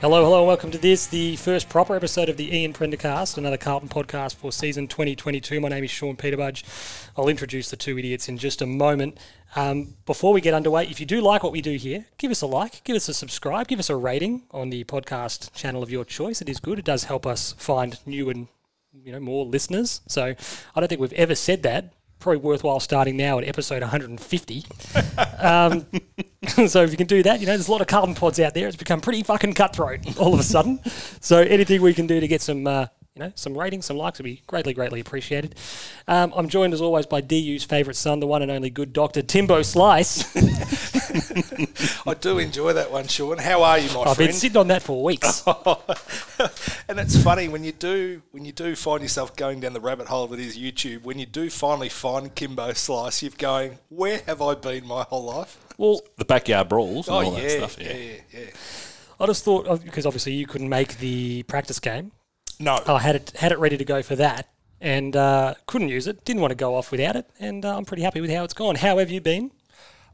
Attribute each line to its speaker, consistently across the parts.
Speaker 1: Hello, hello, and welcome to this, the first proper episode of the Ian Prendercast, another Carlton podcast for season 2022. My name is Sean Peterbudge. I'll introduce the two idiots in just a moment. Um, before we get underway, if you do like what we do here, give us a like, give us a subscribe, give us a rating on the podcast channel of your choice. It is good. It does help us find new and you know more listeners. So I don't think we've ever said that. Probably worthwhile starting now at episode 150. so if you can do that, you know, there's a lot of carbon pods out there. It's become pretty fucking cutthroat all of a sudden. so anything we can do to get some, uh, you know, some ratings, some likes would be greatly, greatly appreciated. Um, I'm joined as always by DU's favourite son, the one and only good doctor, Timbo Slice.
Speaker 2: I do enjoy that one, Sean. How are you, my
Speaker 1: I've been
Speaker 2: friend?
Speaker 1: sitting on that for weeks.
Speaker 2: and it's funny when you do when you do find yourself going down the rabbit hole that is YouTube. When you do finally find Kimbo Slice, you're going, "Where have I been my whole life?"
Speaker 1: well,
Speaker 3: the backyard brawls and
Speaker 2: Oh
Speaker 3: all
Speaker 2: yeah,
Speaker 3: that stuff.
Speaker 2: yeah,
Speaker 3: Yeah.
Speaker 2: yeah, yeah.
Speaker 1: I just thought uh, because obviously you couldn't make the practice game.
Speaker 2: No,
Speaker 1: I had it had it ready to go for that. And uh, couldn't use it. Didn't want to go off without it. And uh, I'm pretty happy with how it's gone. How have you been?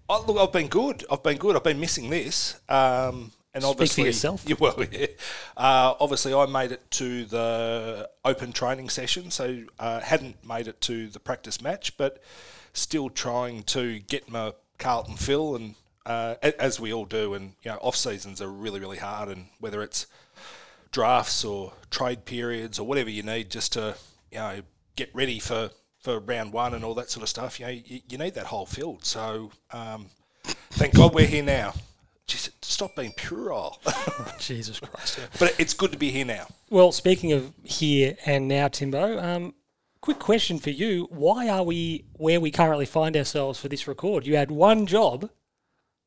Speaker 2: Oh, look, I've been good. I've been good. I've been missing this. Um, and
Speaker 1: for
Speaker 2: obviously,
Speaker 1: yourself.
Speaker 2: Yeah, well, yeah. Uh, obviously, I made it to the open training session, so uh, hadn't made it to the practice match, but still trying to get my Carlton fill, and uh, a- as we all do. And you know, off seasons are really, really hard, and whether it's drafts or trade periods or whatever you need just to you know get ready for for round one and all that sort of stuff. You know, you, you need that whole field. So um, thank God we're here now. Jeez, stop being puerile.
Speaker 1: Jesus Christ.
Speaker 2: but it's good to be here now.
Speaker 1: Well, speaking of here and now, Timbo, um, quick question for you. Why are we where we currently find ourselves for this record? You had one job,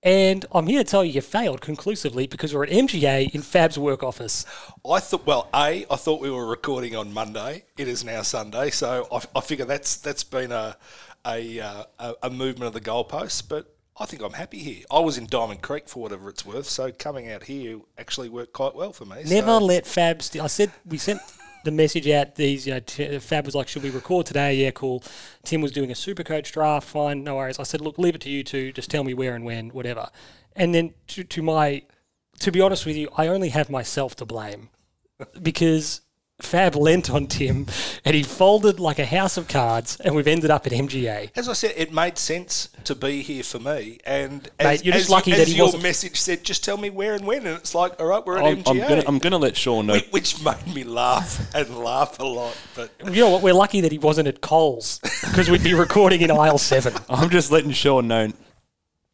Speaker 1: and I'm here to tell you you failed conclusively because we're at MGA in Fab's work office.
Speaker 2: I thought, well, a, I thought we were recording on Monday. It is now Sunday, so I, I figure that's that's been a a, uh, a a movement of the goalposts. But I think I'm happy here. I was in Diamond Creek for whatever it's worth, so coming out here actually worked quite well for me.
Speaker 1: Never
Speaker 2: so-
Speaker 1: let Fab. St- I said we sent the message out. These, you know, t- Fab was like, "Should we record today?" Yeah, cool. Tim was doing a super coach draft. Fine, no worries. I said, "Look, leave it to you two. Just tell me where and when, whatever." And then to, to my, to be honest with you, I only have myself to blame because. Fab lent on Tim, and he folded like a house of cards, and we've ended up at MGA.
Speaker 2: As I said, it made sense to be here for me, and
Speaker 1: Mate,
Speaker 2: as,
Speaker 1: you're just
Speaker 2: as-
Speaker 1: lucky
Speaker 2: as
Speaker 1: that he
Speaker 2: your
Speaker 1: wasn't-
Speaker 2: message said, just tell me where and when, and it's like, all right, we're at
Speaker 3: I'm, I'm
Speaker 2: MGA,
Speaker 3: gonna I'm gonna let Sean know.
Speaker 2: which made me laugh and laugh a lot. But
Speaker 1: You know what? We're lucky that he wasn't at Coles because we'd be recording in aisle seven.
Speaker 3: I'm just letting Sean know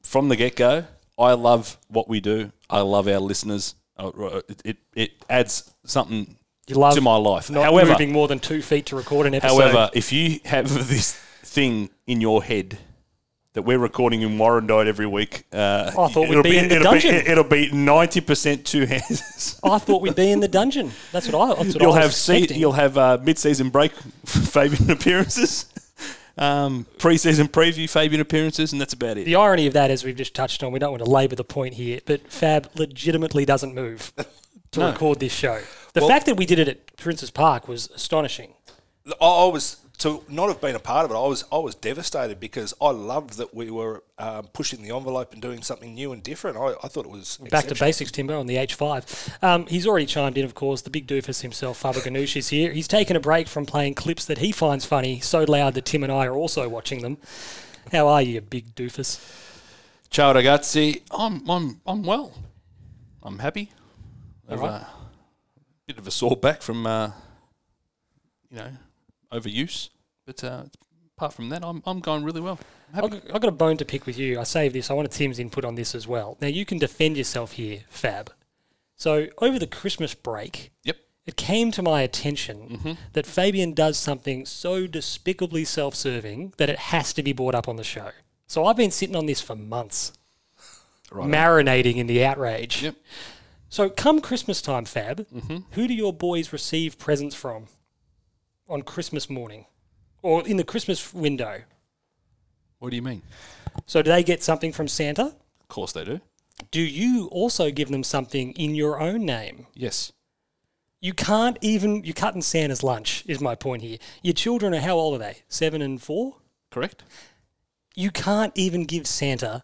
Speaker 3: from the get go. I love what we do. I love our listeners. Uh, uh, It, it, it adds something
Speaker 1: You love
Speaker 3: to my life.
Speaker 1: Not
Speaker 3: However,
Speaker 1: moving more than two feet to record an episode.
Speaker 3: However, if you have this thing in your head that we're recording in Warrandyte every week, uh,
Speaker 1: Oh, I thought we'd
Speaker 3: it'll
Speaker 1: be in the
Speaker 3: it'll
Speaker 1: dungeon.
Speaker 3: it'll be ninety percent two hands.
Speaker 1: I thought we'd be in the dungeon. That's what I. That's what
Speaker 3: you'll
Speaker 1: I was
Speaker 3: have se-
Speaker 1: expecting.
Speaker 3: you'll have uh, mid-season break Fabian appearances, um, pre-season preview Fabian appearances, and that's about it.
Speaker 1: the irony of that, as we've just touched on, we don't want to labour the point here, but Fab legitimately doesn't move to record this show. The fact that we did it at Princess Park was astonishing.
Speaker 2: I, I was to not have been a part of it. I was I was devastated because I loved that we were um, pushing the envelope and doing something new and different. I, I thought it was
Speaker 1: Back to
Speaker 2: exceptional.
Speaker 1: basics, Timbo, on the H5. Um, he's already chimed in, of course. The big doofus himself, Faber Ganoush, is here. He's taken a break from playing clips that he finds funny so loud that Tim and I are also watching them. How are you, big doofus?
Speaker 3: Ciao ragazzi, I'm I'm I'm well. I'm happy. I've,
Speaker 1: Alright.
Speaker 3: uh, bit of a sore back from uh, you know overuse, but uh, apart from that, I'm I'm going really well. I'm
Speaker 1: I've
Speaker 3: happy.
Speaker 1: got, I've got a bone to pick with you. I saved this. I wanted Tim's input on this as well. Now, you can defend yourself here, Fab. So, over the Christmas break,
Speaker 3: Yep.
Speaker 1: it came to my attention that Fabian does something so despicably self serving that it has to be brought up on the show. So, I've been sitting on this for months,
Speaker 3: Right.
Speaker 1: marinating in the outrage.
Speaker 3: Yep.
Speaker 1: So, come Christmas time, Fab, who do your boys receive presents from on Christmas morning or in the Christmas window?
Speaker 3: What do you mean?
Speaker 1: So, do they get something from Santa?
Speaker 3: Of course they do.
Speaker 1: do you also give them something in your own name?
Speaker 3: Yes.
Speaker 1: You can't even, you're cutting Santa's lunch, is my point here. Your children are how old are they? Seven and four?
Speaker 3: Correct.
Speaker 1: You can't even give Santa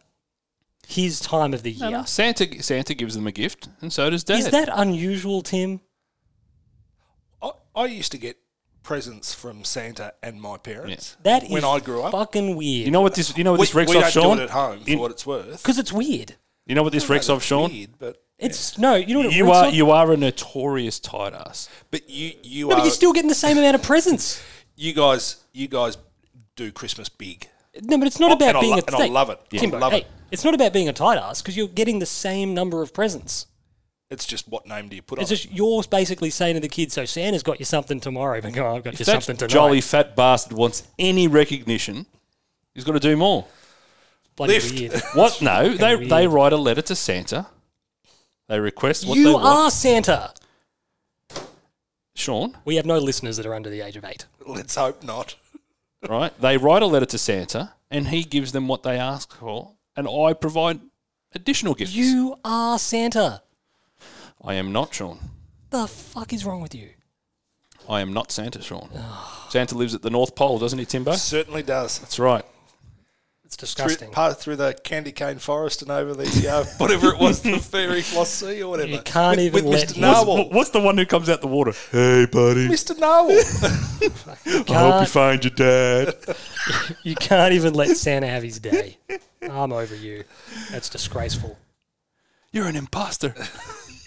Speaker 1: his time of the year.
Speaker 3: Santa Santa gives them a gift, and so does Dad.
Speaker 1: Is that unusual, Tim?
Speaker 2: I, I used to get presents from Santa and my parents
Speaker 1: That is
Speaker 2: when I grew up.
Speaker 1: fucking weird.
Speaker 3: you know what this? You know what
Speaker 2: we,
Speaker 3: this wrecks
Speaker 2: we
Speaker 3: off,
Speaker 2: don't
Speaker 3: Sean.
Speaker 2: do it at home for
Speaker 3: In-
Speaker 2: what it's worth.
Speaker 1: because it's weird.
Speaker 3: you know what this wrecks off,
Speaker 2: It's
Speaker 3: Sean.
Speaker 2: weird, but
Speaker 1: It's no, you know what it
Speaker 3: You
Speaker 1: works
Speaker 3: are
Speaker 1: on?
Speaker 3: you are a notorious tight ass.
Speaker 2: but you you
Speaker 1: No,
Speaker 2: are
Speaker 1: but you're still getting the same amount of presents.
Speaker 2: you guys you guys do Christmas big.
Speaker 1: No, but it's not
Speaker 2: Oh, and
Speaker 1: about
Speaker 2: I
Speaker 1: being
Speaker 2: lo-
Speaker 1: a
Speaker 2: and I
Speaker 1: thing.
Speaker 2: love it. Yeah.
Speaker 1: Timbo,
Speaker 2: I love
Speaker 1: hey,
Speaker 2: it.
Speaker 1: It's not about being a tight ass because you're getting the same number of presents.
Speaker 2: It's just what name do you put
Speaker 1: It's
Speaker 2: on?
Speaker 1: just you're basically saying to the kids, "So Santa's got you something tomorrow, but oh, I've got you
Speaker 3: That
Speaker 1: something tonight."
Speaker 3: jolly fat bastard wants any recognition. He's got to do more.
Speaker 1: bloody
Speaker 2: lift.
Speaker 1: weird.
Speaker 3: What? No, they
Speaker 1: weird.
Speaker 3: they write a letter to Santa. They request what they
Speaker 1: you
Speaker 3: want.
Speaker 1: are Santa.
Speaker 3: Sean,
Speaker 1: We have no listeners that are under the age of eight.
Speaker 2: it? Let's hope not.
Speaker 3: right? They write a letter to Santa, and he gives them what they ask for, and I provide additional gifts.
Speaker 1: You are Santa.
Speaker 3: I am not Sean.
Speaker 1: The fuck is wrong with you?
Speaker 3: I am not Santa, Sean. Santa lives at the North Pole, doesn't he, Timbo?
Speaker 2: Certainly does.
Speaker 3: That's right.
Speaker 1: It's
Speaker 2: Through,
Speaker 1: disgusting.
Speaker 2: part through the candy cane forest and over the uh, whatever it was, the fairy floss sea or whatever.
Speaker 1: You can't
Speaker 2: with,
Speaker 1: even
Speaker 2: with
Speaker 1: let
Speaker 2: Mr.
Speaker 1: him-
Speaker 2: Narwhal.
Speaker 3: What's the one who comes out the water? Hey, buddy.
Speaker 2: Mr. Narwhal.
Speaker 3: I hope you
Speaker 1: Can't-
Speaker 3: find your dad.
Speaker 1: You can't even let Santa have his day. I'm over you. That's disgraceful.
Speaker 3: You're an imposter.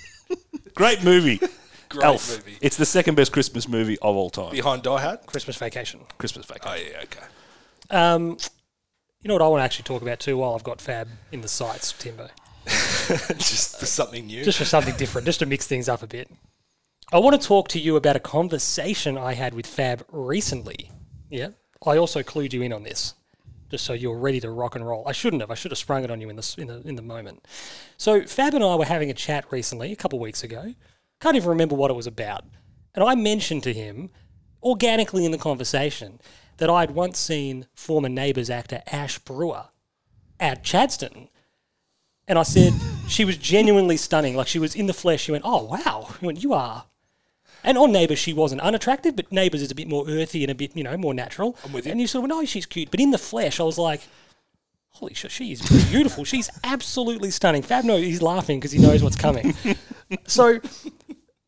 Speaker 3: Great movie.
Speaker 2: Great
Speaker 3: Elf.
Speaker 2: movie.
Speaker 3: It's the second best Christmas movie of all time.
Speaker 2: Behind Die Hard.
Speaker 1: Christmas vacation.
Speaker 3: Christmas
Speaker 2: Oh
Speaker 3: Vacation.
Speaker 2: yeah, okay.
Speaker 1: Um, you know what I want to actually talk about too while I've got Fab in the sights, Timbo?
Speaker 2: just for something new.
Speaker 1: Just for something different, just to mix things up a bit. I want to talk to you about a conversation I had with Fab recently. Yeah. I also clued you in on this, just so you're ready to rock and roll. I shouldn't have. I should have sprung it on you in the, s- in the, in the moment. So, Fab and I were having a chat recently, a couple of weeks ago. Can't even remember what it was about. And I mentioned to him, organically in the conversation, that I had once seen former Neighbours actor Ash Brewer at Chadston. And I said, she was genuinely stunning. Like, she was in the flesh. She went, oh, wow. He went, you are. And on Neighbours, she wasn't unattractive, but Neighbours is a bit more earthy and a bit, you know, more natural. I'm
Speaker 2: with you.
Speaker 1: And you sort of went, oh, she's cute. But in the flesh, I was like, holy shit, she is beautiful. She's absolutely stunning. Fab knows he's laughing because he knows what's coming. so,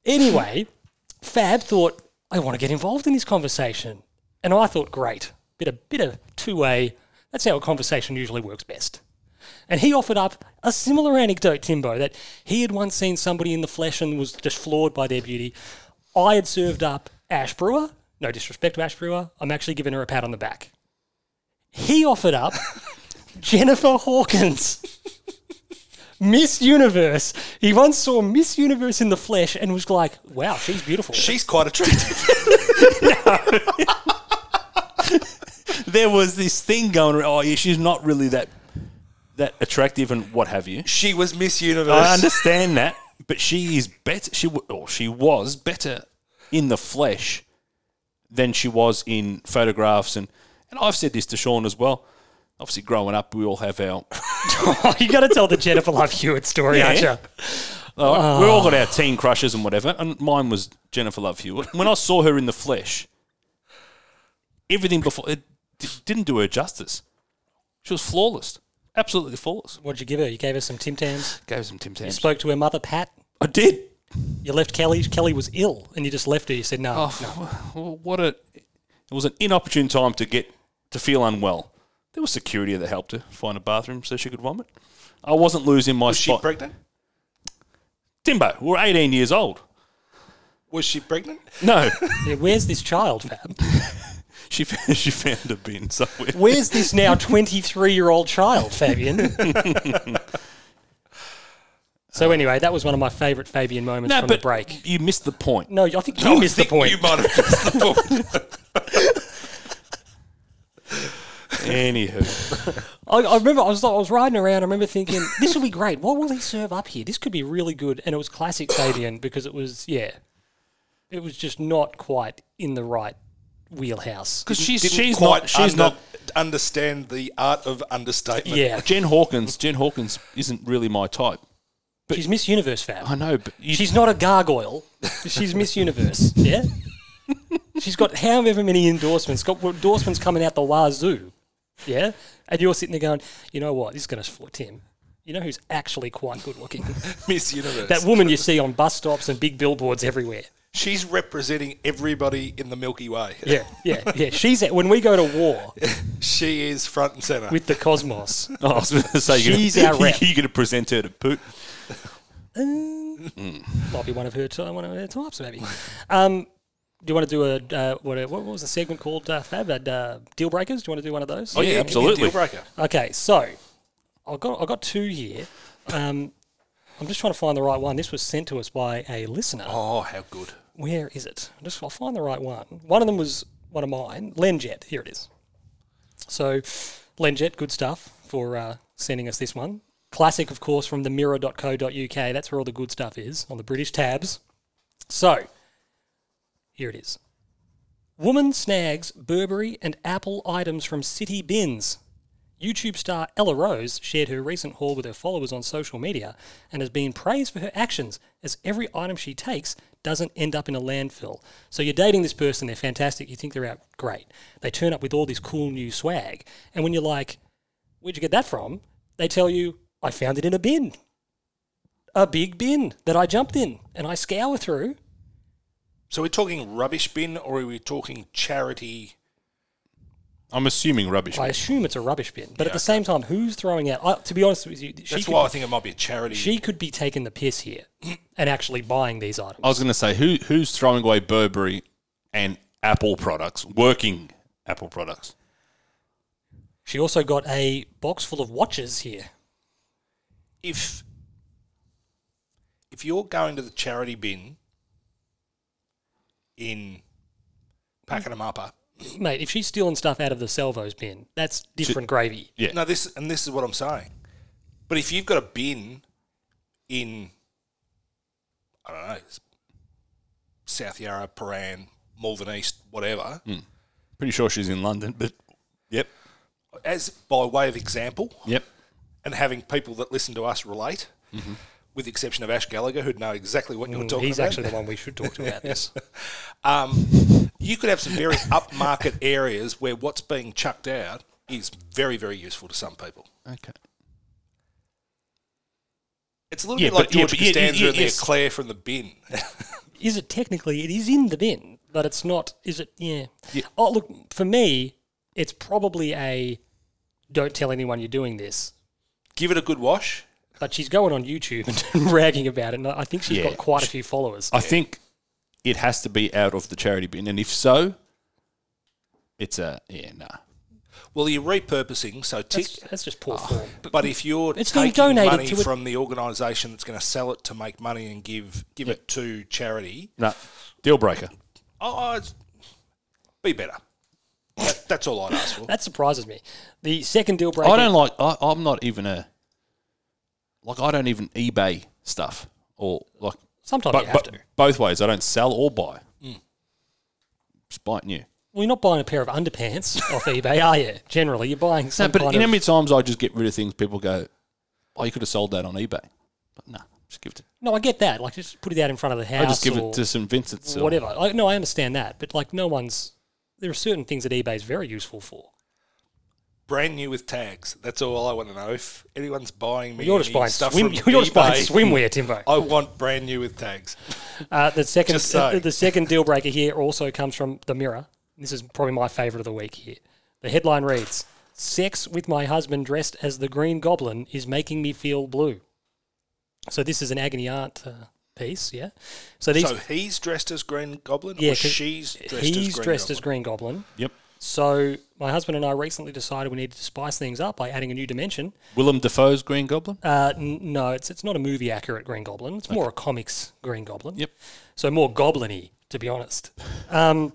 Speaker 1: anyway, Fab thought, I want to get involved in this conversation. And I thought, great, bit of, bit of two way. That's how a conversation usually works best. And he offered up a similar anecdote, Timbo, that he had once seen somebody in the flesh and was just floored by their beauty. I had served up Ash Brewer. No disrespect to Ash Brewer. I'm actually giving her a pat on the back. He offered up Jennifer Hawkins. Miss Universe. He once saw Miss Universe in the flesh and was like, wow, she's beautiful.
Speaker 2: She's quite attractive.
Speaker 3: There was this thing going around. Oh, yeah, she's not really that that attractive and what have you.
Speaker 2: she was Miss Universe.
Speaker 3: I understand that, but she is better. She w- or she was better in the flesh than she was in photographs. And and I've said this to Sean as well. Obviously, growing up, we all have our
Speaker 1: Oh, you got to tell the Jennifer Love Hewitt story,
Speaker 3: Yeah.
Speaker 1: aren't you?
Speaker 3: All right, We all got our teen crushes and whatever, and mine was Jennifer Love Hewitt. When I saw her in the flesh, everything before it d- didn't do her justice. She was flawless, absolutely flawless.
Speaker 1: What'd you give her? You gave her some Tim Tams.
Speaker 3: Gave her some Tim Tams.
Speaker 1: Spoke to her mother, Pat.
Speaker 3: I did.
Speaker 1: You left Kelly. Kelly was ill, and you just left her. You said, no, no.
Speaker 3: Oh, wh- what a! It was an inopportune time to get to feel unwell. There was security that helped her find a bathroom so she could vomit. I wasn't losing my
Speaker 2: was she
Speaker 3: spot.
Speaker 2: pregnant?
Speaker 3: Timbo, we're 18 years old.
Speaker 2: Was she pregnant?
Speaker 3: No,
Speaker 1: Yeah, where's this child, Fab?
Speaker 3: she f- she found a bin somewhere.
Speaker 1: Where's this now 23 year old child, Fabian? so, anyway, that was one of my favourite Fabian moments from the break.
Speaker 3: You missed the point.
Speaker 1: No, I think you missed the
Speaker 2: I think
Speaker 1: point.
Speaker 2: You might have missed the point.
Speaker 3: Anywho,
Speaker 1: I, I remember I was I was riding around. I remember thinking, this will be great. What will he serve up here? This could be really good. And it was classic Fabian because it was yeah, it was just not quite in the right wheelhouse.
Speaker 3: because she's
Speaker 2: Didn't
Speaker 3: she's
Speaker 2: quite
Speaker 3: not she's
Speaker 2: under-
Speaker 3: not
Speaker 2: understand the art of understatement.
Speaker 1: Yeah,
Speaker 3: Jen Hawkins. Jen Hawkins isn't really my type.
Speaker 1: she's Miss Universe Fab.
Speaker 3: I know, but you,
Speaker 1: She's not a gargoyle. She's Miss Universe. Yeah. She's got however many endorsements. Got endorsements coming out the wazoo. Yeah. And you're sitting there going, you know what? This is going to floor Tim. You know who's actually quite good looking?
Speaker 2: Miss Universe.
Speaker 1: that woman you see on bus stops and big billboards everywhere.
Speaker 2: She's representing everybody in the Milky Way.
Speaker 1: Yeah, yeah, yeah. She's at, when we go to war
Speaker 2: She is front and centre.
Speaker 1: with the cosmos.
Speaker 3: Oh, I was going to say,
Speaker 1: She's
Speaker 3: you're
Speaker 1: our rep.
Speaker 3: You're going to present her to Putin.
Speaker 1: Might be one of her ty- one of her types, maybe. Um, do you want to do a uh, what, what was the segment called? Uh, Fab uh, uh, deal breakers. Do you want to do one of those?
Speaker 3: Oh, yeah,
Speaker 2: Give me a
Speaker 3: absolutely.
Speaker 2: Deal breaker.
Speaker 1: Okay, so I got I got two here. Um, I'm just trying to find the right one. This was sent to us by a listener.
Speaker 2: Oh, how good.
Speaker 1: Where is it? I'll Just I'll find the right one. One of them was one of mine. Lenjet. Here it is. So, Lenjet, good stuff for uh, sending us this one. Classic, of course, from the mirror.co.uk. That's where all the good stuff is on the British tabs. So, here it is. Woman snags Burberry and Apple items from city bins. YouTube star Ella Rose shared her recent haul with her followers on social media and has been praised for her actions as every item she takes doesn't end up in a landfill. So you're dating this person, they're fantastic, you think they're out great. They turn up with all this cool new swag, and when you're like, Where'd you get that from? They tell you, I found it in a bin. A big bin that I jumped in and I scour through.
Speaker 2: So we're talking rubbish bin or are we talking charity?
Speaker 3: I'm assuming rubbish.
Speaker 1: I assume it's a rubbish bin, but at the same time, who's throwing out? I, to be honest with you, she
Speaker 2: That's
Speaker 1: could
Speaker 2: why I think it might be a charity.
Speaker 1: She could be taking the piss here and actually buying these items.
Speaker 3: I was going to say, who who's throwing away Burberry and Apple products, working Apple products?
Speaker 1: She also got a box full of watches here.
Speaker 2: if if you're going to the charity bin in Pakenhamapa,
Speaker 1: Mate, if she's stealing stuff out of the Salvos bin, that's different gravy.
Speaker 3: Yeah.
Speaker 2: no, this and this is what I'm saying. But if you've got a bin in, I don't know, South Yarra, Paran, Malvern East, whatever,
Speaker 1: Hmm.
Speaker 3: Pretty sure she's in London, but yep,
Speaker 2: as by way of example,
Speaker 3: yep.
Speaker 2: and having people that listen to us relate, with the exception of Ash Gallagher, who'd know exactly what you're
Speaker 1: Mm-hmm. Mm,
Speaker 2: talking
Speaker 1: He's
Speaker 2: about.
Speaker 1: actually the one we should talk to about this.
Speaker 2: Um, you could have some very upmarket areas where what's being chucked out is very, very useful to some people.
Speaker 3: Okay.
Speaker 2: It's a little
Speaker 3: Yeah,
Speaker 2: bit like
Speaker 3: but- yeah,
Speaker 2: George
Speaker 3: but yeah,
Speaker 2: Costanza
Speaker 3: yeah,
Speaker 2: and the
Speaker 3: yes.
Speaker 2: eclair from the bin.
Speaker 1: Is it technically? It is in the bin, but it's not. Is it? Yeah. Oh, look, for me, it's probably a don't tell anyone you're doing this.
Speaker 2: Give it a good wash.
Speaker 1: But she's going on YouTube and ragging about it, and I think she's
Speaker 3: Yeah.
Speaker 1: got quite a few followers.
Speaker 3: I think it has to be out of the charity bin, and if so, it's a yeah, nah.
Speaker 2: Well, you're repurposing, so tick.
Speaker 1: That's, that's just
Speaker 3: Ah.
Speaker 1: poor form.
Speaker 2: But if you're
Speaker 1: It's been
Speaker 2: taking
Speaker 1: donated
Speaker 2: money
Speaker 1: to a-
Speaker 2: from the organisation that's going to sell it to make money and give give it to charity,
Speaker 3: Nah. Deal breaker.
Speaker 2: oh, it's, be better. That, that's all I'd ask for.
Speaker 1: That surprises me. The second deal breaker.
Speaker 3: I don't like. I, I'm not even a like. I don't even eBay stuff or like.
Speaker 1: Sometimes
Speaker 3: But,
Speaker 1: you have
Speaker 3: but
Speaker 1: to. Mm.
Speaker 3: both ways, I don't sell or buy. Just buy it new.
Speaker 1: Well, you're not buying a pair of underpants off eBay, are you? Generally, you're buying
Speaker 3: No,
Speaker 1: some
Speaker 3: but
Speaker 1: kind
Speaker 3: you know how
Speaker 1: of.
Speaker 3: many times I just get rid of things. People go, "Oh, you could have sold that on eBay," but no, just give it. To,
Speaker 1: no, I get that. Like, just put it out in front of the house.
Speaker 3: I just give
Speaker 1: or
Speaker 3: it to St. Vincent's. Or,
Speaker 1: whatever. I, no, I understand that, but like, no one's. There are certain things that eBay is very useful for.
Speaker 2: Brand new with tags. That's all I want to know. If anyone's buying me,
Speaker 1: You're just
Speaker 2: any
Speaker 1: buying
Speaker 2: stuff
Speaker 1: swim.
Speaker 2: from
Speaker 1: You're just buying
Speaker 2: eBay,
Speaker 1: swimwear, Timbo.
Speaker 2: I want brand new with tags.
Speaker 1: Uh, the second,
Speaker 2: Just saying.
Speaker 1: uh, the second deal breaker here also comes from the Mirror. This is probably my favourite of the week here. The headline reads: "Sex with my husband dressed as the Green Goblin is making me feel blue." So this is an agony aunt uh, piece, yeah. So these
Speaker 2: So he's dressed as Green Goblin,
Speaker 1: Yeah,
Speaker 2: or
Speaker 1: 'cause
Speaker 2: she's dressed as
Speaker 1: he's
Speaker 2: Green
Speaker 1: dressed as
Speaker 2: Goblin.
Speaker 1: Green Goblin.
Speaker 3: Yep.
Speaker 1: So my husband and I recently decided we needed to spice things up by adding a new dimension.
Speaker 3: Willem Dafoe's Green Goblin.
Speaker 1: Uh, n- no, it's it's not a movie accurate Green Goblin. It's more a comics Green Goblin.
Speaker 3: Yep.
Speaker 1: So more goblin-y, to be honest. Um,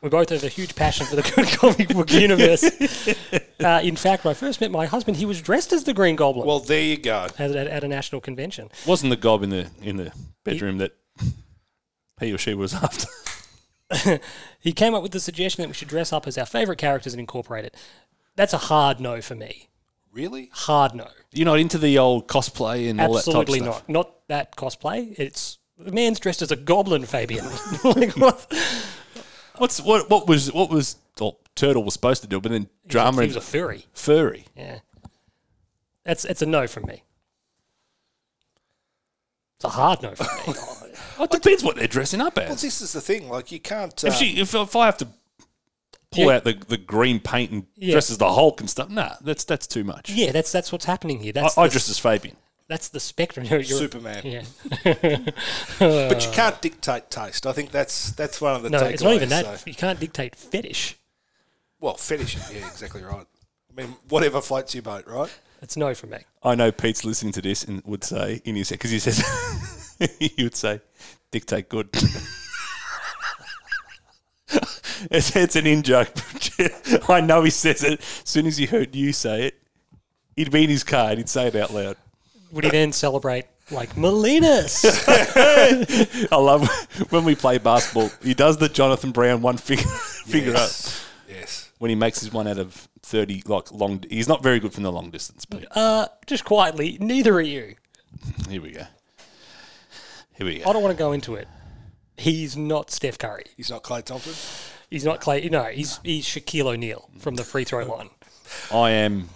Speaker 1: we both have a huge passion for the comic book universe. uh, in fact, when I first met my husband, he was dressed as the Green Goblin
Speaker 2: Well, there you go.
Speaker 1: at, at, at a national convention.
Speaker 3: Wasn't the gob in the in the bedroom that he or she was after?
Speaker 1: He came up with the suggestion that we should dress up as our favourite characters and incorporate it. That's a hard no for me.
Speaker 2: Really?
Speaker 1: Hard no.
Speaker 3: You're not into the old cosplay and
Speaker 1: Absolutely
Speaker 3: all that
Speaker 1: not.
Speaker 3: type of stuff.
Speaker 1: Not that cosplay. It's the man's dressed as a goblin, Fabian. like what?
Speaker 3: What's what? What was what was well, Turtle was supposed to do, but then drama
Speaker 1: he
Speaker 3: and
Speaker 1: was a furry.
Speaker 3: furry.
Speaker 1: Yeah. That's it's a no from me. It's a hard no from me.
Speaker 3: Well, it depends what they're dressing up
Speaker 2: Well,
Speaker 3: as.
Speaker 2: this is the thing. Like, you can't. Uh,
Speaker 3: If she, if, if I have to pull
Speaker 1: Yeah.
Speaker 3: out the, the green paint and
Speaker 1: Yeah.
Speaker 3: dress as the Hulk and stuff, nah, that's that's too much.
Speaker 1: yeah, that's that's what's happening here. That's
Speaker 3: I, I
Speaker 1: the,
Speaker 3: dress as Fabian.
Speaker 1: that's the spectrum. You're, you're-
Speaker 2: Superman,
Speaker 1: Yeah.
Speaker 2: but you can't dictate taste. I think that's that's one of the
Speaker 1: No,
Speaker 2: takeaways.
Speaker 1: it's not even that.
Speaker 2: so-
Speaker 1: You can't dictate fetish.
Speaker 2: Well, fetish. Yeah, exactly right. I mean, whatever floats your boat, right?
Speaker 1: It's no from me.
Speaker 3: I know Pete's listening to this and would say in his because he says he would say dictate good. it's, it's an in joke. but I know he says it. As soon as he heard you say it, he'd be in his car and he'd say it out loud.
Speaker 1: Would he then celebrate like Molinas?
Speaker 3: I love when we play basketball. He does the Jonathan Brown one finger finger up
Speaker 2: yes. Yes.
Speaker 3: when he makes his one out of thirty like long. He's not very good from the long distance, but
Speaker 1: uh, just quietly, neither are you.
Speaker 3: here we go. Here we
Speaker 1: I
Speaker 3: go.
Speaker 1: don't want to go into it. He's not Steph Curry.
Speaker 2: He's not Clay Thompson.
Speaker 1: He's not Clay. No, he's he's Shaquille O'Neal from the free
Speaker 3: Mm.
Speaker 1: throw line.
Speaker 3: I am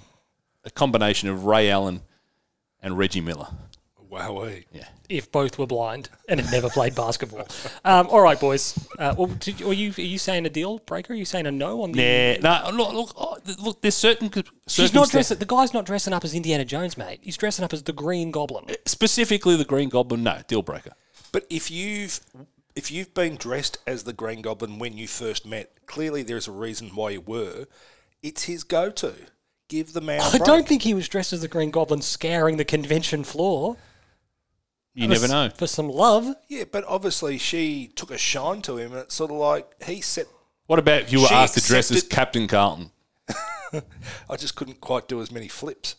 Speaker 3: a combination of Ray Allen and Reggie Miller.
Speaker 2: Wowee.
Speaker 3: Yeah.
Speaker 1: If both were blind and had never played basketball. Um, all right, boys. Uh, well, did, are you are you saying a deal breaker? Are you saying a no on the?
Speaker 3: Yeah. No. Look. Look. oh, th- Look. There's certain. c-
Speaker 1: He's not
Speaker 3: circumstan-
Speaker 1: dressing. The guy's not dressing up as Indiana Jones, mate. He's dressing up as the Green Goblin.
Speaker 3: Specifically, the Green Goblin. No deal breaker.
Speaker 2: But if you've if you've been dressed as the Green Goblin when you first met, clearly there's a reason why you were. It's his go-to. Give the man. a
Speaker 1: I
Speaker 2: break.
Speaker 1: don't think he was dressed as the Green Goblin, scouring the convention floor.
Speaker 3: You never know.
Speaker 1: For some love.
Speaker 2: Yeah, but obviously she took a shine to him, and it's sort of like he said,
Speaker 3: What about if you were
Speaker 2: She
Speaker 3: asked to dress as
Speaker 2: accepted-
Speaker 3: Captain Carlton?
Speaker 2: "I just couldn't quite do as many flips."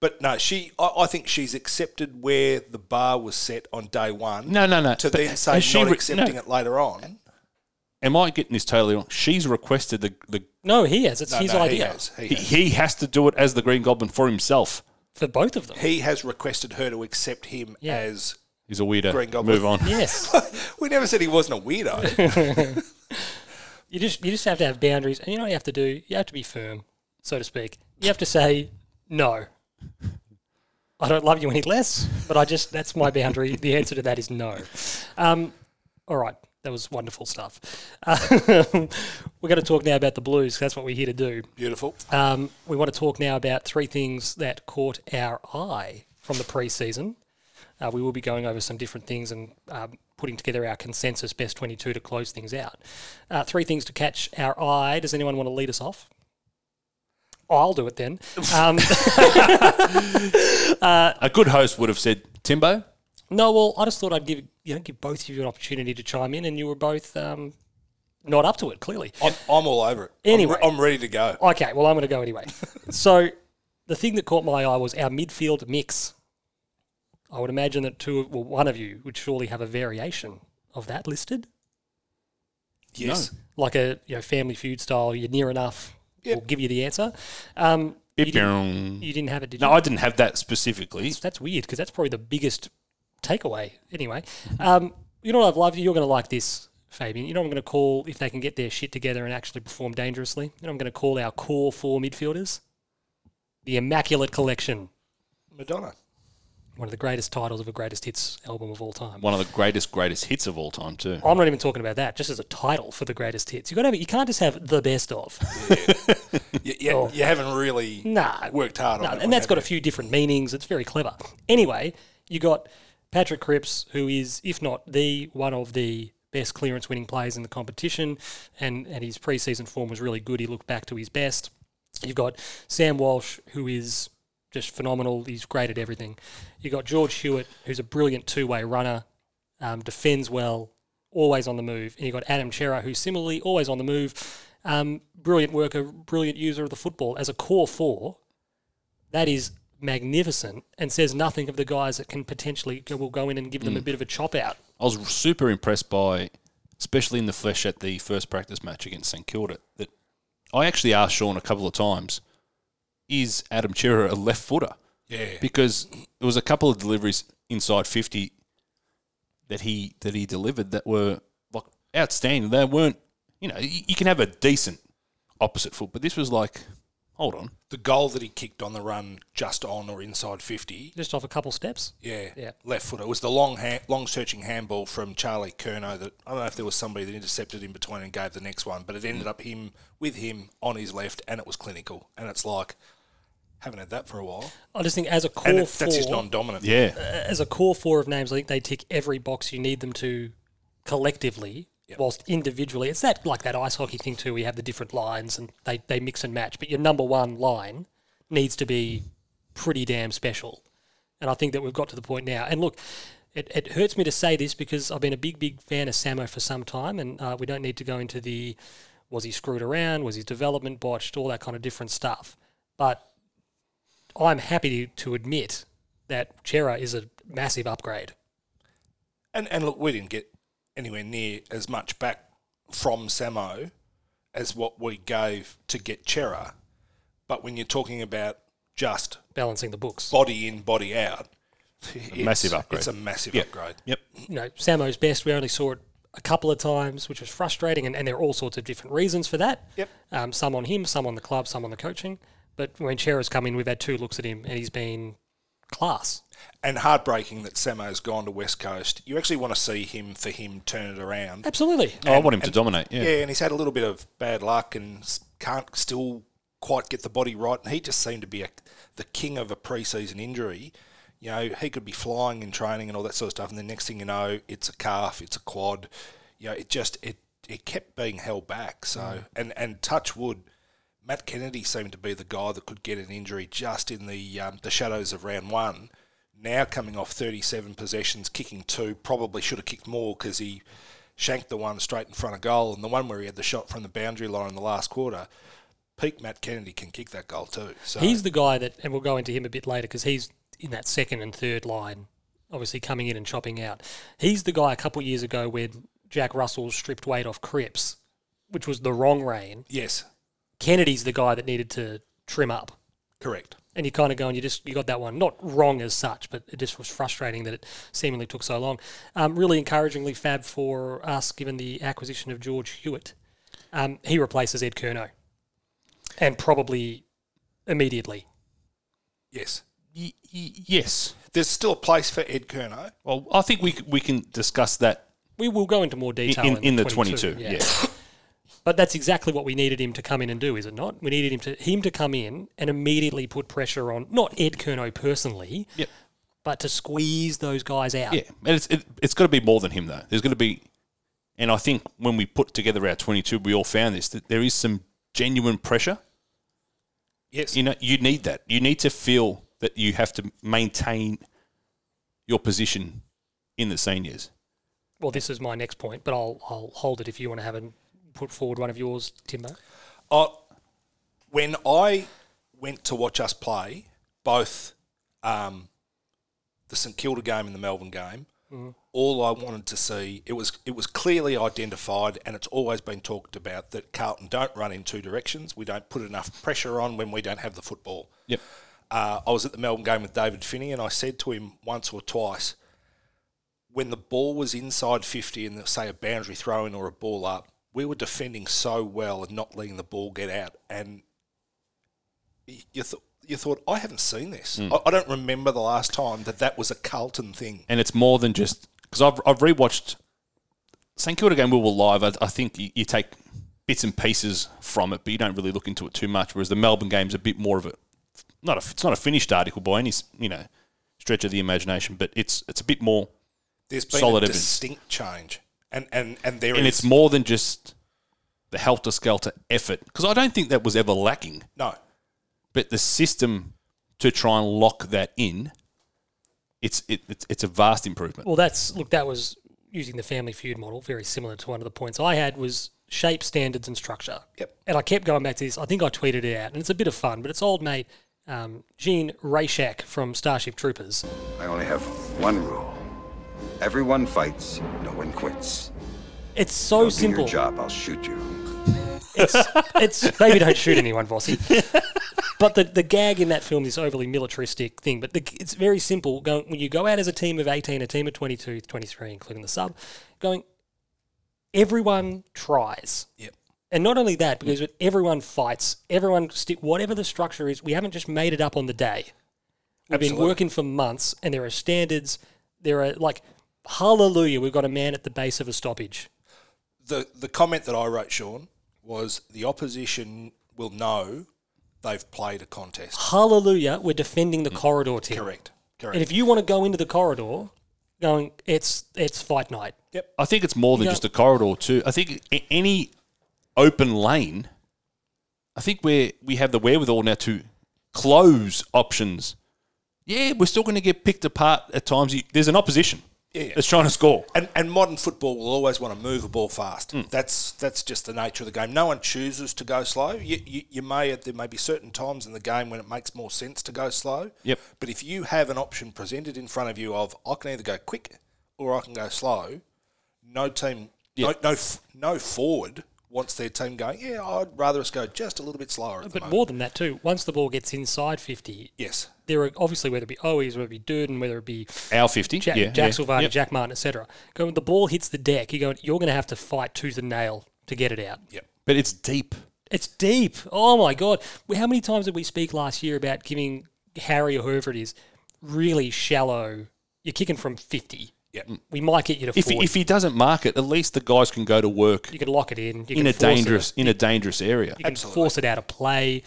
Speaker 2: but no, she. I, I think she's accepted where the bar was set on day one.
Speaker 3: No, no, no.
Speaker 2: To
Speaker 3: But
Speaker 2: then say
Speaker 3: has she
Speaker 2: not
Speaker 3: re-
Speaker 2: accepting
Speaker 3: no.
Speaker 2: it later on.
Speaker 3: Am I getting this totally wrong? She's requested the the
Speaker 1: No, he has. It's his
Speaker 2: no,
Speaker 1: idea
Speaker 2: He has, he
Speaker 3: he,
Speaker 2: has.
Speaker 3: he has to do it as the Green Goblin for himself.
Speaker 1: for both of them.
Speaker 2: He has requested her to accept him
Speaker 1: Yeah.
Speaker 2: as
Speaker 3: He's a weirdo.
Speaker 2: Green Goblin.
Speaker 3: Move on.
Speaker 1: Yes.
Speaker 2: we never said he wasn't a weirdo.
Speaker 1: you just you just have to have boundaries, and you know what you have to do. You have to be firm, so to speak. You have to say no. I don't love you any less, but I just that's my boundary. the answer to that is no. Um, all right, that was wonderful stuff. Uh, we're going to talk now about the Blues. 'cause That's what we're here to do.
Speaker 2: Beautiful.
Speaker 1: Um, we want to talk now about three things that caught our eye from the preseason. Uh, we will be going over some different things and um, putting together our consensus best 22 to close things out. Uh, three things to catch our eye. Does anyone want to lead us off? I'll do it then. Um,
Speaker 3: A good host would have said, Timbo,
Speaker 1: no, well, I just thought I'd give you know give both of you an opportunity to chime in, and you were both um, not up to it. Clearly,
Speaker 2: I'm, I'm all over it. I'm
Speaker 1: Anyway.
Speaker 2: re- I'm, ready to go.
Speaker 1: Okay, well, I'm going to go anyway. so, the thing that caught my eye was our midfield mix. I would imagine that two, of- well, one of you would surely have a variation of that listed,
Speaker 2: Yes.
Speaker 1: like a you know family feud style. You're near enough.
Speaker 2: Yep.
Speaker 1: We'll give you the answer. Um, you,
Speaker 3: Bip
Speaker 1: didn't,
Speaker 3: bing.
Speaker 1: you didn't have it, did
Speaker 3: No,
Speaker 1: you?
Speaker 3: I didn't have that specifically.
Speaker 1: that's, that's weird because that's probably the biggest takeaway. Anyway, um, you know what I've loved? You're going to like this, Fabian. You know what I'm going to call if they can get their shit together and actually perform dangerously. You know what I'm going to call our core four midfielders the Immaculate Collection,
Speaker 2: Madonna.
Speaker 1: one of the greatest titles of a greatest hits album of all time.
Speaker 3: One of the greatest, greatest hits of all time, too.
Speaker 1: I'm not even talking about that. Just as a title for the greatest hits, you got to have, you can't just have the best of.
Speaker 2: You, you, you haven't really
Speaker 1: Oh. Nah.
Speaker 2: worked hard
Speaker 1: No,
Speaker 2: on it.
Speaker 1: and that's got a few different meanings. It's very clever. Anyway, you got Patrick Cripps, who is, if not the one of the best clearance winning players in the competition, and, and his preseason form was really good. He looked back to his best. You've got Sam Walsh, who is just phenomenal. He's great at everything. You've got George Hewitt, who's a brilliant two way runner, um, defends well, always on the move. And you've got Adam Chera, who's similarly always on the move, um, brilliant worker, brilliant user of the football. As a core four, that is magnificent and says nothing of the guys that can potentially go, will go in and give
Speaker 2: Mm.
Speaker 1: them a bit of a chop out.
Speaker 3: I was super impressed by, especially in the flesh at the first practice match against St Kilda, that I actually asked Sean a couple of times, is Adam Chira a left footer?
Speaker 2: Yeah.
Speaker 3: Because there was a couple of deliveries inside 50 that he that he delivered that were like outstanding. They weren't, you know, you, you can have a decent opposite foot, but this was like Hold on.
Speaker 2: The goal that he kicked on the run, just on or inside fifty,
Speaker 1: Just off a couple steps.
Speaker 2: Yeah,
Speaker 1: Yeah.
Speaker 2: left footer. It was the long, ha- long searching handball from Charlie Kerno that I don't know if there was somebody that intercepted in between and gave the next one, but it
Speaker 1: Mm.
Speaker 2: ended up him with him on his left, and it was clinical. And it's like haven't had that for a while,
Speaker 1: I just think as a core
Speaker 2: and it,
Speaker 1: four,
Speaker 2: that's his non-dominant.
Speaker 3: Yeah.
Speaker 1: as a core four of names, I think they tick every box you need them to collectively, whilst individually. It's that like that ice hockey thing too. We have the different lines and they, they mix and match. But your number one line needs to be pretty damn special. And I think that we've got to the point now. And look, it, it hurts me to say this because I've been a big, big fan of Samo for some time, and uh, we don't need to go into the was he screwed around, was his development botched, all that kind of different stuff. But I'm happy to admit that Chera is a massive upgrade.
Speaker 2: And and look, we didn't get anywhere near as much back from Samo as what we gave to get Chera, but when you're talking about just
Speaker 1: Balancing the books,
Speaker 2: body in, body out, it's,
Speaker 3: massive upgrade.
Speaker 2: It's a massive upgrade.
Speaker 3: Yep.
Speaker 1: you know, Samo's best. We only saw it a couple of times, which was frustrating, and, and there are all sorts of different reasons for that.
Speaker 2: Yep.
Speaker 1: Um, some on him, some on the club, some on the coaching. But when Chera's come in, we've had two looks at him, and he's been class.
Speaker 2: and heartbreaking that Samo's gone to West Coast. You actually want to see him for him turn it around.
Speaker 1: Absolutely.
Speaker 3: Oh, I want him to dominate. Yeah.
Speaker 2: Yeah, and he's had a little bit of bad luck and s- can't still quite get the body right. And he just seemed to be a, the king of a preseason injury. You know, he could be flying in training and all that sort of stuff, and the next thing you know, it's a calf, it's a quad. You know, it just it it kept being held back. So and and touch wood. Matt Kennedy seemed to be the guy that could get an injury just in the um, the shadows of round one. Now coming off 37 possessions, kicking two, probably should have kicked more because he shanked the one straight in front of goal and the one where he had the shot from the boundary line in the last quarter. Peak Matt Kennedy can kick that goal too. So
Speaker 1: He's the guy that, and we'll go into him a bit later because he's in that second and third line, obviously coming in and chopping out. He's the guy a couple of years ago where Jack Russell stripped weight off Cripps, which was the wrong rein.
Speaker 2: yes,
Speaker 1: Kennedy's the guy that needed to trim up.
Speaker 2: correct.
Speaker 1: And you kind of go and you just you got that one not wrong as such, but it just was frustrating that it seemingly took so long. Um, really encouragingly, Fab for us given the acquisition of George Hewitt, um, he replaces Ed Kerno, and probably immediately.
Speaker 2: Yes,
Speaker 3: Y- y- yes.
Speaker 2: there's still a place for Ed Kerno.
Speaker 3: Well, I think we c- we can discuss that
Speaker 1: We will go into more
Speaker 3: in,
Speaker 1: detail
Speaker 3: in, in the 22.
Speaker 1: yeah.
Speaker 3: yeah.
Speaker 1: But that's exactly what we needed him to come in and do, is it not? We needed him to him to come in and immediately put pressure on not Ed Kerno personally,
Speaker 3: Yep.
Speaker 1: but to squeeze those guys out.
Speaker 3: Yeah, and it's it, it's got to be more than him though. There's got to be, and I think when we put together our 22, we all found this that there is some genuine pressure.
Speaker 2: Yes,
Speaker 3: You know, you need that. You need to feel that you have to maintain your position in the seniors.
Speaker 1: Well, this is my next point, but I'll I'll hold it if you want to have and put forward one of yours, Timbo.
Speaker 2: I, when I went to watch us play both um, the St Kilda game and the Melbourne game, all I wanted to see it was it was clearly identified, and it's always been talked about that Carlton don't run in two directions. We don't put enough pressure on when we don't have the football.
Speaker 3: Yep.
Speaker 2: Uh, I was at the Melbourne game with David Finney, and I said to him once or twice, when the ball was inside 50 and say a boundary throw in or a ball up, we were defending so well and not letting the ball get out. And y- you, th- you thought, I haven't seen this.
Speaker 3: Hmm.
Speaker 2: I-, I don't remember the last time that that was a Carlton thing.
Speaker 3: and it's more than just because I've I've rewatched St Kilda game. We were live. I, I think you, you take bits and pieces from it, but you don't really look into it too much. Whereas the Melbourne game's a bit more of a not a it's not a finished article by any s- you know stretch of the imagination, but it's it's a bit more
Speaker 2: There's been
Speaker 3: Solid
Speaker 2: a
Speaker 3: evidence.
Speaker 2: distinct change. And, and, and there is
Speaker 3: and it's more than just the helter skelter effort because I don't think that was ever lacking,
Speaker 2: no.
Speaker 3: but the system to try and lock that in. It's, it, it's it's a vast improvement.
Speaker 1: Well, that's look. That was using the Family Feud model, very similar to one of the points I had was shape, standards, and structure.
Speaker 2: Yep.
Speaker 1: And I kept going back to this. I think I tweeted it out, and it's a bit of fun, but it's old mate um, Gene Rayshak from Starship Troopers.
Speaker 4: I only have one rule. Everyone fights, no one quits.
Speaker 1: It's so
Speaker 4: Go Do
Speaker 1: simple.
Speaker 4: your job, I'll shoot you.
Speaker 1: It's it's maybe don't shoot anyone, Vossi. But the, the gag in that film is overly militaristic thing. But the, it's very simple. Going, when you go out as a team of 18, a team of 22, 23, including the sub, going, everyone tries.
Speaker 2: Yep.
Speaker 1: And And not only that, because when everyone fights, everyone stick whatever the structure is. We haven't just made it up on the day. We've been
Speaker 2: Absolutely.
Speaker 1: working for months, and there are standards. There are like, hallelujah, we've got a man at the base of a stoppage.
Speaker 2: the the comment that I wrote, Sean, was the opposition will know they've played a contest.
Speaker 1: Hallelujah, we're defending the corridor, Tim.
Speaker 2: Correct. Correct.
Speaker 1: And if you want to go into the corridor, going, it's it's fight night.
Speaker 3: I think it's more than
Speaker 1: Yeah.
Speaker 3: just a corridor too. I think a- any open lane. I think we we have the wherewithal now to close options. Yeah, we're still going to get picked apart at times. You- There's an opposition
Speaker 2: Yeah.
Speaker 3: that's trying to score.
Speaker 2: and, and modern football will always want to move a ball fast.
Speaker 1: Hmm.
Speaker 2: That's that's just the nature of the game. No one chooses to go slow. You, you, you may there may be certain times in the game when it makes more sense to go slow.
Speaker 3: Yep.
Speaker 2: But if you have an option presented in front of you of I can either go quick or I can go slow, no team, no, no f- no forward wants their team going. Yeah, I'd rather us go just a little bit slower. At the
Speaker 1: But
Speaker 2: moment."
Speaker 1: more than that, too, once the ball gets inside 50,
Speaker 2: yes,
Speaker 1: there are obviously whether it be Owies, whether it be Durden, whether it be
Speaker 3: Our fifty,
Speaker 1: Jack,
Speaker 3: yeah,
Speaker 1: Jack
Speaker 3: yeah.
Speaker 1: Silvani,
Speaker 3: Yep.
Speaker 1: Jack Martin, etc. Go when the ball hits the deck, you go. You're going to have to fight tooth and nail to get it out.
Speaker 2: yep.
Speaker 3: But it's deep.
Speaker 1: It's deep. Oh my god! How many times did we speak last year about giving Harry or whoever it is really shallow? You're kicking from fifty.
Speaker 2: Yep.
Speaker 1: We might get you to
Speaker 3: If he,
Speaker 1: forty.
Speaker 3: if he doesn't mark it, at least the guys can go to work
Speaker 1: you can lock it in. You
Speaker 3: in
Speaker 1: can
Speaker 3: a
Speaker 1: force it.
Speaker 3: dangerous in a dangerous area.
Speaker 1: You can force it out of play.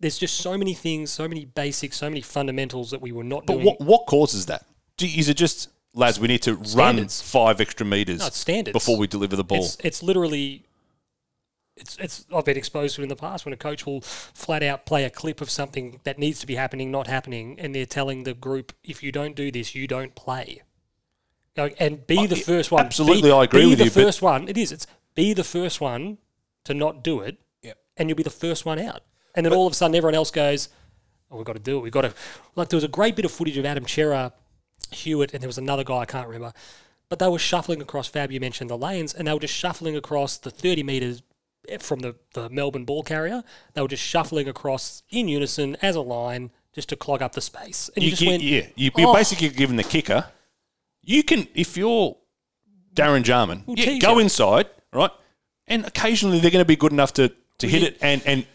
Speaker 1: There's just so many things, so many basics, so many fundamentals that we were not
Speaker 3: But
Speaker 1: doing.
Speaker 3: what what causes that? Do, is it just lads? We need to run
Speaker 1: Standards.
Speaker 3: five extra meters
Speaker 1: No, it's standards.
Speaker 3: before we deliver the ball.
Speaker 1: It's, it's literally, it's it's. I've been exposed to it in the past when a coach will flat out play a clip of something that needs to be happening, not happening, and they're telling the group, if you don't do this, you don't play. Go- And be the
Speaker 3: yeah,
Speaker 1: first one. Be-
Speaker 3: e, absolutely, I agree
Speaker 1: be
Speaker 3: with
Speaker 1: the
Speaker 3: you, but-
Speaker 1: first one. It is. It's be the first one to not do it,
Speaker 2: Yep.
Speaker 1: and you'll be the first one out. And then all of a sudden, everyone else goes, "Oh, we've got to do it. We've got to." Like there was a great bit of footage of Adam Chera, Hewitt, and there was another guy I can't remember, but they were shuffling across. Fab, you mentioned the lanes, and they were just shuffling across the thirty meters eh, from the, the Melbourne ball carrier. They were just shuffling across in unison as a line, just to clog up the space. And you,
Speaker 3: you
Speaker 1: just
Speaker 3: gi-
Speaker 1: went,
Speaker 3: yeah, you, you're
Speaker 1: "Oh."
Speaker 3: basically giving the kicker. You can, if you're Darren Jarman,
Speaker 1: We'll
Speaker 3: yeah,
Speaker 1: tease
Speaker 3: go
Speaker 1: it.
Speaker 3: inside, right? And occasionally they're going to be good enough to, to hit it and, and,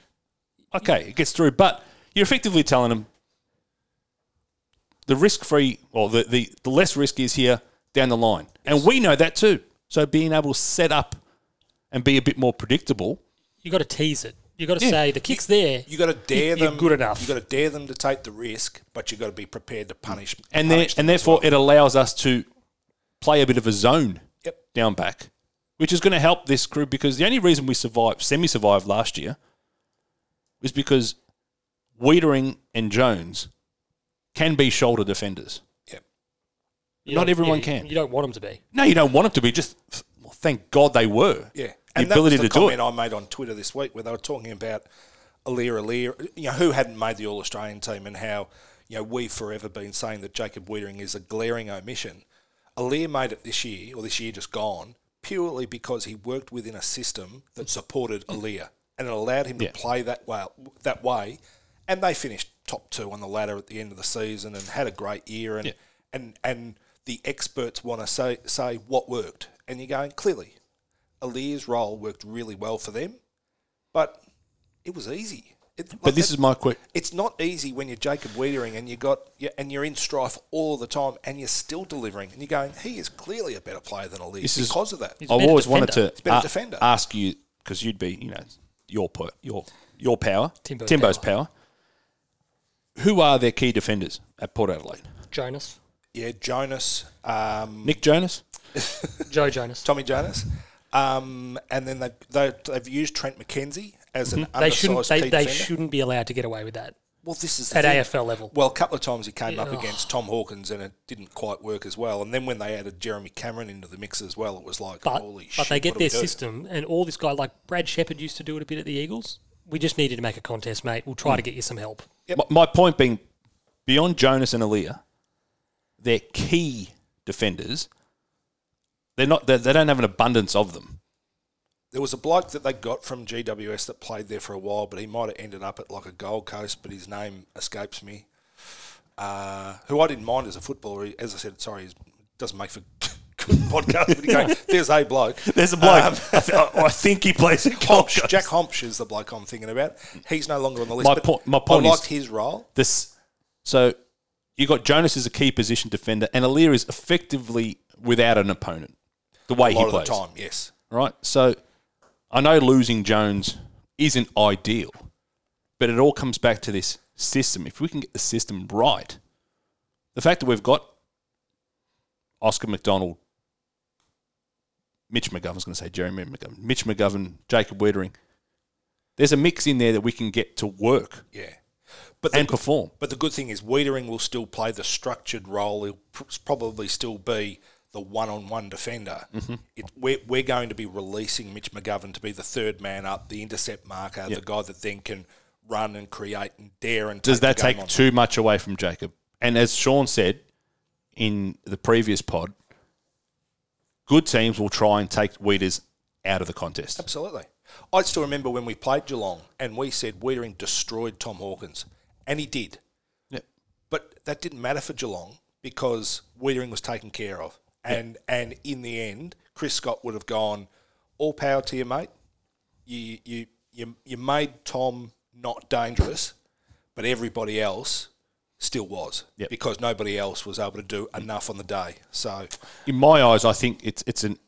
Speaker 3: okay, it gets through. But you're effectively telling them the risk free, well, the, the, the less risk is here down the line. And we know that too. So being able to set up and be a bit more predictable.
Speaker 1: You got to tease it. You got to
Speaker 3: Yeah.
Speaker 1: say the kick's there.
Speaker 2: You got to dare
Speaker 1: you're
Speaker 2: them.
Speaker 1: good enough.
Speaker 2: You got to dare them to take the risk, but you got to be prepared to punish.
Speaker 3: And, there,
Speaker 2: punish them
Speaker 3: and
Speaker 2: as
Speaker 3: therefore,
Speaker 2: well.
Speaker 3: it allows us to play a bit of a zone
Speaker 2: Yep.
Speaker 3: down back, which is going to help this crew because the only reason we survived, semi survived last year, was because Wiedering and Jones can be shoulder defenders.
Speaker 2: Yep.
Speaker 1: You
Speaker 3: Not
Speaker 1: don't-
Speaker 3: everyone
Speaker 1: yeah,
Speaker 3: can.
Speaker 1: You don't want them to be.
Speaker 3: No, you don't want them to be. Just well, thank God they were.
Speaker 2: Yeah,
Speaker 3: the
Speaker 2: and that
Speaker 3: ability
Speaker 2: was the
Speaker 3: to do it.
Speaker 2: comment I made on Twitter this week where they were talking about Alir Alir, you know, who hadn't made the All Australian team and how you know we've forever been saying that Jacob Wiedering is a glaring omission. Alir made it this year or this year just gone purely because he worked within a system that supported Alir and it allowed him
Speaker 3: Yeah.
Speaker 2: to play that way. That way, and they finished top two on the ladder at the end of the season and had a great year and
Speaker 3: Yeah.
Speaker 2: and and the experts want to say say what worked and you're going clearly Alir's role worked really well for them, but it was easy. It,
Speaker 3: but this is my quick.
Speaker 2: it's not easy when you're Jacob Wiedering and you got yeah, and you're in strife all the time and you're still delivering and you're going he is clearly a better player than Alir
Speaker 3: This is-
Speaker 2: because of that.
Speaker 3: I've
Speaker 1: better
Speaker 3: always wanted
Speaker 1: defender.
Speaker 3: to
Speaker 2: He's better
Speaker 3: a-
Speaker 2: defender.
Speaker 3: ask you because you'd be, you know, your po- your your power,
Speaker 1: Timbo's
Speaker 3: Timbo's power. Who are their key defenders at Port Adelaide?
Speaker 1: Jonas,
Speaker 2: Yeah, Jonas, um,
Speaker 3: Nick Jonas.
Speaker 1: Joe Jonas.
Speaker 2: Tommy Jonas, um, and then they, they they've used Trent McKenzie as an
Speaker 3: Mm-hmm.
Speaker 1: They
Speaker 2: undersized
Speaker 1: shouldn't. They,
Speaker 2: key
Speaker 1: they
Speaker 2: defender.
Speaker 1: shouldn't be allowed to get away with that
Speaker 2: Well, this is the
Speaker 1: at
Speaker 2: thing.
Speaker 1: AFL level.
Speaker 2: Well, a couple of times he came up against Tom Hawkins and it didn't quite work as well. And then when they added Jeremy Cameron into the mix as well, it was like,
Speaker 1: But
Speaker 2: holy shit.
Speaker 1: but they get
Speaker 2: what do
Speaker 1: their
Speaker 2: we do?
Speaker 1: system and all this guy like Brad Shepard used to do it a bit at the Eagles. We just needed to make a contest, mate. We'll
Speaker 2: Hmm.
Speaker 1: try to get you some help.
Speaker 3: My, my point being, beyond Jonas and Aaliyah, their key defenders, they're not. They, they don't have an abundance of them.
Speaker 2: There was a bloke that they got from GWS that played there for a while, but he might have ended up at like a Gold Coast, but his name escapes me. Uh, who I didn't mind as a footballer. He- As I said, sorry, he doesn't make for podcast. But he go, There's a bloke.
Speaker 3: There's a bloke. I, th- Uh, I- I think he plays in
Speaker 2: Homsch,
Speaker 3: Gold
Speaker 2: Jack
Speaker 3: Coast.
Speaker 2: Homsch is the bloke I'm thinking about. He's no longer on the list.
Speaker 3: My
Speaker 2: but
Speaker 3: po- my point
Speaker 2: I
Speaker 3: is-
Speaker 2: liked his role.
Speaker 3: This, so you got Jonas as a key position defender, and Alir is effectively without an opponent. The way
Speaker 2: A lot
Speaker 3: he
Speaker 2: of the
Speaker 3: plays,
Speaker 2: time, yes.
Speaker 3: right? So I know losing Jones isn't ideal, but it all comes back to this system. If we can get the system right, the fact that we've got Oscar McDonald, Mitch McGovern's going to say Jeremy McGovern, Mitch McGovern, Jacob Wittering, there's a mix in there that we can get to work
Speaker 2: Yeah. But the,
Speaker 3: and perform.
Speaker 2: but the good thing is, Wiedering will still play the structured role. He'll pr- probably still be the one on one defender.
Speaker 3: Mm-hmm.
Speaker 2: It, we're, we're going to be releasing Mitch McGovern to be the third man up, the intercept marker, the guy that then can run and create and dare and
Speaker 3: Does
Speaker 2: take
Speaker 3: that
Speaker 2: the game
Speaker 3: take
Speaker 2: on.
Speaker 3: too much away from Jacob? And as Sean said in the previous pod, good teams will try and take Weeders out of the contest.
Speaker 2: Absolutely. I still remember when we played Geelong and we said Wiedering destroyed Tom Hawkins, and he did.
Speaker 3: Yep.
Speaker 2: But that didn't matter for Geelong because Wiedering was taken care of. And and in the end, Chris Scott would have gone, all power to you, mate. You you you, you made Tom not dangerous, but everybody else still was
Speaker 3: Yep.
Speaker 2: because nobody else was able to do enough on the day. So
Speaker 3: In my eyes, I think it's it's an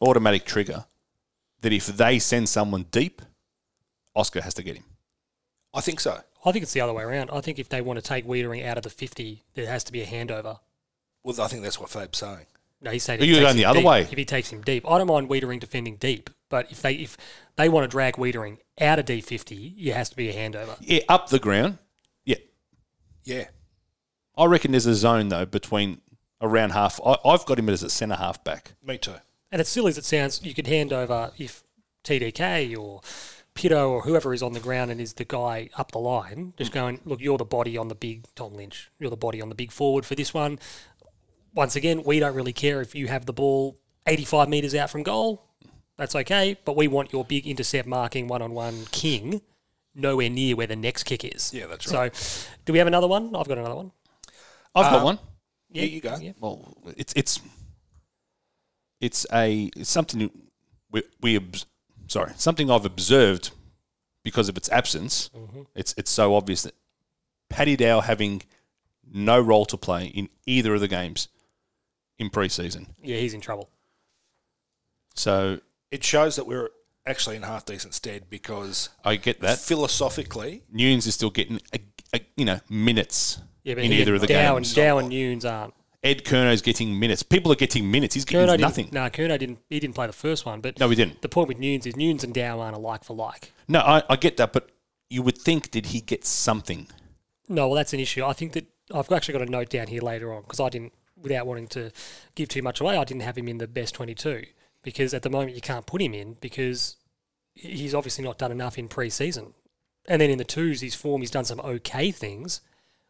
Speaker 3: automatic trigger that if they send someone deep, Oscar has to get him.
Speaker 2: I think so.
Speaker 1: I think it's the other way around. I think if they want to take Wiedering out of the 50, there has to be a handover.
Speaker 2: Well, I think that's what Fab's saying.
Speaker 1: No, he's saying
Speaker 3: But
Speaker 1: if
Speaker 3: you
Speaker 1: he
Speaker 3: were
Speaker 1: takes
Speaker 3: going the
Speaker 1: him
Speaker 3: other
Speaker 1: deep-
Speaker 3: way.
Speaker 1: If he takes him deep, I don't mind Wiedering defending deep, but if they if they want to drag Wiedering out of D fifty, it has to be a handover.
Speaker 3: Yeah, up the ground. Yeah,
Speaker 2: Yeah.
Speaker 3: I reckon there's a zone though between around half. I, I've got him as a centre half back.
Speaker 2: Me too.
Speaker 1: And as silly as it sounds, you could hand over if TDK or Pito or whoever is on the ground and is the guy up the line, just going, look, you're the body on the big Tom Lynch. You're the body on the big forward for this one. Once again, we don't really care if you have the ball 85 metres out from goal. That's okay. But we want your big intercept marking one on one king nowhere near where the next kick is.
Speaker 2: Yeah, that's
Speaker 1: So, do we have another one? I've got another one.
Speaker 3: I've
Speaker 2: Uh,
Speaker 3: got one.
Speaker 2: Yeah, you go.
Speaker 1: yeah.
Speaker 3: Well, it's it's it's a it's something we we obs- sorry something I've observed because of its absence.
Speaker 1: Mm-hmm.
Speaker 3: It's it's so obvious that Paddy Dow having no role to play in either of the games in pre-season.
Speaker 1: Yeah, he's in trouble.
Speaker 3: So
Speaker 2: It shows that we're actually in half decent stead because
Speaker 3: I get that.
Speaker 2: philosophically,
Speaker 3: Nunes is still getting a, a, you know minutes
Speaker 1: Yeah, but
Speaker 3: in
Speaker 1: he-
Speaker 3: either of the
Speaker 1: Dow
Speaker 3: games.
Speaker 1: And, Dow and Nunes aren't.
Speaker 3: Ed Kerno's getting minutes. People are getting minutes. He's getting
Speaker 1: Kurno
Speaker 3: nothing.
Speaker 1: Didn't, no, Kurno didn't. He didn't play the first one, but
Speaker 3: No, he didn't.
Speaker 1: The point with Nunes is Nunes and Dow aren't a like for like.
Speaker 3: No, I, I get that, but you would think did he get something?
Speaker 1: No, well, that's an issue. I think that I've actually got a note down here later on because I didn't, without wanting to give too much away, I didn't have him in the best twenty-two because at the moment you can't put him in because he's obviously not done enough in pre-season, and then in the twos, his form, he's done some okay things.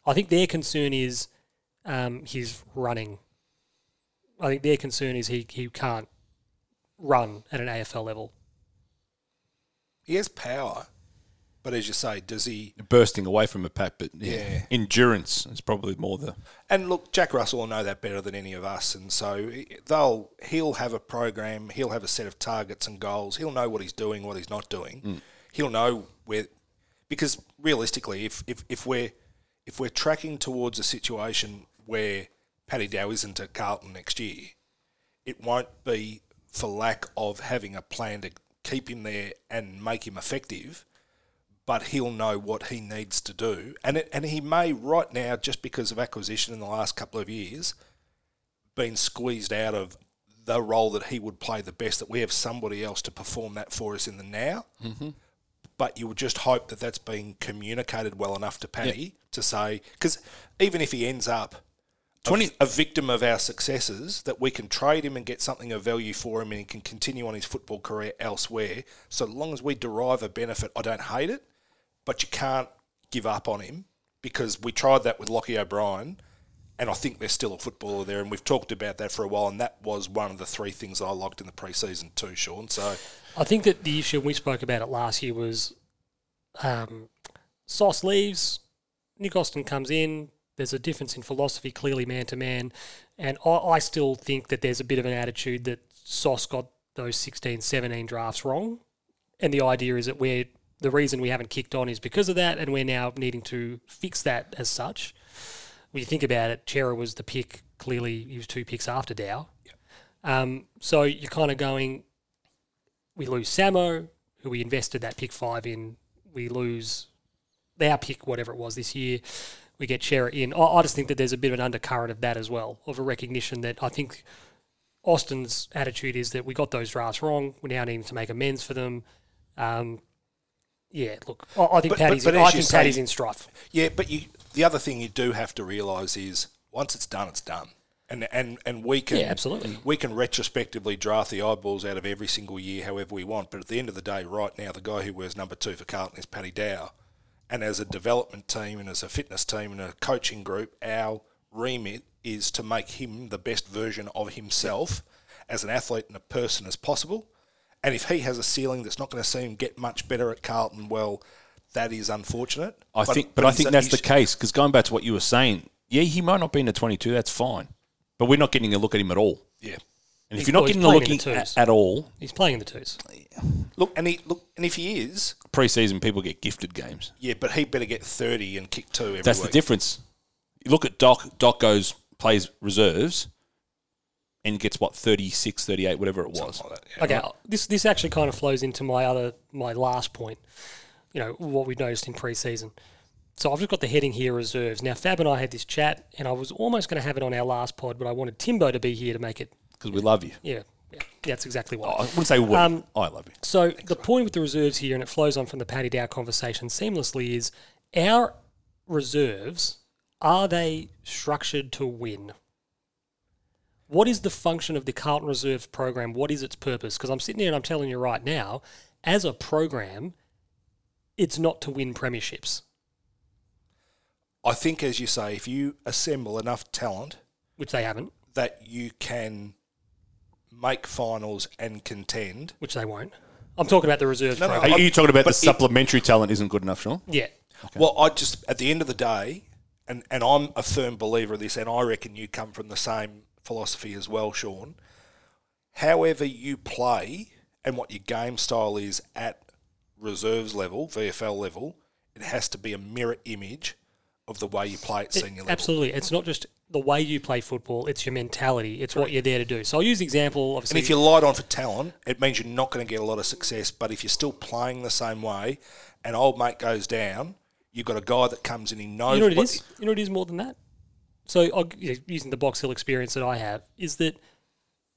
Speaker 1: I think their concern is um, his running. I think their concern is he, he can't run at an AFL level.
Speaker 2: he has power, but as you say, does he?
Speaker 3: Bursting away from a pack, but yeah,
Speaker 2: Yeah.
Speaker 3: endurance is probably more the.
Speaker 2: And look, Jack Russell will know that better than any of us, and so they'll he'll have a program, he'll have a set of targets and goals, he'll know what he's doing, what he's not doing, he'll know where, because realistically, if if if we're if we're tracking towards a situation where Paddy Dow isn't at Carlton next year, it won't be for lack of having a plan to keep him there and make him effective, but he'll know what he needs to do. And it, and he may right now, just because of acquisition in the last couple of years, been squeezed out of the role that he would play the best, that we have somebody else to perform that for us in the now. But you would just hope that that's been communicated well enough to Paddy to say, because even if he ends up a- a victim of our successes, that we can trade him and get something of value for him and he can continue on his football career elsewhere. So long as we derive a benefit, I don't hate it, but you can't give up on him because we tried that with Lockie O'Brien. And I think there's still a footballer there, and we've talked about that for a while. And that was one of the three things that I liked in the preseason too, Sean. So
Speaker 1: I think that the issue and we spoke about it last year was um, Sauce leaves, Nick Austin comes in, There's a difference in philosophy, clearly man to man, and I, I still think that there's a bit of an attitude that Sauce got those 16, 17 drafts wrong, and the idea is that we're the reason we haven't kicked on is because of that, and we're now needing to fix that as such. When you think about it, Chera was the pick. Clearly, he was two picks after Dow. Um, so you're kind of going, we lose Samo, who we invested that pick five in. We lose our pick, whatever it was this year. We get Chera in. I, I just think that there's a bit of an undercurrent of that as well, of a recognition that I think Austin's attitude is that we got those drafts wrong. We now need to make amends for them. Um, yeah, look, I, I think
Speaker 2: But- but-
Speaker 1: Paddy's.
Speaker 2: but
Speaker 1: in, I
Speaker 2: as you
Speaker 1: think
Speaker 2: say-
Speaker 1: Paddy's in strife.
Speaker 2: Yeah, but you the other thing you do have to realise is once it's done, it's done. And, and, and we can
Speaker 1: Yeah, absolutely.
Speaker 2: we can retrospectively draft the eyeballs out of every single year however we want. But at the end of the day, right now, the guy who wears number two for Carlton is Paddy Dow. And as a development team and as a fitness team and a coaching group, our remit is to make him the best version of himself as an athlete and a person as possible. And if he has a ceiling that's not going to see him get much better at Carlton, well, that is unfortunate.
Speaker 3: I think, but, I
Speaker 2: it's
Speaker 3: think
Speaker 2: an
Speaker 3: that's the
Speaker 2: issue.
Speaker 3: case because going back to what you were saying, yeah, he might not be in the 22. That's fine, but we're not getting a look at him at all.
Speaker 2: Yeah.
Speaker 3: And if
Speaker 1: He's-
Speaker 3: you're not
Speaker 1: well, he's
Speaker 3: getting a
Speaker 1: playing in
Speaker 3: look
Speaker 1: the
Speaker 3: in-
Speaker 1: twos.
Speaker 3: at, at all,
Speaker 1: He's playing in the twos.
Speaker 2: Look, and he look, and if he is,
Speaker 3: preseason people get gifted games.
Speaker 2: yeah, but he better get thirty and kick two every
Speaker 3: That's
Speaker 2: week.
Speaker 3: the difference. You look at Doc. Doc goes plays reserves, and gets what 36, 38, whatever it was.
Speaker 2: Like that, yeah.
Speaker 1: Okay, this this actually kind of flows into my other my last point. You know what we noticed in preseason. So I've just got the heading here reserves. Now Fab and I had this chat, and I was almost going to have it on our last pod, but I wanted Timbo to be here to make it.
Speaker 3: Because we love you.
Speaker 1: Yeah, yeah that's exactly what.
Speaker 3: I wouldn't say we.
Speaker 1: Um,
Speaker 3: I love you.
Speaker 1: So the point with the reserves here, and it flows on from the Paddy Dow conversation seamlessly, is our reserves are they structured to win? What is the function of the Carlton Reserves program? What is its purpose? Because I'm sitting here and I'm telling you right now, as a program, it's not to win premierships,
Speaker 2: I think, as you say, if you assemble enough talent
Speaker 1: which they haven't,
Speaker 2: that you can make finals and contend,
Speaker 1: which they won't. I'm talking about the reserves
Speaker 2: No, no,
Speaker 1: program.
Speaker 3: Are you talking about the
Speaker 2: but it-
Speaker 3: supplementary talent isn't good enough, Sean?
Speaker 1: yeah.
Speaker 2: Well, I just at the end of the day, and and I'm a firm believer of this, and I reckon you come from the same philosophy as well, Sean. However you play and what your game style is at reserves level, VFL level, it has to be a mirror image of the way you play at
Speaker 1: It-
Speaker 2: senior level.
Speaker 1: Absolutely. It's not just the way you play football, it's your mentality. It's what you're there to do. So I'll use the example, obviously.
Speaker 2: And if you're light on for talent, it means you're not going to get a lot of success. But if you're still playing the same way, and old mate goes down, you've got a guy that comes in. He knows
Speaker 1: you know what it is. You know what it is more than that. So I'll- you know, using the Box Hill experience that I have is that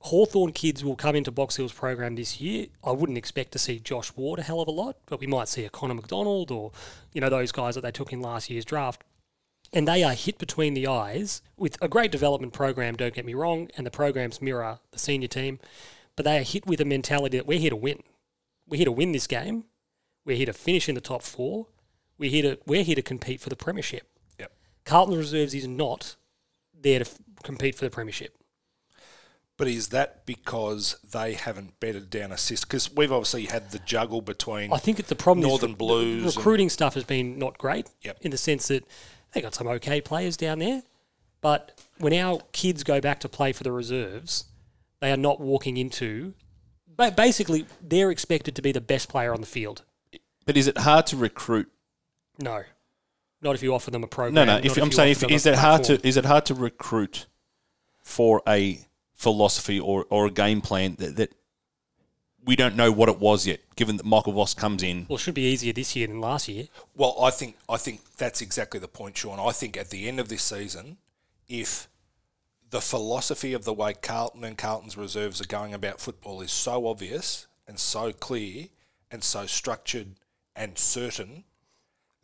Speaker 1: Hawthorn kids will come into Box Hill's program this year. I wouldn't expect to see Josh Ward a hell of a lot, but we might see a Connor McDonald or you know those guys that they took in last year's draft. And they are hit between the eyes with a great development program, don't get me wrong, and the programs mirror the senior team, but they are hit with a mentality that we're here to win. We're here to win this game. We're here to finish in the top four. We're here to we're here to compete for the premiership.
Speaker 2: Yep.
Speaker 1: Carlton Reserves is not there to f- compete for the premiership.
Speaker 2: But is that because they haven't bedded down a system? Because we've obviously had the juggle between.
Speaker 1: I think it's the problem. is
Speaker 2: Northern
Speaker 1: re-
Speaker 2: Blues and-
Speaker 1: recruiting stuff has been not great.
Speaker 2: Yep.
Speaker 1: In the sense that they got some okay players down there, but when our kids go back to play for the reserves, they are not walking into. But basically, they're expected to be the best player on the field.
Speaker 3: But is it hard to recruit?
Speaker 1: No, not if you offer them a program.
Speaker 3: No, no.
Speaker 1: not
Speaker 3: If, I'm
Speaker 1: you
Speaker 3: saying,
Speaker 1: offer
Speaker 3: if,
Speaker 1: them a
Speaker 3: is it hard
Speaker 1: platform.
Speaker 3: to is it hard to recruit for a philosophy or, or a game plan that, that we don't know what it was yet? Given that Michael Voss comes in,
Speaker 1: Well, it should be easier this year than last year.
Speaker 2: well, I think I think that's exactly the point, Sean. I think at the end of this season, if the philosophy of the way Carlton and Carlton's reserves are going about football is so obvious and so clear and so structured and certain,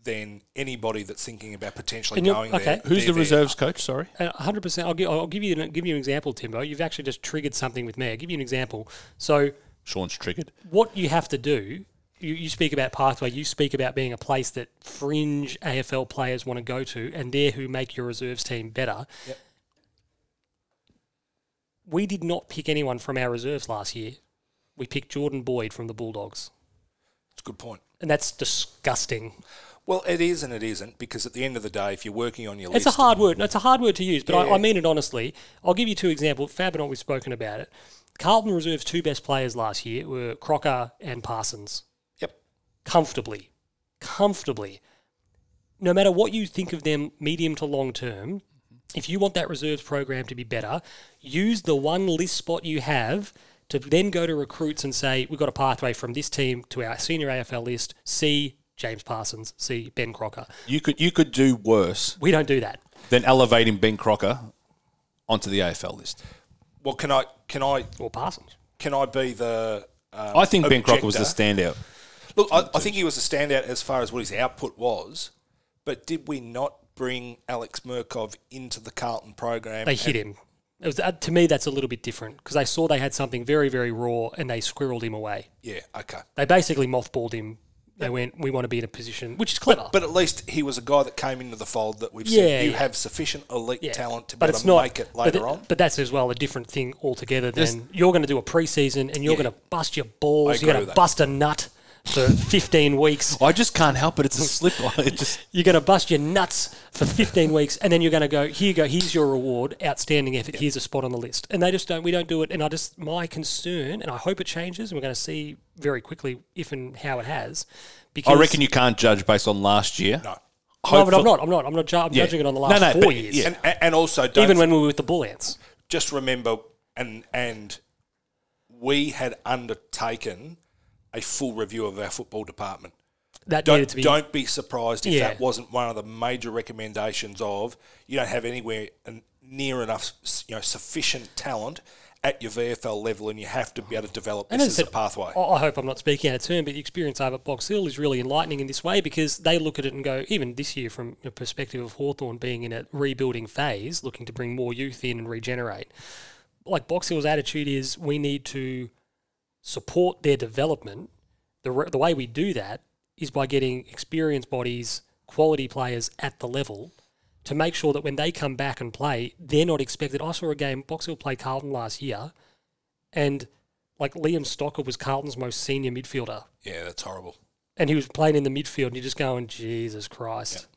Speaker 2: then anybody that's thinking about potentially
Speaker 1: And you're-
Speaker 2: going there,
Speaker 1: okay.
Speaker 3: who's
Speaker 2: they're
Speaker 3: the
Speaker 2: there.
Speaker 3: reserves coach? Sorry,
Speaker 1: hundred percent. I'll give. I'll give you. An, give you an example, Timbo. You've actually just triggered something with me. I'll give you an example. So,
Speaker 3: Sean's triggered.
Speaker 1: what you have to do. You, you speak about pathway. You speak about being a place that fringe AFL players want to go to, and they're who make your reserves team better. We did not pick anyone from our reserves last year. We picked Jordan Boyd from the Bulldogs,
Speaker 2: It's a good point.
Speaker 1: and that's disgusting.
Speaker 2: Well, it is and it isn't because at the end of the day, if you're working on your
Speaker 1: It's a
Speaker 2: list,
Speaker 1: hard word. No, it's a hard word to use, but
Speaker 2: Yeah.
Speaker 1: I, I mean it honestly. I'll give you two examples. Fab and I, we've spoken about it. Carlton Reserve's two best players last year were Crocker and Parsons.
Speaker 2: yep,
Speaker 1: Comfortably. Comfortably. No matter what you think of them medium to long term, if you want that reserves program to be better, use the one list spot you have to then go to recruits and say, we've got a pathway from this team to our senior AFL list. See James Parsons, see Ben Crocker.
Speaker 3: You could you could do worse
Speaker 1: We don't do that.
Speaker 3: than elevating Ben Crocker onto the AFL list.
Speaker 2: well, can I can I
Speaker 1: Or Parsons.
Speaker 2: can I be the? Um,
Speaker 3: I think Ben Crocker was the
Speaker 2: objector?
Speaker 3: standout.
Speaker 2: Look, I, I think he was a standout as far as what his output was, but did we not bring Alex Murkov into the Carlton program?
Speaker 1: they hit him. It was, uh, to me, that's a little bit different because they saw they had something very, very raw and they squirreled him away.
Speaker 2: Yeah, okay.
Speaker 1: They basically mothballed him. They went, we want to be in a position, which is clever.
Speaker 2: But at least he was a guy that came into the fold that we've
Speaker 1: Yeah,
Speaker 2: said you
Speaker 1: yeah.
Speaker 2: have sufficient elite
Speaker 1: Yeah.
Speaker 2: talent to
Speaker 1: But
Speaker 2: be able
Speaker 1: it's
Speaker 2: to
Speaker 1: not-
Speaker 2: make it
Speaker 1: but
Speaker 2: later
Speaker 1: th-
Speaker 2: on.
Speaker 1: But that's as well a different thing altogether than you're going to do a preseason and you're going to bust your balls,
Speaker 2: agree
Speaker 1: you're going
Speaker 2: with
Speaker 1: to
Speaker 2: that.
Speaker 1: bust a nut for 15 weeks,
Speaker 3: I just can't help it. It's a slip. It just
Speaker 1: you're going to bust your nuts for 15 weeks and then you're going to go, here you go, here's your reward, outstanding effort, here's a spot on the list. And they just don't, we don't do it. And I just, my concern, and I hope it changes, and we're going to see very quickly if and how it has. Because
Speaker 3: I reckon you can't judge based on last year.
Speaker 2: no.
Speaker 1: No, but
Speaker 3: hopeful-
Speaker 1: I'm not. I'm not. I'm not. Ju- I'm
Speaker 3: Yeah.
Speaker 1: judging it on the
Speaker 3: No,
Speaker 1: last
Speaker 3: no,
Speaker 1: four
Speaker 3: but-
Speaker 1: years.
Speaker 3: yeah.
Speaker 2: And, and and also don't
Speaker 1: Even when we were with the Bull Ants.
Speaker 2: just remember and and we had undertaken a full review of our football department.
Speaker 1: That needed
Speaker 2: Don't
Speaker 1: to be.
Speaker 2: don't be surprised if
Speaker 1: Yeah.
Speaker 2: that wasn't one of the major recommendations of you don't have anywhere and near enough s- you know sufficient talent at your VFL level, and you have to be able to develop
Speaker 1: And
Speaker 2: this
Speaker 1: as
Speaker 2: as
Speaker 1: I
Speaker 2: a
Speaker 1: said,
Speaker 2: pathway.
Speaker 1: I I hope I'm not speaking out of turn, but the experience over at Box Hill is really enlightening in this way because they look at it and go, even this year, from the perspective of Hawthorn being in a rebuilding phase, looking to bring more youth in and regenerate. Like Box Hill's attitude is, we need to support their development. The, re- the way we do that is by getting experienced bodies, quality players at the level to make sure that when they come back and play, they're not expected. I saw a game, Box Hill played Carlton last year, and like Liam Stocker was Carlton's most senior midfielder,
Speaker 2: Yeah, that's horrible.
Speaker 1: and he was playing in the midfield, and you're just going, Jesus Christ.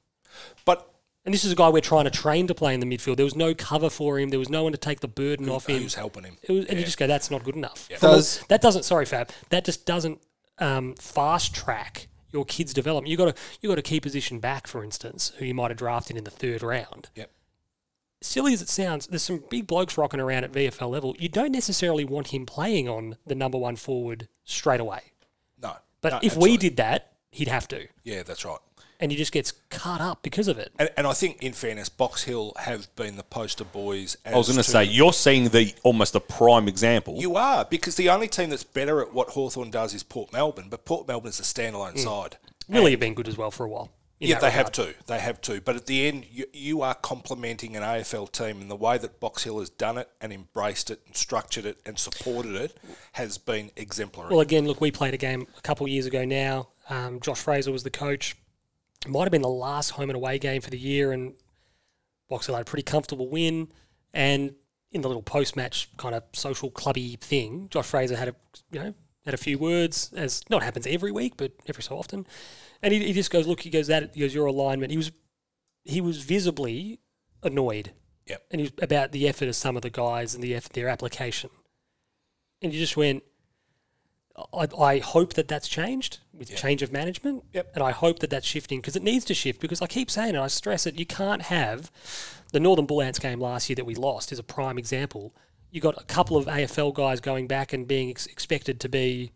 Speaker 2: But
Speaker 1: And this is a guy we're trying to train to play in the midfield. There was no cover for him. There was no one to take the burden off him.
Speaker 2: who's helping him?
Speaker 1: It was, and you just go, that's not good enough.
Speaker 3: Does-
Speaker 1: that doesn't? Sorry, Fab. That just doesn't um, fast track your kid's development. You got to you got a key position back, for instance, who you might have drafted in the third round.
Speaker 2: Yep.
Speaker 1: Silly as it sounds, there's some big blokes rocking around at VFL level. You don't necessarily want him playing on the number one forward straight away.
Speaker 2: No.
Speaker 1: But
Speaker 2: No,
Speaker 1: if we
Speaker 2: absolutely.
Speaker 1: did that, he'd have to,
Speaker 2: yeah, that's right.
Speaker 1: and he just gets cut up because of it.
Speaker 2: And, and I think, in fairness, Box Hill have been the poster boys. As
Speaker 3: I was going to say you're seeing the almost the prime example.
Speaker 2: you are because the only team that's better at what Hawthorn does is Port Melbourne, but Port Melbourne is a standalone
Speaker 1: Mm.
Speaker 2: side.
Speaker 1: Really, have been good as well for a while. in
Speaker 2: Yeah,
Speaker 1: that
Speaker 2: they have
Speaker 1: regard.
Speaker 2: to. They have to. But at the end, you, you are complementing an AFL team, and the way that Box Hill has done it and embraced it and structured it and supported it has been exemplary.
Speaker 1: Well, again, look, we played a game a couple years ago now. Um, Josh Fraser was the coach. It might have been the last home and away game for the year, and Box Hill had a pretty comfortable win. And in the little post-match kind of social clubby thing, Josh Fraser had a you know had a few words, as not happens every week, but every so often. And he, he just goes, look, he goes that, he goes your alignment. He was he was visibly annoyed
Speaker 2: yep.
Speaker 1: and he was about the effort of some of the guys and the effort, their application. And you just went, I, I hope that that's changed with change of management.
Speaker 2: Yep.
Speaker 1: And I hope that that's shifting because it needs to shift because I keep saying it, I stress it, you can't have the Northern Bull Ants game last year that we lost is a prime example. You got a couple of AFL guys going back and being ex- expected to be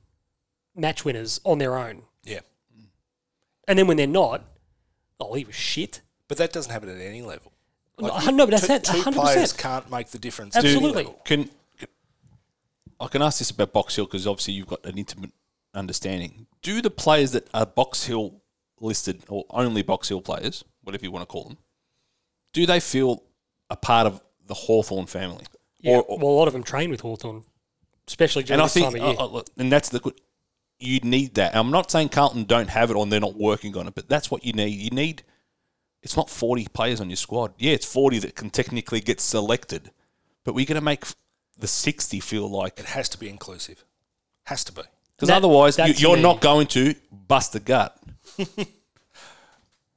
Speaker 1: match winners on their own.
Speaker 2: Yeah.
Speaker 1: And then when they're not, oh, he was shit.
Speaker 2: But that doesn't happen at any level.
Speaker 1: no, no, but that's
Speaker 2: two,
Speaker 1: that.
Speaker 2: two
Speaker 1: 100%.
Speaker 2: players can't make the difference. at any
Speaker 1: Absolutely.
Speaker 2: level.
Speaker 3: Can I can ask this about Box Hill because obviously you've got an intimate understanding. Do the players that are Box Hill listed or only Box Hill players, whatever you want to call them, do they feel a part of the Hawthorn family?
Speaker 1: Yeah,
Speaker 3: Or, or-
Speaker 1: well, a lot of them train with Hawthorn, especially during
Speaker 3: and I
Speaker 1: this
Speaker 3: think,
Speaker 1: time of year.
Speaker 3: uh, uh, look, and that's the good. You need that. I'm not saying Carlton don't have it or they're not working on it, but that's what you need. You need. It's not 40 players on your squad. Yeah, it's 40 that can technically get selected, but we're going to make f- the 60 feel like
Speaker 2: It has to be inclusive. Has to be.
Speaker 3: Because
Speaker 1: That-
Speaker 3: otherwise, you,
Speaker 1: that's
Speaker 3: you're
Speaker 1: me.
Speaker 3: not going to bust the gut.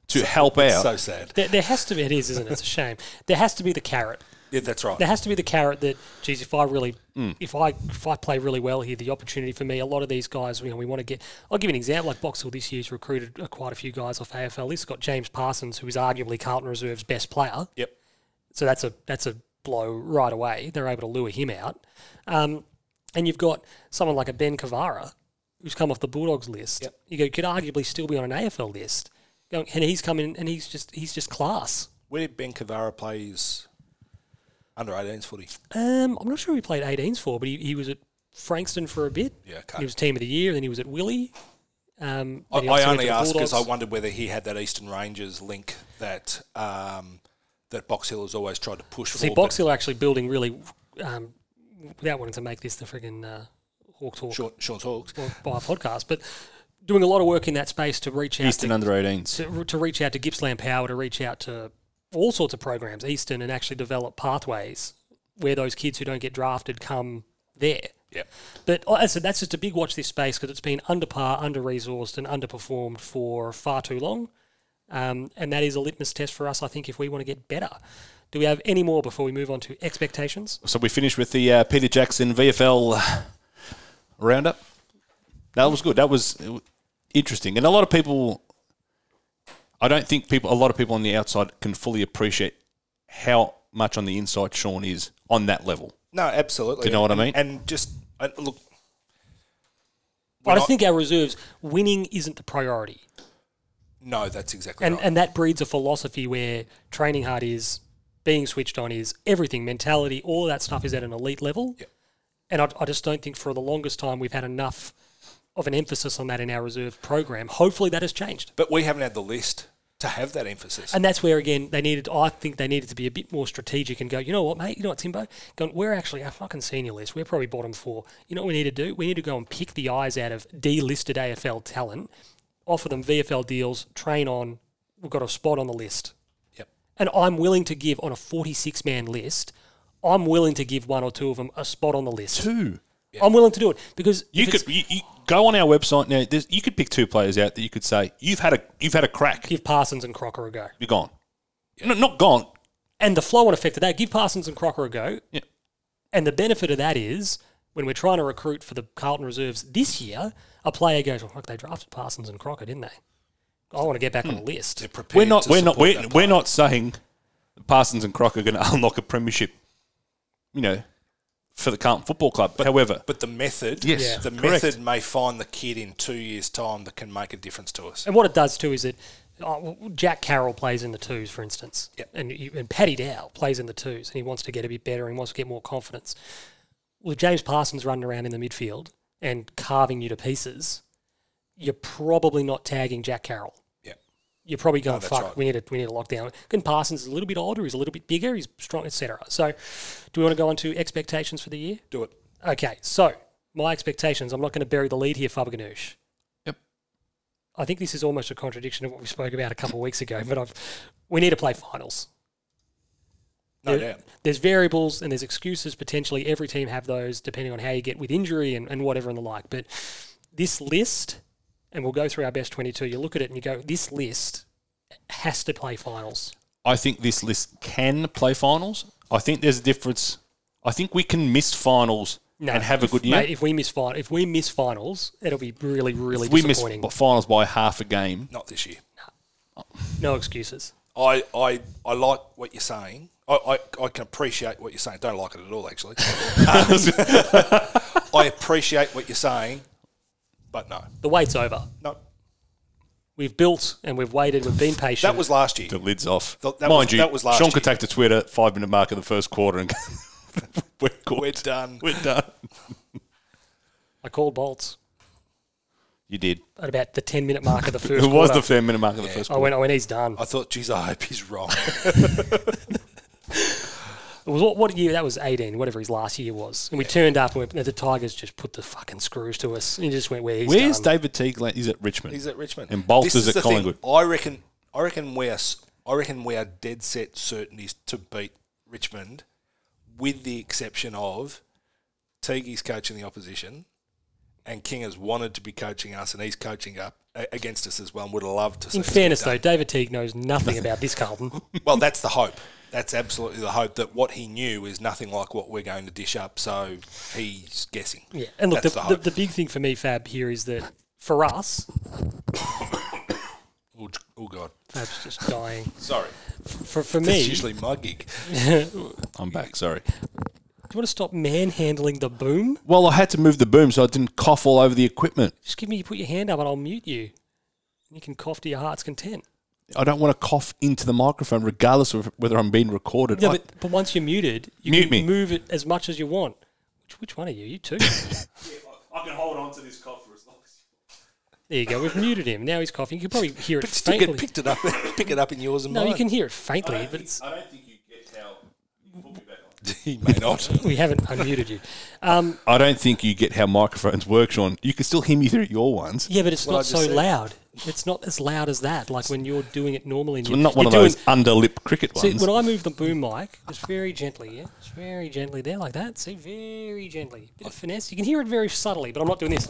Speaker 3: to help out.
Speaker 2: So sad.
Speaker 1: There, there has to be, it is, isn't it? It's a shame. There has to be the carrot.
Speaker 2: Yeah, that's right.
Speaker 1: There has to be the carrot that, geez, if I really,
Speaker 2: Mm.
Speaker 1: if I if I play really well here, the opportunity for me, a lot of these guys, you know, we want to get. I'll give you an example. Like Boxall this year's recruited uh, quite a few guys off AFL. He's got James Parsons, who is arguably Carlton Reserve's best player.
Speaker 2: Yep.
Speaker 1: So that's a that's a blow right away. They're able to lure him out. Um, and you've got someone like a Ben Kavara, who's come off the Bulldogs list.
Speaker 2: Yep.
Speaker 1: You go, could arguably still be on an AFL list. Go- And he's come in and he's just he's just class.
Speaker 2: Where did Ben Cavara play his under 18s footy?
Speaker 1: Um, I'm not sure who he played 18s for, but he, he was at Frankston for a bit.
Speaker 2: Yeah, okay.
Speaker 1: He was team of the year, and then he was at Willie. Um,
Speaker 2: I,
Speaker 1: then he obviously went to
Speaker 2: I only
Speaker 1: the
Speaker 2: ask because I
Speaker 1: Bulldogs.
Speaker 2: wondered whether he had that Eastern Rangers link that um, that Box Hill has always tried to push
Speaker 1: See,
Speaker 2: for. but-
Speaker 1: Box Hill are actually building really, um, without wanting to make this the friggin' uh, Hawk Talk
Speaker 2: Sean, Sean's Hawks.
Speaker 1: or by a podcast, but doing a lot of work in that space to reach out
Speaker 3: Eastern
Speaker 1: to,
Speaker 3: under 18s.
Speaker 1: to, to reach out to Gippsland Power, to reach out to all sorts of programs, Eastern, and actually develop pathways where those kids who don't get drafted come there.
Speaker 2: Yeah.
Speaker 1: But uh, so that's just a big watch this space because it's been under par, under resourced, and underperformed for far too long. Um, and that is a litmus test for us, I think, if we want to get better. Do we have any more before we move on to expectations?
Speaker 3: So we finished with the uh, Peter Jackson VFL roundup. That was good. That was interesting, and a lot of people. I don't think people. A lot of people on the outside can fully appreciate how much on the inside Sean is on that level.
Speaker 2: No, absolutely.
Speaker 3: Do you know what I
Speaker 2: And-
Speaker 3: mean?
Speaker 2: And just and look,
Speaker 1: I
Speaker 2: not-
Speaker 1: just think our reserves winning isn't the priority,
Speaker 2: no, that's exactly
Speaker 1: and
Speaker 2: right.
Speaker 1: and that breeds a philosophy where training hard is, being switched on is everything, mentality, all of that stuff is at an elite level.
Speaker 2: Yep.
Speaker 1: And I, I just don't think for the longest time we've had enough of an emphasis on that in our reserve program. Hopefully that has changed.
Speaker 2: but we haven't had the list to have that emphasis.
Speaker 1: And that's where again they needed. I think they needed to be a bit more strategic and go. You know what, mate? You know what, Timbo? Going, we're actually our fucking senior list. We're probably bottom four. You know what we need to do? We need to go and pick the eyes out of delisted AFL talent, offer them VFL deals, train on. We've got a spot on the list,
Speaker 2: yep.
Speaker 1: and I'm willing to give on a 46 man list. I'm willing to give one or two of them a spot on the list.
Speaker 3: Two.
Speaker 1: I'm willing to do it because
Speaker 3: You
Speaker 1: if it's-
Speaker 3: could you, you go on our website now. There's, you could pick two players out that you could say you've had a you've had a crack.
Speaker 1: give Parsons and Crocker a go,
Speaker 3: You're gone. No, not gone.
Speaker 1: and the flow and effect of that. Give Parsons and Crocker a go,
Speaker 3: Yeah.
Speaker 1: And the benefit of that is when we're trying to recruit for the Carlton reserves this year, a player goes, "Well, fuck, they drafted Parsons and Crocker, didn't they? I want to get back on the list."
Speaker 2: They're prepared
Speaker 3: We're not.
Speaker 2: to
Speaker 3: We're not.
Speaker 2: support
Speaker 3: We're,
Speaker 2: that player.
Speaker 3: we're not saying Parsons and Croc are going to unlock a premiership. You know, for the Carlton Football Club. But, however,
Speaker 2: But the method,
Speaker 3: Yes.
Speaker 1: Yeah.
Speaker 2: the
Speaker 3: Correct.
Speaker 2: method may find the kid in two years' time that can make a difference to us.
Speaker 1: And what it does too is that uh, well, Jack Carroll plays in the twos, for instance,
Speaker 2: Yep.
Speaker 1: and you- and Paddy Dow plays in the twos, and he wants to get a bit better, and he wants to get more confidence. Well, if James Parsons running around in the midfield and carving you to pieces. You're probably not tagging Jack Carroll.
Speaker 2: Yep. Oh,
Speaker 1: you're probably going,
Speaker 2: that's
Speaker 1: fuck,
Speaker 2: right.
Speaker 1: we need a we need a lockdown. And Parsons is a little bit older, he's a little bit bigger, he's strong, etc. So, do we want to go on to expectations for the year?
Speaker 2: Do it.
Speaker 1: Okay, so my expectations. I'm not going to bury the lead here, Fabganoush.
Speaker 3: Yep.
Speaker 1: I think this is almost a contradiction of what we spoke about a couple of weeks ago. But I've, we need to play finals.
Speaker 2: No
Speaker 1: There-
Speaker 2: doubt.
Speaker 1: There's variables and there's excuses potentially. Every team have those depending on how you get with injury and, and whatever and the like. But this list, and we'll go through our best 22. You look at it and you go, this list has to play finals.
Speaker 3: I think this list can play finals. I think there's a difference. I think we can miss finals and have a
Speaker 1: if-
Speaker 3: good year.
Speaker 1: Mate, if we miss final, if we miss finals, it'll be really, really
Speaker 3: If we miss
Speaker 1: disappointing.
Speaker 3: finals by half a game.
Speaker 2: Not this year.
Speaker 1: no excuses.
Speaker 2: I, I, I like what you're saying. I, I, I can appreciate what you're saying. Don't like it at all, actually. Um, I appreciate what you're saying, but no,
Speaker 1: The wait's over.
Speaker 2: no.
Speaker 1: We've built and we've waited. We've been patient.
Speaker 2: That was last year.
Speaker 3: The lid's off.
Speaker 2: Th- that
Speaker 3: Mind
Speaker 2: was-
Speaker 3: you,
Speaker 2: that was last
Speaker 3: Sean could
Speaker 2: year.
Speaker 3: take to Twitter five minute mark of the first quarter and go, we're caught.
Speaker 2: We're done.
Speaker 3: We're done.
Speaker 1: I called bolts
Speaker 3: You did.
Speaker 1: at about the ten minute mark of the
Speaker 3: It
Speaker 1: first.
Speaker 3: was the
Speaker 1: quarter.
Speaker 3: fair minute mark of the
Speaker 2: Oh,
Speaker 3: first
Speaker 1: I
Speaker 3: quarter.
Speaker 1: went. I went. He's done.
Speaker 2: I thought, geez, I hope he's wrong.
Speaker 1: It was what, what year? That was 18, whatever his last year was. And we turned up and we, the Tigers just put the fucking screws to us. And he just went, where he's
Speaker 3: Where's
Speaker 1: done.
Speaker 3: David Teague? land- He's at Richmond.
Speaker 2: He's at Richmond.
Speaker 3: And
Speaker 2: This
Speaker 3: Bolter's
Speaker 2: is
Speaker 3: at
Speaker 2: the thing.
Speaker 3: Collingwood.
Speaker 2: I reckon. I reckon we are. s- I reckon we are dead set certainties to beat Richmond, with the exception of Teague's coaching the opposition, and King has wanted to be coaching us, and he's coaching up a- against us as well. And would have loved to. see
Speaker 1: In
Speaker 2: us get
Speaker 1: fairness,
Speaker 2: done.
Speaker 1: though, David Teague knows nothing about this Carlton.
Speaker 2: well, that's the hope. That's absolutely the hope that what he knew is nothing like what we're going to dish up. So he's guessing.
Speaker 1: Yeah, and look, the,
Speaker 2: that's
Speaker 1: the,
Speaker 2: hope.
Speaker 1: the big thing for me, Fab, here is that for us,
Speaker 2: oh, j- oh, god,
Speaker 1: Fab's just dying.
Speaker 2: sorry.
Speaker 1: For for me,
Speaker 2: That's usually my gig.
Speaker 3: I'm back. Sorry.
Speaker 1: do you want to stop manhandling the boom?
Speaker 3: Well, I had to move the boom so I didn't cough all over the equipment.
Speaker 1: Just give me, you put your hand up, and I'll mute you. You can cough to your heart's content.
Speaker 3: I don't want to cough into the microphone, regardless of whether I'm being recorded.
Speaker 1: No,
Speaker 3: I-
Speaker 1: but, but once you're muted, you
Speaker 3: Mute
Speaker 1: can
Speaker 3: me.
Speaker 1: move it as much as you want. Which, which one are you? You two.
Speaker 3: I can hold on to this cough for as long as.
Speaker 1: there you go. We've muted him. Now he's coughing. You can probably hear it
Speaker 2: But still get
Speaker 1: faintly.
Speaker 2: picked it up, pick it up in yours and
Speaker 1: No,
Speaker 2: mine.
Speaker 1: you can hear it faintly, but it's,
Speaker 3: I don't think you get how.
Speaker 2: he may not.
Speaker 1: we haven't unmuted you.
Speaker 3: I don't think you get how microphones work, Sean. You can still hear me through your ones.
Speaker 1: Yeah, but it's
Speaker 2: I
Speaker 1: not
Speaker 2: just
Speaker 1: so
Speaker 2: said.
Speaker 1: loud. It's not as loud as that. Like when you're doing it normally. And
Speaker 3: Well,
Speaker 1: you're-
Speaker 3: not one
Speaker 1: you're
Speaker 3: of those
Speaker 1: doing-
Speaker 3: under lip cricket
Speaker 1: See,
Speaker 3: ones.
Speaker 1: when I move the boom mic, just very gently, yeah, just very gently there, like that. See, very gently, bit of finesse. You can hear it very subtly, but I'm not doing this.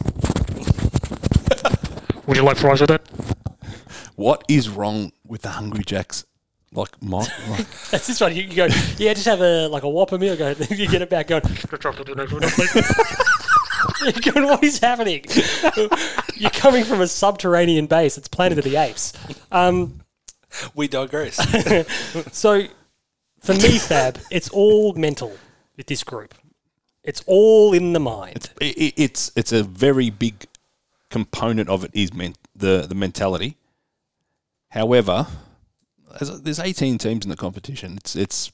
Speaker 1: Would you like fries with that?
Speaker 3: what is wrong with the Hungry Jacks? Like, my, like
Speaker 1: That's this one. You, you go, yeah, just have a like a Whopper meal. Go, you get it back. Going, You're going, what is happening? You're coming from a subterranean base. It's Planet of the Apes.
Speaker 2: We digress.
Speaker 1: So, for me, Fab, it's all mental with this group. It's all in the mind.
Speaker 3: it, it- it's it's a very big component of it is men, the the mentality. However, as- there's 18 teams in the competition. It's it's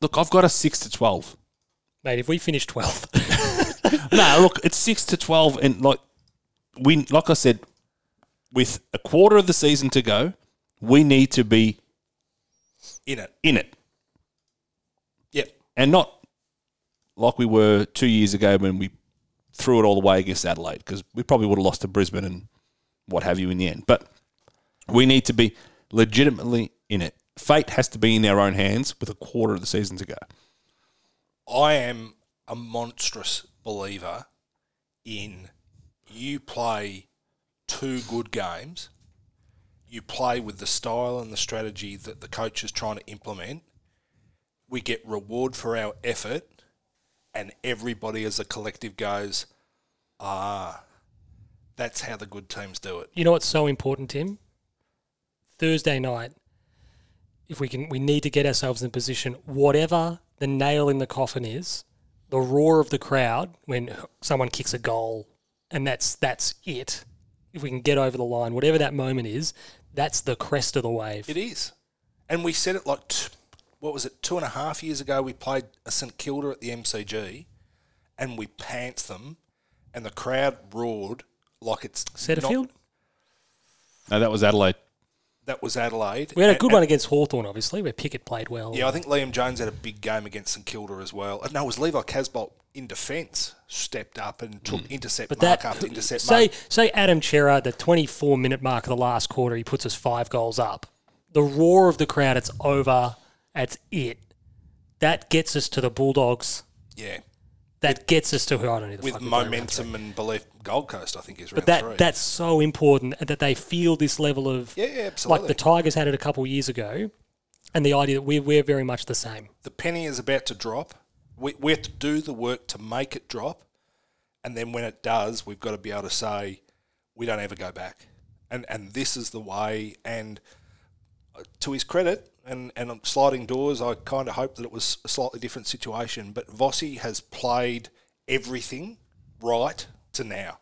Speaker 3: look, I've got a six to 12.
Speaker 1: Mate, if we finish 12th,
Speaker 3: no, look, it's six to 12, and like we like I said, with a quarter of the season to go, we need to be
Speaker 2: in it.
Speaker 3: in it.
Speaker 2: Yep.
Speaker 3: and not like we were two years ago when we threw it all away against Adelaide because we probably would have lost to Brisbane and what have you in the end. But we need to be legitimately in it. Fate has to be in our own hands with a quarter of the season to go.
Speaker 2: I am a monstrous believer in you play two good games, you play with the style and the strategy that the coach is trying to implement, we get reward for our effort, and everybody as a collective goes, ah, that's how the good teams do it.
Speaker 1: you know what's so important, Tim? Thursday night, if we can, we need to get ourselves in position. Whatever the nail in the coffin is, the roar of the crowd when someone kicks a goal, and that's that's it. If we can get over the line, whatever that moment is, that's the crest of the wave.
Speaker 2: It is. And we said it like, t- what was it, two and a half years ago? We played a St Kilda at the MCG and we pants them, and the crowd roared like it's.
Speaker 1: Setterfield.
Speaker 2: Not,
Speaker 3: No, that was Adelaide.
Speaker 2: that was Adelaide.
Speaker 1: We had a
Speaker 2: And-
Speaker 1: good
Speaker 2: and-
Speaker 1: one against Hawthorn, obviously, where Pickett played well.
Speaker 2: Yeah, I think Liam Jones had a big game against St Kilda as well. Uh, No, it was Levi Casbolt in defence, stepped up and took intercept
Speaker 1: But
Speaker 2: mark
Speaker 1: that
Speaker 2: after intercept
Speaker 1: say
Speaker 2: mark.
Speaker 1: say Adam Chera at the 24 minute mark of the last quarter, he puts us five goals up. The roar of the crowd, it's over. That's it. That gets us to the Bulldogs.
Speaker 2: Yeah,
Speaker 1: That gets us to who I don't know. the
Speaker 2: with
Speaker 1: fucking player round three.
Speaker 2: momentum and belief. Gold Coast, I think, is round
Speaker 1: But that
Speaker 2: three.
Speaker 1: that's so important and that they feel this level of
Speaker 2: Yeah, yeah,
Speaker 1: like
Speaker 2: absolutely.
Speaker 1: the Tigers had it a couple years ago, and the idea that we're we're very much the same.
Speaker 2: the penny is about to drop. We, we have to do the work to make it drop. And then when it does, we've got to be able to say, we don't ever go back. And, and this is the way. And uh, to his credit, and, and on sliding doors, I kind of hope that it was a slightly different situation. But Vossi has played everything right to now.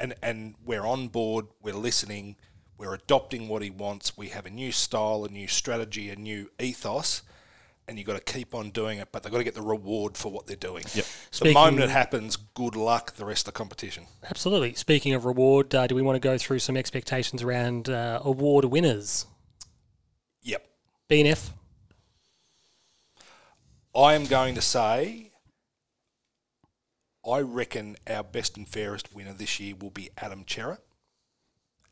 Speaker 2: And, and we're on board, we're listening, we're adopting what he wants. We have a new style, a new strategy, a new ethos and you've got to keep on doing it, but they've got to get the reward for what they're doing. Yep.
Speaker 1: Speaking-
Speaker 2: the moment it happens, good luck the rest of the competition.
Speaker 1: Absolutely. Speaking of reward, uh, do we want to go through some expectations around uh, award winners?
Speaker 2: Yep.
Speaker 1: BNF.
Speaker 2: I am going to say I reckon our best and fairest winner this year will be Adam Chera.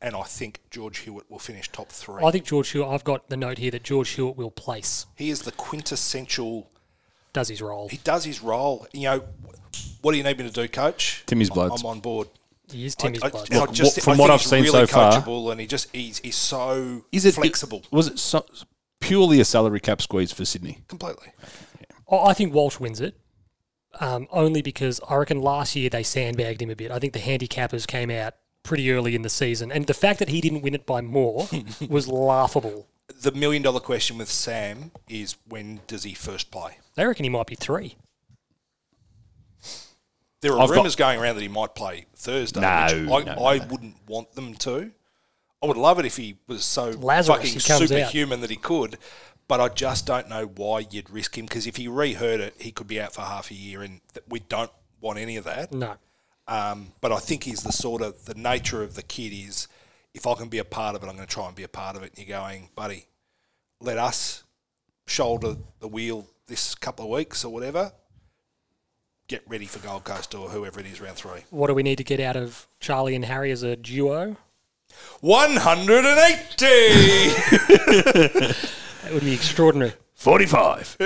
Speaker 2: And I think George Hewitt will finish top three.
Speaker 1: I think George Hewitt. I've got the note here that George Hewitt will place.
Speaker 2: he is the quintessential.
Speaker 1: Does his role?
Speaker 2: He does his role. You know, what do you need me to do, coach?
Speaker 3: Timmy's
Speaker 2: I-
Speaker 3: blokes.
Speaker 2: I'm on board.
Speaker 1: He is Timmy's
Speaker 2: I,
Speaker 1: blood.
Speaker 2: I
Speaker 3: Look,
Speaker 2: just,
Speaker 3: what- from
Speaker 2: I
Speaker 3: what
Speaker 2: think
Speaker 3: I've
Speaker 2: he's
Speaker 3: seen
Speaker 2: really
Speaker 3: so far-
Speaker 2: coachable and he just he's, he's so
Speaker 3: Is it
Speaker 2: flexible
Speaker 3: Was it so, purely a salary cap squeeze for Sydney?
Speaker 2: completely.
Speaker 1: I I think Walsh wins it. Um, only because I reckon last year they sandbagged him a bit. I think the handicappers came out pretty early in the season, and the fact that he didn't win it by more was laughable.
Speaker 2: The million dollar question with Sam is when does he first play?
Speaker 1: They reckon he might be three.
Speaker 2: There are
Speaker 3: I've got-
Speaker 2: rumours going around that he might play Thursday.
Speaker 3: No,
Speaker 2: which I,
Speaker 3: no, no,
Speaker 2: I
Speaker 3: no.
Speaker 2: wouldn't want them to. I would love it if he was so
Speaker 1: Lazarus, he
Speaker 2: fucking
Speaker 1: comes out.
Speaker 2: superhuman that he could, but I just don't know why you'd risk him because if he rehurt it, he could be out for half a year, and th- we don't want any of that.
Speaker 1: No,
Speaker 2: Um, but I think he's the sort of the nature of the kid is if I can be a part of it, I'm going to try and be a part of it. And you're going, buddy, let us shoulder the wheel this couple of weeks or whatever. Get ready for Gold Coast or whoever it is round three.
Speaker 1: what do we need to get out of Charlie and Harry as a duo?
Speaker 2: 180!
Speaker 1: That would be extraordinary.
Speaker 3: 45.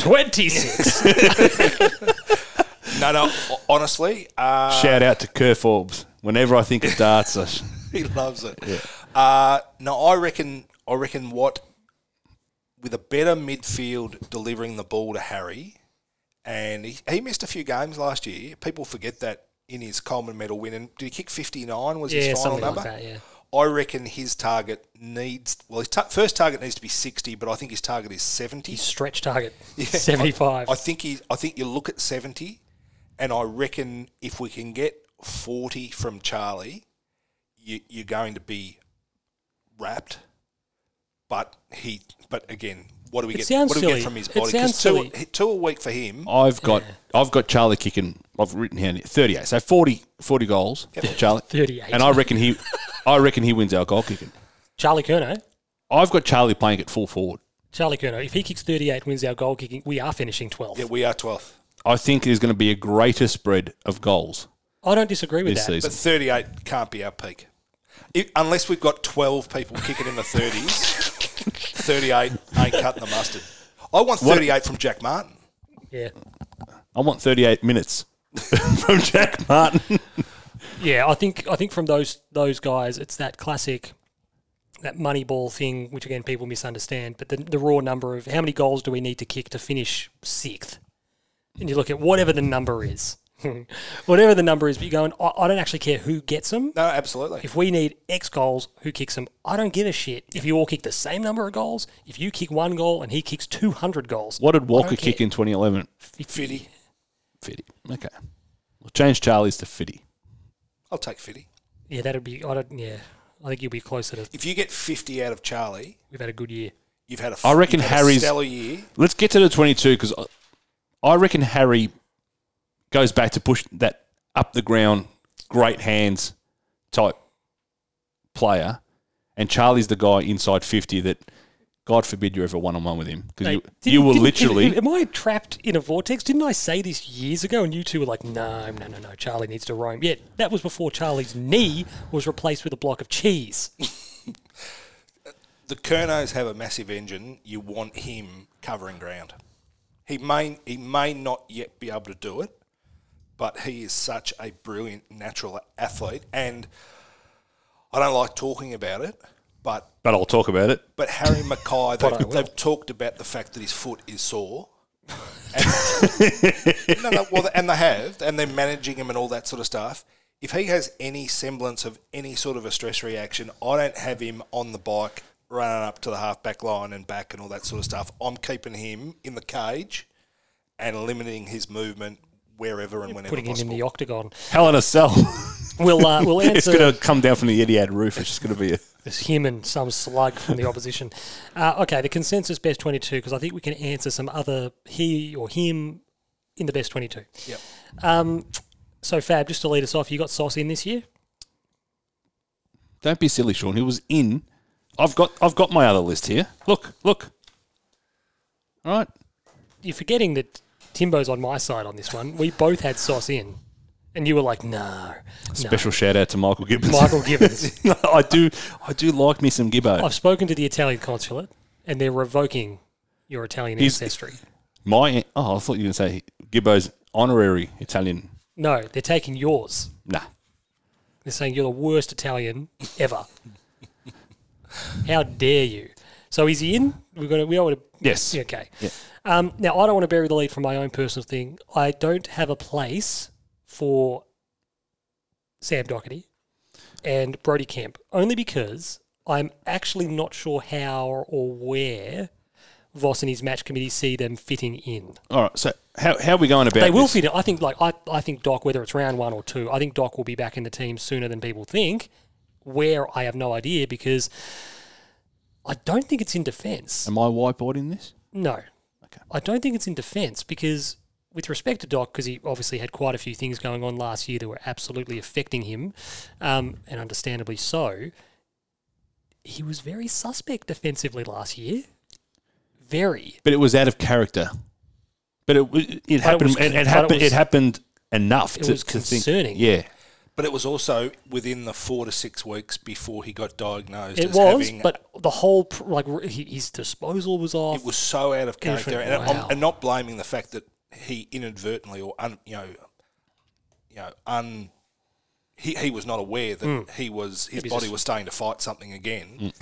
Speaker 1: Twenty-six.
Speaker 2: no, no, ho- honestly, uh,
Speaker 3: Shout out to Kerr Forbes. Whenever I think of darts, I,
Speaker 2: he loves it. Uh, no, I reckon, I reckon what with a better midfield delivering the ball to Harry, and he, he missed a few games last year. People forget that in his Coleman Medal win, and did he kick fifty nine? Was
Speaker 1: yeah,
Speaker 2: his final
Speaker 1: something
Speaker 2: number?
Speaker 1: like that. Yeah.
Speaker 2: I reckon his target needs well, his ta- first target needs to be sixty, but I think his target is seventy.
Speaker 1: Stretch target.
Speaker 2: Yeah,
Speaker 1: Seventy-five.
Speaker 2: I, I think he, I think you look at seventy, and I reckon if we can get forty from Charlie, you, you're going to be wrapped. But he, but again, what do we
Speaker 1: It
Speaker 2: get?
Speaker 1: sounds
Speaker 2: What do we get
Speaker 1: silly.
Speaker 2: from his
Speaker 1: It
Speaker 2: body?
Speaker 1: sounds
Speaker 2: two,
Speaker 1: silly.
Speaker 2: two a week for him.
Speaker 3: I've got I've got Charlie kicking. I've written here 38, so 40, 40 goals, for Charlie.
Speaker 1: 38.
Speaker 3: and I reckon he, I reckon he wins our goal kicking.
Speaker 1: Charlie Kerno.
Speaker 3: I've got Charlie playing at full forward.
Speaker 1: Charlie Kerno. If he kicks thirty-eight, wins our goal kicking. We are finishing twelfth.
Speaker 2: Yeah, we are twelfth,
Speaker 3: I think there's going to be a greater spread of goals
Speaker 1: I don't disagree with
Speaker 3: this
Speaker 1: that.
Speaker 2: but
Speaker 3: season.
Speaker 2: thirty-eight can't be our peak, If- unless we've got twelve people kicking in the thirties. thirty-eight ain't cutting the mustard. I want thirty-eight from Jack Martin.
Speaker 1: Yeah.
Speaker 3: I want 38 minutes from Jack Martin.
Speaker 1: Yeah, I think I think from those those guys, it's that classic, that money ball thing, which again people misunderstand. But the, the raw number of how many goals do we need to kick to finish sixth, and you look at whatever the number is, whatever the number is, but you're going, I, I don't actually care who gets them.
Speaker 2: No, absolutely.
Speaker 1: If we need X goals, who kicks them? I don't give a shit if you all kick the same number of goals. If you kick one goal and he kicks two hundred goals,
Speaker 3: What did Walker
Speaker 1: care.
Speaker 3: kick in 2011?
Speaker 2: Fiddy.
Speaker 3: 50. Okay. We'll change Charlie's to 50.
Speaker 2: I'll take Fiddy.
Speaker 1: Yeah, that'd be. I don't. Yeah, I think you'll be closer to.
Speaker 2: If you get 50 out of Charlie,
Speaker 1: We've had a good year.
Speaker 2: you've had a.
Speaker 3: I reckon
Speaker 2: you've had a
Speaker 3: Harry's-
Speaker 2: stellar year.
Speaker 3: Let's get to the 22 because I, I reckon Harry goes back to push that up the ground, great hands type player. And Charlie's the guy inside 50 that, God forbid, you're ever one on one with him because
Speaker 1: Hey,
Speaker 3: you,
Speaker 1: didn't-
Speaker 3: you will
Speaker 1: didn't-
Speaker 3: literally.
Speaker 1: Am I trapped in a vortex? Didn't I say this years ago? And you two were like, no, no, no, no. Charlie needs to roam. Yet that was before Charlie's knee was replaced with a block of cheese.
Speaker 2: The Kernos have a massive engine. You want him covering ground. He may he may not yet be able to do it, but he is such a brilliant natural athlete. And I don't like talking about it, but
Speaker 3: but I'll talk about it.
Speaker 2: but Harry Mackay, they've, they've talked about the fact that his foot is sore. And, no, no, well, and they have, and they're managing him and all that sort of stuff. If he has any semblance of any sort of a stress reaction, I don't have him on the bike running up to the halfback line and back and all that sort of stuff. I'm keeping him in the cage and limiting his movement wherever and whenever
Speaker 1: Putting him in
Speaker 2: possible.
Speaker 1: the octagon.
Speaker 3: Hell in a cell.
Speaker 1: We'll, uh, we'll
Speaker 3: it's going
Speaker 1: answer
Speaker 3: to come down from the Etihad roof. It's just going to be a.
Speaker 1: this him and some slug from the opposition. Uh, okay, the consensus best 22, because I think we can answer some other he or him in the best 22.
Speaker 2: Yep.
Speaker 1: Um, so, Fab, just to lead us off, you got Sauce in this year?
Speaker 3: Don't be silly, Sean. He was in. I've got I've got my other list here. Look, look. All right.
Speaker 1: you're forgetting that Timbo's on my side on this one. We both had Sauce in, and you were like, no,
Speaker 3: Special shout out to Michael Gibbons.
Speaker 1: no. Michael Gibbons. Oh.
Speaker 3: I do I do like me some Gibbo.
Speaker 1: I've spoken to the Italian consulate, and they're revoking your Italian
Speaker 3: He's-
Speaker 1: ancestry.
Speaker 3: My oh, I thought you were going to say Gibbo's honorary Italian
Speaker 1: No, they're taking yours.
Speaker 3: Nah.
Speaker 1: They're saying you're the worst Italian ever. How dare you? So is he in? We're gonna we don't want to
Speaker 3: Yes.
Speaker 1: Yeah, Okay. Um, now I don't want to bury the lead from my own personal thing. I don't have a place for Sam Doherty and Brody Kemp only because I'm actually not sure how or where Voss and his match committee see them fitting in.
Speaker 3: All right. So how, how are we going about
Speaker 1: They will
Speaker 3: this?
Speaker 1: fit in. I think like I, I think Doc, whether it's round one or two, I think Doc will be back in the team sooner than people think. Where I have no idea because I don't think it's in defence.
Speaker 3: Am I whiteboard in this?
Speaker 1: No, I don't think it's in defence because with respect to Doc, because he obviously had quite a few things going on last year that were absolutely affecting him, um, and understandably so. He was very suspect defensively last year. Very.
Speaker 3: But it was out of character. But it wa- it happened.
Speaker 1: was
Speaker 3: It,
Speaker 1: con-
Speaker 3: it
Speaker 1: but it
Speaker 3: happened. It,
Speaker 1: was-
Speaker 3: happened enough.
Speaker 1: It
Speaker 3: to,
Speaker 1: was
Speaker 3: to think-
Speaker 1: concerning.
Speaker 3: yeah.
Speaker 2: But it was also within the four to six weeks before he got diagnosed.
Speaker 1: It
Speaker 2: as
Speaker 1: was,
Speaker 2: having,
Speaker 1: but the whole pr- like r- he- his disposal was off.
Speaker 2: it was so out of character,
Speaker 1: Different,
Speaker 2: and
Speaker 1: wow.
Speaker 2: I'm, and not blaming the fact that he inadvertently or un, you know, you know, un, he he was not aware that he was his
Speaker 1: Maybe
Speaker 2: body
Speaker 1: Mm. just-
Speaker 2: was starting to fight something again.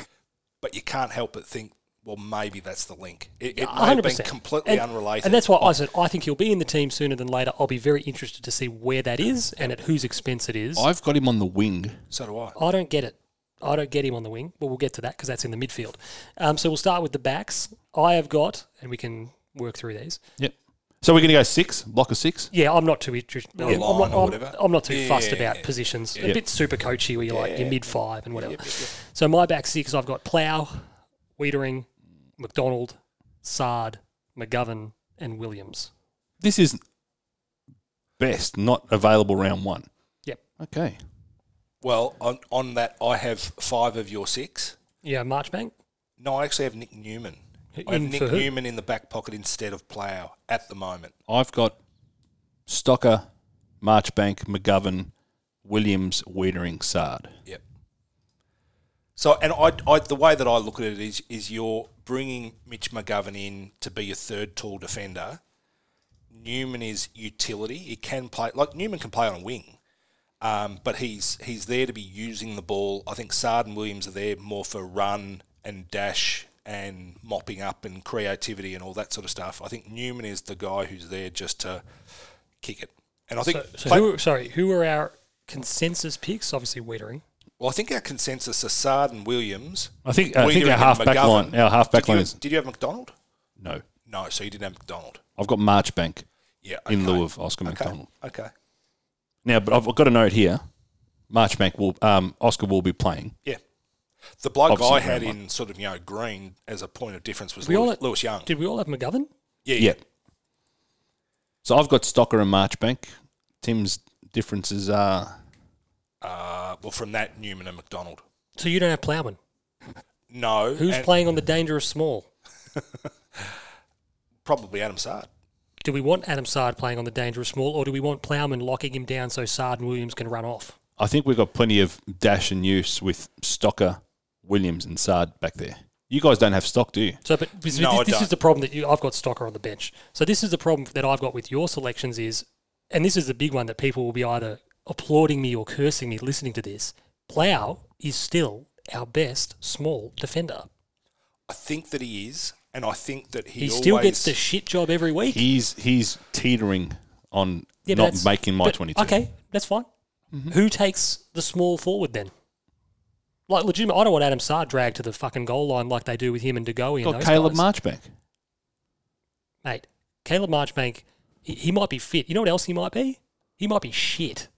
Speaker 2: But you can't help but think, well, maybe that's the link. It, it may have been
Speaker 1: 100%.
Speaker 2: completely
Speaker 1: and,
Speaker 2: unrelated. Oh.
Speaker 1: And that's why I said I think he'll be in the team sooner than later. I'll be very interested to see where that is and at whose expense it is. I,
Speaker 3: I've got him on the wing.
Speaker 2: so do I.
Speaker 1: don't get it. I don't get him on the wing, but we'll get to that because that's in the midfield. Um, so we'll start with the backs. I have got, and we can work through these.
Speaker 3: Yep. So we're going to go six, block of six.
Speaker 1: Yeah, I'm not too interested. I'm, I'm
Speaker 2: Line
Speaker 1: not,
Speaker 2: or
Speaker 1: I'm-
Speaker 2: whatever.
Speaker 1: I'm not too
Speaker 2: Yeah,
Speaker 1: fussed
Speaker 2: yeah,
Speaker 1: about
Speaker 2: yeah.
Speaker 1: positions. A bit super coachy where you're like you're mid five and whatever. So my back six, I've got Plough, Wiedering, McDonald, Sard, McGovern, and Williams.
Speaker 3: This is best not available round one.
Speaker 1: Yep.
Speaker 3: Okay.
Speaker 2: Well, on on that, I have five of your six.
Speaker 1: Yeah, Marchbank.
Speaker 2: No, I actually have Nick Newman. I have
Speaker 1: In
Speaker 2: Nick
Speaker 1: for who?
Speaker 2: Newman in the back pocket instead of Plough at the moment.
Speaker 3: I've got Stocker, Marchbank, McGovern, Williams, Wiedering, Sard.
Speaker 2: Yep. So, and I, I, the way that I look at it is, is you're bringing Mitch McGovern in to be your third tall defender. Newman is utility. He can play like Newman can play on a wing, um, but he's he's there to be using the ball. I think Sard and Williams are there more for run and dash and mopping up and creativity and all that sort of stuff. I think Newman is the guy who's there just to kick it. And I think
Speaker 1: So
Speaker 2: play-
Speaker 1: who, sorry, who are our consensus picks? Obviously, Wiedering.
Speaker 2: Well, I think our consensus are Sard and Williams.
Speaker 3: I think- uh, I think
Speaker 2: Weeder
Speaker 3: our
Speaker 2: and
Speaker 3: half-back
Speaker 2: McGovern.
Speaker 3: line- our half-back
Speaker 2: Did you
Speaker 3: line
Speaker 2: have-
Speaker 3: is-
Speaker 2: Did you have McDonald?
Speaker 3: No.
Speaker 2: No, so you didn't have McDonald.
Speaker 3: I've got Marchbank
Speaker 2: Yeah,
Speaker 3: in
Speaker 2: okay.
Speaker 3: lieu of Oscar
Speaker 2: okay.
Speaker 3: McDonald.
Speaker 2: Okay,
Speaker 3: Now, but I've got a note here. Marchbank will, um, Oscar will be playing.
Speaker 2: yeah. The bloke
Speaker 3: Obviously,
Speaker 2: I had
Speaker 3: round one.
Speaker 2: in sort of you know green as a point of difference was
Speaker 1: We all
Speaker 2: Lewis,
Speaker 1: had-
Speaker 2: Lewis Young.
Speaker 1: Did we all have McGovern?
Speaker 2: yeah, yeah,
Speaker 3: Yeah. So I've got Stocker and Marchbank. Tim's differences are
Speaker 2: Uh, well, from that Newman and McDonald.
Speaker 1: So you don't have Plowman.
Speaker 2: No,
Speaker 1: Who's
Speaker 2: and
Speaker 1: playing on the dangerous small?
Speaker 2: Probably Adam Sard.
Speaker 1: Do we want Adam Sard playing on the dangerous small, or do we want Plowman locking him down so Sard and Williams can run off?
Speaker 3: I think we've got plenty of dash and use with Stocker, Williams, and Sard back there. You guys don't have stock, do you?
Speaker 1: So, but this,
Speaker 2: No, I
Speaker 1: this
Speaker 2: don't.
Speaker 1: is the problem that you, I've got Stocker on the bench. So this is the problem that I've got with your selections is, and this is the big one that people will be either applauding me or cursing me listening to this. Plough is still our best small defender.
Speaker 2: I think that he is, and I think that he,
Speaker 1: He, still
Speaker 2: always-
Speaker 1: gets the shit job every week.
Speaker 3: He's he's teetering on
Speaker 1: Yeah, but
Speaker 3: not
Speaker 1: that's-
Speaker 3: making my
Speaker 1: but-
Speaker 3: 22.
Speaker 1: Okay, that's fine.
Speaker 3: Mm-hmm.
Speaker 1: Who takes the small forward then? Like, legitimate. I don't want Adam Sard dragged to the fucking goal line like they do with him and Degoe and
Speaker 3: Got
Speaker 1: those
Speaker 3: Caleb
Speaker 1: guys.
Speaker 3: Marchbank.
Speaker 1: Mate, Caleb Marchbank, he, he might be fit. You know what else he might be? He might be shit.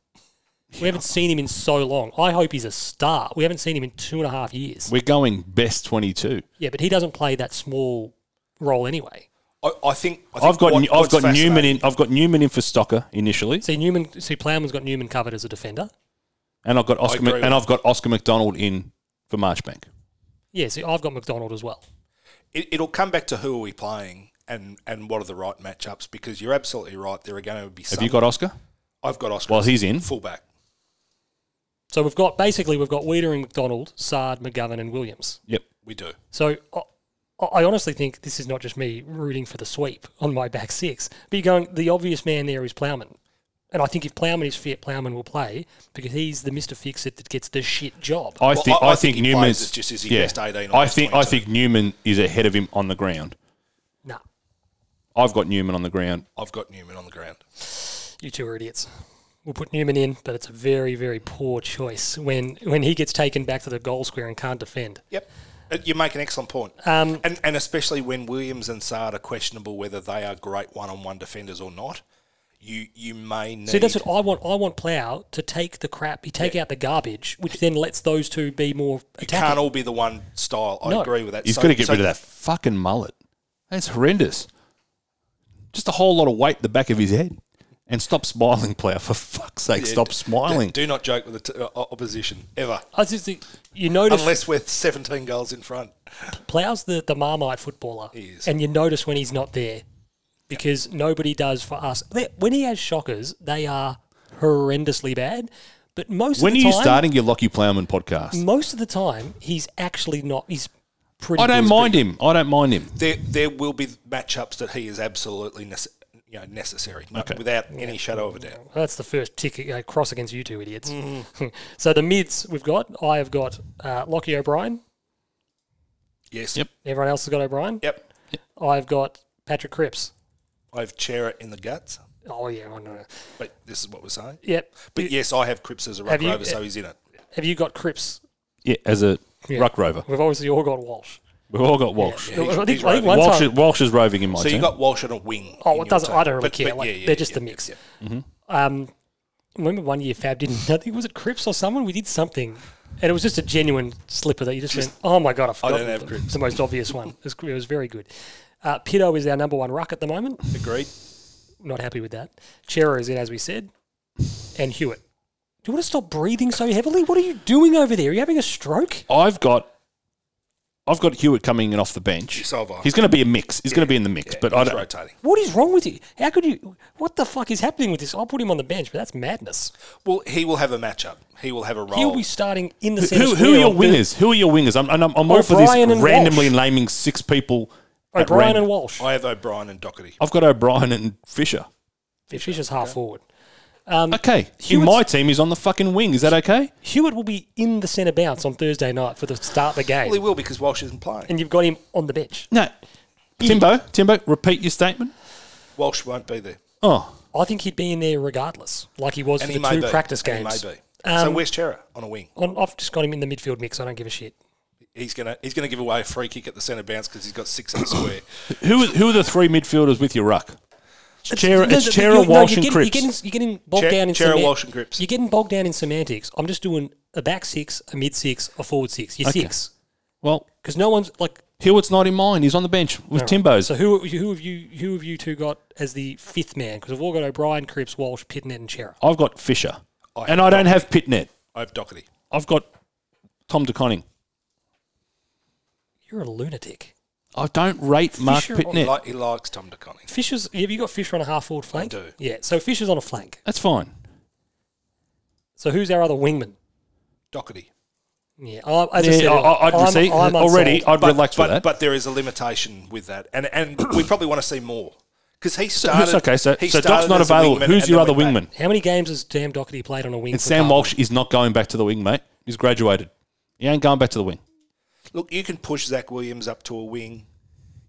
Speaker 1: We haven't seen him in so long. I hope he's a star. We haven't seen him in two and a half years.
Speaker 3: We're going best 22.
Speaker 1: Yeah, but he doesn't play that small role anyway.
Speaker 2: I, I think, I think
Speaker 3: I've got
Speaker 2: what-
Speaker 3: I've
Speaker 2: what's
Speaker 3: got Newman
Speaker 2: fascinating-
Speaker 3: in I've got Newman in for Stocker initially,
Speaker 1: See, Newman, see, Plowman's got Newman covered as a defender.
Speaker 3: and I've got Oscar
Speaker 2: agree
Speaker 3: Mc-
Speaker 2: with
Speaker 3: and
Speaker 2: that.
Speaker 3: I've got Oscar McDonald in for Marchbank.
Speaker 1: Yeah, see, I've got McDonald as well.
Speaker 2: it, it'll come back to who are we playing and and what are the right matchups because you're absolutely right. There are going to be.
Speaker 3: Have
Speaker 2: some,
Speaker 3: you got Oscar?
Speaker 2: I've got Oscar.
Speaker 3: Well, he's in.
Speaker 2: fullback.
Speaker 1: So we've got basically we've got Weeder and McDonald, Sard, McGovern, and Williams.
Speaker 3: Yep.
Speaker 2: We do.
Speaker 1: So I, I honestly think this is not just me rooting for the sweep on my back six, but you're going the obvious man there is Plowman. And I think if Plowman is fit, Plowman will play because he's the Mister Fix It that gets the shit job.
Speaker 3: I,
Speaker 2: Well,
Speaker 3: think,
Speaker 2: I-
Speaker 3: I,
Speaker 2: I think
Speaker 3: think
Speaker 2: he plays
Speaker 3: Newman's
Speaker 2: as just as he best 18
Speaker 3: I
Speaker 2: on
Speaker 3: think I
Speaker 2: 22.
Speaker 3: think Newman is ahead of him on the ground.
Speaker 1: nah,
Speaker 3: I've got Newman on the ground.
Speaker 2: I've got Newman on the ground.
Speaker 1: you two are idiots. We'll put Newman in, but it's a very, very poor choice when when he gets taken back to the goal square and can't defend.
Speaker 2: Yep. Uh, You make an excellent point. Um, and, and especially when Williams and Sard are questionable whether they are great one on one defenders or not, you you may need.
Speaker 1: See, that's what I want. I want Plough to take the crap, he take out the garbage, which then lets those two be more
Speaker 2: you
Speaker 1: attacking.
Speaker 2: can't all be the one style. I
Speaker 1: No.
Speaker 2: agree with that.
Speaker 3: He's
Speaker 2: So-
Speaker 3: got to get
Speaker 2: so
Speaker 3: rid of that fucking mullet. That's horrendous. Just a whole lot of weight the back of his head. And stop smiling, Plough. For fuck's sake, stop smiling.
Speaker 2: Do not joke with the t- uh, opposition ever,
Speaker 1: I just think you notice
Speaker 2: unless we're 17 goals in front.
Speaker 1: Plough's the, the Marmite footballer. And you notice when he's not there because nobody does for us. They- When he has shockers, they are horrendously bad. But most
Speaker 3: when are
Speaker 1: of the
Speaker 3: you
Speaker 1: time,
Speaker 3: starting your Lockie Plowman podcast?
Speaker 1: most of the time, he's actually not. He's pretty.
Speaker 3: I don't
Speaker 1: good.
Speaker 3: mind him. I don't mind him.
Speaker 2: There there will be matchups that he is absolutely nece- you know, necessary, no- without any shadow of a doubt.
Speaker 1: That's the first tick uh, cross against you two idiots. so the mids we've got. I have got uh, Lockie O'Brien.
Speaker 2: Yes.
Speaker 3: Yep.
Speaker 1: Everyone else has got O'Brien.
Speaker 2: Yep.
Speaker 1: I've got Patrick Cripps.
Speaker 2: I have Chera in the guts,
Speaker 1: Oh yeah, I know.
Speaker 2: but this is what we're saying.
Speaker 1: Yep.
Speaker 2: But yes, I have Cripps as a ruck
Speaker 1: you-
Speaker 2: rover, so he's in it.
Speaker 1: Have you got Cripps?
Speaker 3: Yeah, as a
Speaker 1: Yeah.
Speaker 3: ruck rover.
Speaker 1: We've obviously all got Walsh.
Speaker 3: We've all got Walsh.
Speaker 1: I think- I think
Speaker 2: he's roving.
Speaker 1: one
Speaker 3: Walsh,
Speaker 1: time-
Speaker 3: is, Walsh is roving in my
Speaker 2: So you
Speaker 3: team.
Speaker 2: got Walsh on a wing. in
Speaker 1: Oh,
Speaker 2: your
Speaker 1: it doesn't. I
Speaker 2: team.
Speaker 1: don't really
Speaker 2: But-
Speaker 1: care.
Speaker 2: but
Speaker 1: like,
Speaker 2: yeah, yeah,
Speaker 1: they're just
Speaker 2: yeah,
Speaker 1: a
Speaker 2: yeah,
Speaker 1: mix.
Speaker 2: yeah.
Speaker 1: Um, remember one year Fab didn't. I think was it Crips or someone. We did something, and it was just a genuine slipper that you just, went, "Oh my god, I forgot."
Speaker 2: don't have
Speaker 1: the,
Speaker 2: Crips.
Speaker 1: the most obvious one. It was, it was very good. Uh, Pito is our number one ruck at the moment.
Speaker 2: Agreed.
Speaker 1: Not happy with that. Chera is in, as we said, and Hewitt. Do you want to stop breathing so heavily? What are you doing over there? Are you having a stroke?
Speaker 3: I've got I've got Hewitt coming in off the bench.
Speaker 2: So have I.
Speaker 3: He's going to be a mix. He's going to be in the mix, but I
Speaker 2: He's
Speaker 3: don't.
Speaker 2: rotating.
Speaker 1: What is wrong with you? How could you? What the fuck is happening with this? I'll put him on the bench, but that's madness.
Speaker 2: Well, he will have a matchup. He will have a role.
Speaker 1: He'll be starting in the centre
Speaker 3: Who, who are
Speaker 1: square
Speaker 3: your
Speaker 1: on Thurs-
Speaker 3: wingers? Who are your wingers? I'm, and I'm, I'm all for this
Speaker 1: O'Brien and
Speaker 3: randomly
Speaker 1: Walsh.
Speaker 3: naming six people. at
Speaker 1: O'Brien
Speaker 3: random.
Speaker 1: and Walsh.
Speaker 2: I have O'Brien and Doherty.
Speaker 3: I've got O'Brien and Fisher.
Speaker 1: If she's just half forward.
Speaker 3: Okay,
Speaker 1: Um,
Speaker 3: in
Speaker 1: Hewitt's-
Speaker 3: my team he's on the fucking wing. Is that okay?
Speaker 1: Hewitt will be in the centre bounce on Thursday night for the start of the
Speaker 2: Well, he
Speaker 1: game.
Speaker 2: will because Walsh isn't playing.
Speaker 1: And you've got him on the bench.
Speaker 3: No, Timbo, Timbo, repeat your statement.
Speaker 2: Walsh won't be there.
Speaker 3: Oh,
Speaker 1: I think he'd be in there regardless, like he was
Speaker 2: And
Speaker 1: for
Speaker 2: he
Speaker 1: the
Speaker 2: may
Speaker 1: two
Speaker 2: be.
Speaker 1: practice
Speaker 2: And he
Speaker 1: games. Um,
Speaker 2: may be. so where's Chera on a wing?
Speaker 1: On, I've just got him in the midfield mix. I don't give a shit.
Speaker 2: He's gonna he's gonna give away a free kick at the centre bounce because he's got six in the square.
Speaker 3: who who are the three midfielders with your ruck? It's Chera,
Speaker 1: No,
Speaker 3: it's
Speaker 1: no,
Speaker 3: Chera,
Speaker 1: you're- no,
Speaker 3: Walsh,
Speaker 1: you're
Speaker 3: and
Speaker 1: getting,
Speaker 3: Cripps.
Speaker 1: You're getting, you're getting bogged
Speaker 2: Che-
Speaker 1: down in
Speaker 2: Chera,
Speaker 1: seman-
Speaker 2: Walsh and Cripps.
Speaker 1: You're getting bogged down in semantics. I'm just doing a back six, a mid six, a forward six. You're
Speaker 3: Okay.
Speaker 1: six.
Speaker 3: well,
Speaker 1: Because no one's like.
Speaker 3: Hewitt's not in mine. He's on the bench with Timbo's.
Speaker 1: So who who have you who have you two got as the fifth man? Because we've all got O'Brien, Cripps, Walsh, Pitnet, and Chera.
Speaker 3: I've got Fisher,
Speaker 2: I have
Speaker 3: and I don't have Pitnet.
Speaker 2: I have Doherty.
Speaker 3: I've got Tom DeConning.
Speaker 1: You're a lunatic.
Speaker 3: I don't rate Mark
Speaker 1: Fisher-
Speaker 2: He,
Speaker 3: Pitnet.
Speaker 2: li- he likes Tom DeConning.
Speaker 1: Fisher's. Have you got Fisher on a half forward flank?
Speaker 2: do.
Speaker 1: Yeah. So Fisher's on a flank.
Speaker 3: That's fine.
Speaker 1: So who's our other wingman?
Speaker 2: Doherty.
Speaker 1: Yeah. I, as I
Speaker 3: Yeah,
Speaker 1: said,
Speaker 3: I, I- I'd
Speaker 1: I'm-
Speaker 3: see,
Speaker 1: I'm
Speaker 3: already.
Speaker 1: unsold.
Speaker 3: I'd relax
Speaker 2: but,
Speaker 3: with that.
Speaker 2: but there is a limitation with that, and and we probably want to see more because he
Speaker 3: So who's-
Speaker 2: started.
Speaker 3: okay, so,
Speaker 2: he
Speaker 3: so Doc's
Speaker 2: started
Speaker 3: not
Speaker 2: as a
Speaker 3: available.
Speaker 2: wingman
Speaker 3: Who's
Speaker 2: and
Speaker 3: your
Speaker 2: then
Speaker 3: other
Speaker 2: went
Speaker 3: wingman?
Speaker 2: back.
Speaker 1: How many games has Sam Doherty played on a wing?
Speaker 3: And
Speaker 1: for
Speaker 3: Sam
Speaker 1: Carlton?
Speaker 3: Walsh is not going back to the wing, mate. He's graduated. He ain't going back to the wing.
Speaker 2: Look, you can push Zach Williams up to a wing.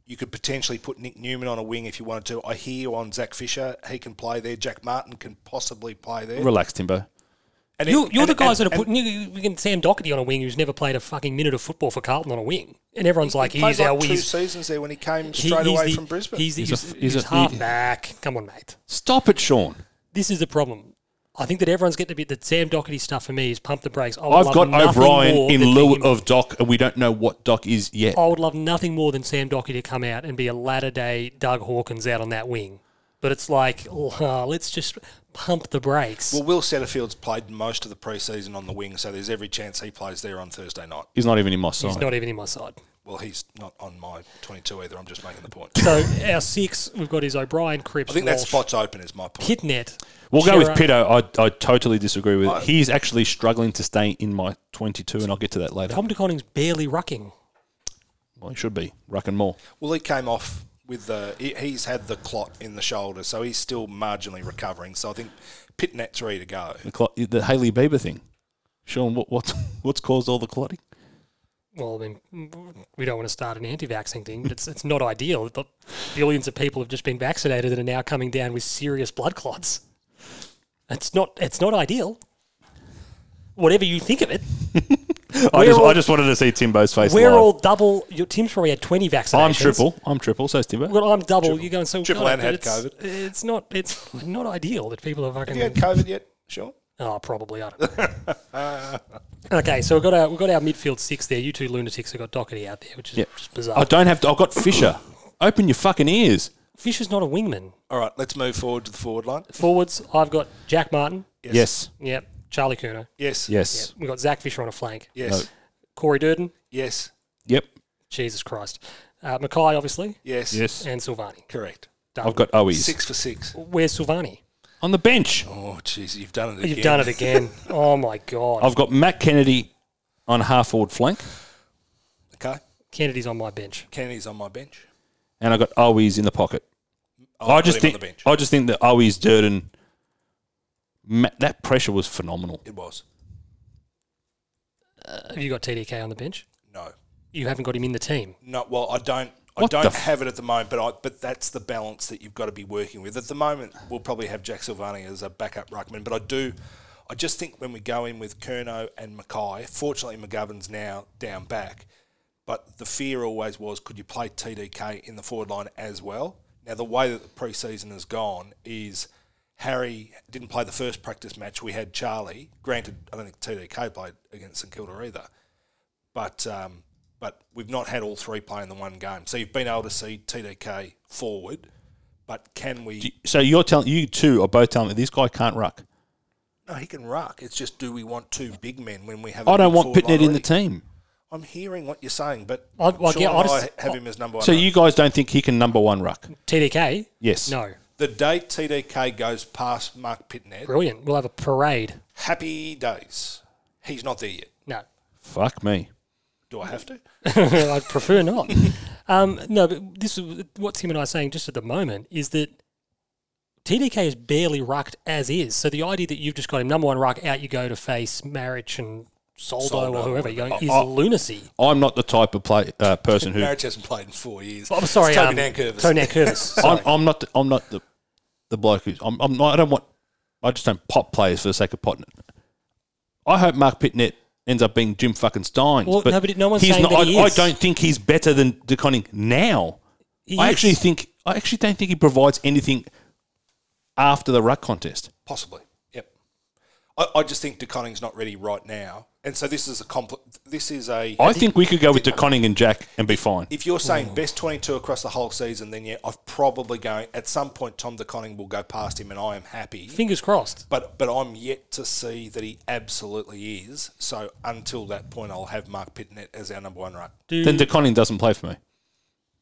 Speaker 2: You could potentially put Nick Newman on a wing if you wanted to. I hear you on Zach Fisher. He can play there. Jack Martin can possibly play there.
Speaker 3: Relax, Timbo.
Speaker 2: And
Speaker 1: You,
Speaker 2: it-
Speaker 1: you're the
Speaker 2: and-
Speaker 1: guys
Speaker 2: and-
Speaker 1: that are putting you, you you can Sam Doherty on a wing who's never played a fucking minute of football for Carlton on a wing, and everyone's like,
Speaker 2: played
Speaker 1: he's
Speaker 2: like
Speaker 1: our
Speaker 2: two
Speaker 1: wing.
Speaker 2: seasons there when he came
Speaker 1: He-
Speaker 2: straight
Speaker 1: he's
Speaker 2: away
Speaker 1: the-
Speaker 2: from Brisbane.
Speaker 1: He's, the-
Speaker 3: He's a
Speaker 1: he's,
Speaker 3: f-
Speaker 1: he's,
Speaker 3: he's a-
Speaker 1: half
Speaker 3: he-
Speaker 1: back. Come on, mate.
Speaker 3: Stop it, Sean.
Speaker 1: This is the problem. I think that everyone's getting a bit that Sam Doherty stuff for me is pump the brakes. I would
Speaker 3: I've
Speaker 1: love
Speaker 3: got
Speaker 1: nothing
Speaker 3: O'Brien
Speaker 1: more
Speaker 3: in
Speaker 1: than for
Speaker 3: lieu
Speaker 1: him-
Speaker 3: of Doc, and we don't know what Doc is yet.
Speaker 2: Oh.
Speaker 1: I would love nothing more than Sam Doherty to come out and be a latter day Doug Hawkins out on that wing. But it's like, oh, let's just pump the brakes.
Speaker 2: well, Will Setterfield's played most of the preseason on the wing, so there's every chance he plays there on Thursday night.
Speaker 3: He's not even in my side.
Speaker 1: He's not even in my side.
Speaker 2: Well, he's not on my 22 either. I'm just making the point.
Speaker 1: So our six, we've got is O'Brien, Cripps,
Speaker 2: I think that
Speaker 1: Walsh,
Speaker 2: spot's open is my point.
Speaker 1: Kitnet.
Speaker 3: we'll go with
Speaker 1: Chera.
Speaker 3: Pito. I, I totally disagree with it. He's actually struggling to stay in my 22, and I'll get to that later.
Speaker 1: Tom DeConning's barely rucking.
Speaker 3: Well, he should be. Rucking more.
Speaker 2: Well, he came off with the he- he's had the clot in the shoulder, so he's still marginally recovering. So I think pit net three to go.
Speaker 3: The, clot, the Haley Bieber thing. Sean, what, what's, what's caused all the clotting?
Speaker 1: Well, I mean, we don't want to start an anti-vaxxing thing, but it's it's not ideal. that The billions of people have just been vaccinated and are now coming down with serious blood clots. It's not it's not ideal. Whatever you think of it,
Speaker 3: I just,
Speaker 1: all-
Speaker 3: I just wanted to see Timbo's face.
Speaker 1: we're
Speaker 3: live.
Speaker 1: all double. Your Tim's probably had twenty vaccinations.
Speaker 3: I'm triple. I'm triple. So is Timbo.
Speaker 1: Well, I'm double. You go and say
Speaker 2: Triple
Speaker 1: God,
Speaker 2: and had
Speaker 1: it's-
Speaker 2: COVID.
Speaker 1: It's not. It's not ideal that people are fucking.
Speaker 2: Have you had COVID yet? Sure.
Speaker 1: Oh, probably. I don't know. okay, so we've got our we've got our midfield six there. You two lunatics have got Doherty out there, which is just bizarre.
Speaker 3: I don't have to. I've got Fisher. Open your fucking ears.
Speaker 1: Fisher's not a wingman.
Speaker 2: All right, let's move forward to the forward line.
Speaker 1: Forwards, I've got Jack Martin.
Speaker 3: Yes.
Speaker 1: Yep. Charlie Cooner.
Speaker 2: Yes.
Speaker 3: Yes.
Speaker 1: We've got Zach Fisher on a flank.
Speaker 2: Yes.
Speaker 1: Corey Durden.
Speaker 2: Yes.
Speaker 3: Yep.
Speaker 1: Jesus Christ. Uh, Mackay, obviously.
Speaker 2: Yes.
Speaker 3: Yes.
Speaker 1: And Silvani.
Speaker 2: Correct.
Speaker 1: Done.
Speaker 3: I've got Owies.
Speaker 2: Six for six.
Speaker 1: Where's Silvani?
Speaker 3: On the bench,
Speaker 2: Oh, jeez, you've done it again.
Speaker 1: You've done it again. oh, my God.
Speaker 3: I've got Matt Kennedy on half forward flank,
Speaker 2: Okay.
Speaker 1: Kennedy's on my bench.
Speaker 2: Kennedy's on my bench.
Speaker 3: and I've got Owies in the pocket.
Speaker 2: I'll
Speaker 3: I
Speaker 2: Oh, put
Speaker 3: just
Speaker 2: him
Speaker 3: think.
Speaker 2: on the bench.
Speaker 3: I just think that Owies, Durden, Ma- that pressure was phenomenal.
Speaker 2: It was
Speaker 1: Have you got TDK on the bench?
Speaker 2: no,
Speaker 1: You haven't got him in the team.
Speaker 2: no. Well, I don't. I
Speaker 3: What the
Speaker 2: don't
Speaker 3: f-
Speaker 2: have it at the moment, but I, but that's the balance that you've got to be working with. At the moment, we'll probably have Jack Silvani as a backup ruckman, but I do, I just think when we go in with Kerno and Mackay, fortunately McGovern's now down back, but the fear always was could you play TDK in the forward line as well? Now the way that the preseason has gone is Harry didn't play the first practice match. We had Charlie. Granted, I don't think TDK played against St Kilda either. but um, but we've not had all three play in the one game. So you've been able to see TDK forward, but can we?
Speaker 3: So you're telling you two are both telling me this guy can't ruck.
Speaker 2: no, he can ruck. It's just do we want two big men when we have? I
Speaker 3: I don't want Pitnet in the team.
Speaker 2: I'm hearing what you're saying, but
Speaker 1: I- I
Speaker 2: Sean
Speaker 1: get- I
Speaker 2: and I,
Speaker 1: just-
Speaker 2: have him as number one.
Speaker 3: So you guys don't think he can number one ruck?
Speaker 1: TDK?
Speaker 3: Yes.
Speaker 1: No.
Speaker 2: the day TDK goes past Mark Pitnet,
Speaker 1: Brilliant. We'll have a parade.
Speaker 2: happy days. He's not there yet.
Speaker 1: No.
Speaker 3: Fuck me.
Speaker 2: Do I have to?
Speaker 1: I'd prefer not. um, no, but this is what Tim and I are saying just at the moment is that TDK is barely rucked as is. So the idea that you've just got him number one ruck out, you go to face Marich and Soldo, or
Speaker 2: Soldo.
Speaker 1: whoever you're going is
Speaker 3: I-
Speaker 1: lunacy.
Speaker 3: I'm not the type of play uh, person who
Speaker 2: Marriage hasn't played in four years.
Speaker 1: But I'm sorry,
Speaker 2: It's Toby
Speaker 1: um,
Speaker 2: Nankervis.
Speaker 1: Tony Nankervis. Sorry.
Speaker 3: I'm, I'm not. The, I'm not the the bloke who's. I'm, I'm not, I don't want. I just don't pop players for the sake of potting. it. I hope Mark Pitnet ends up being Jim fucking Stein.
Speaker 1: Well, no, but no one's saying
Speaker 3: not,
Speaker 1: that he
Speaker 3: I,
Speaker 1: is.
Speaker 3: I don't think he's better than DeConning now.
Speaker 1: He
Speaker 3: I
Speaker 1: is.
Speaker 3: actually think. I actually don't think he provides anything after the ruck contest.
Speaker 2: Possibly. Yep. I, I just think DeConning's not ready right now, and so this is a compl- This is a.
Speaker 3: I think we could go with DeConning and Jack and be fine.
Speaker 2: if you're
Speaker 1: Hmm.
Speaker 2: saying best 22 across the whole season, then yeah, I've probably going at some point Tom DeConning will go past him, and I am happy.
Speaker 1: Fingers crossed.
Speaker 2: But but I'm yet to see that he absolutely is. So until that point, I'll have Mark Pitnet as our number one ruck,
Speaker 1: Do,
Speaker 3: Then DeConning doesn't play for me.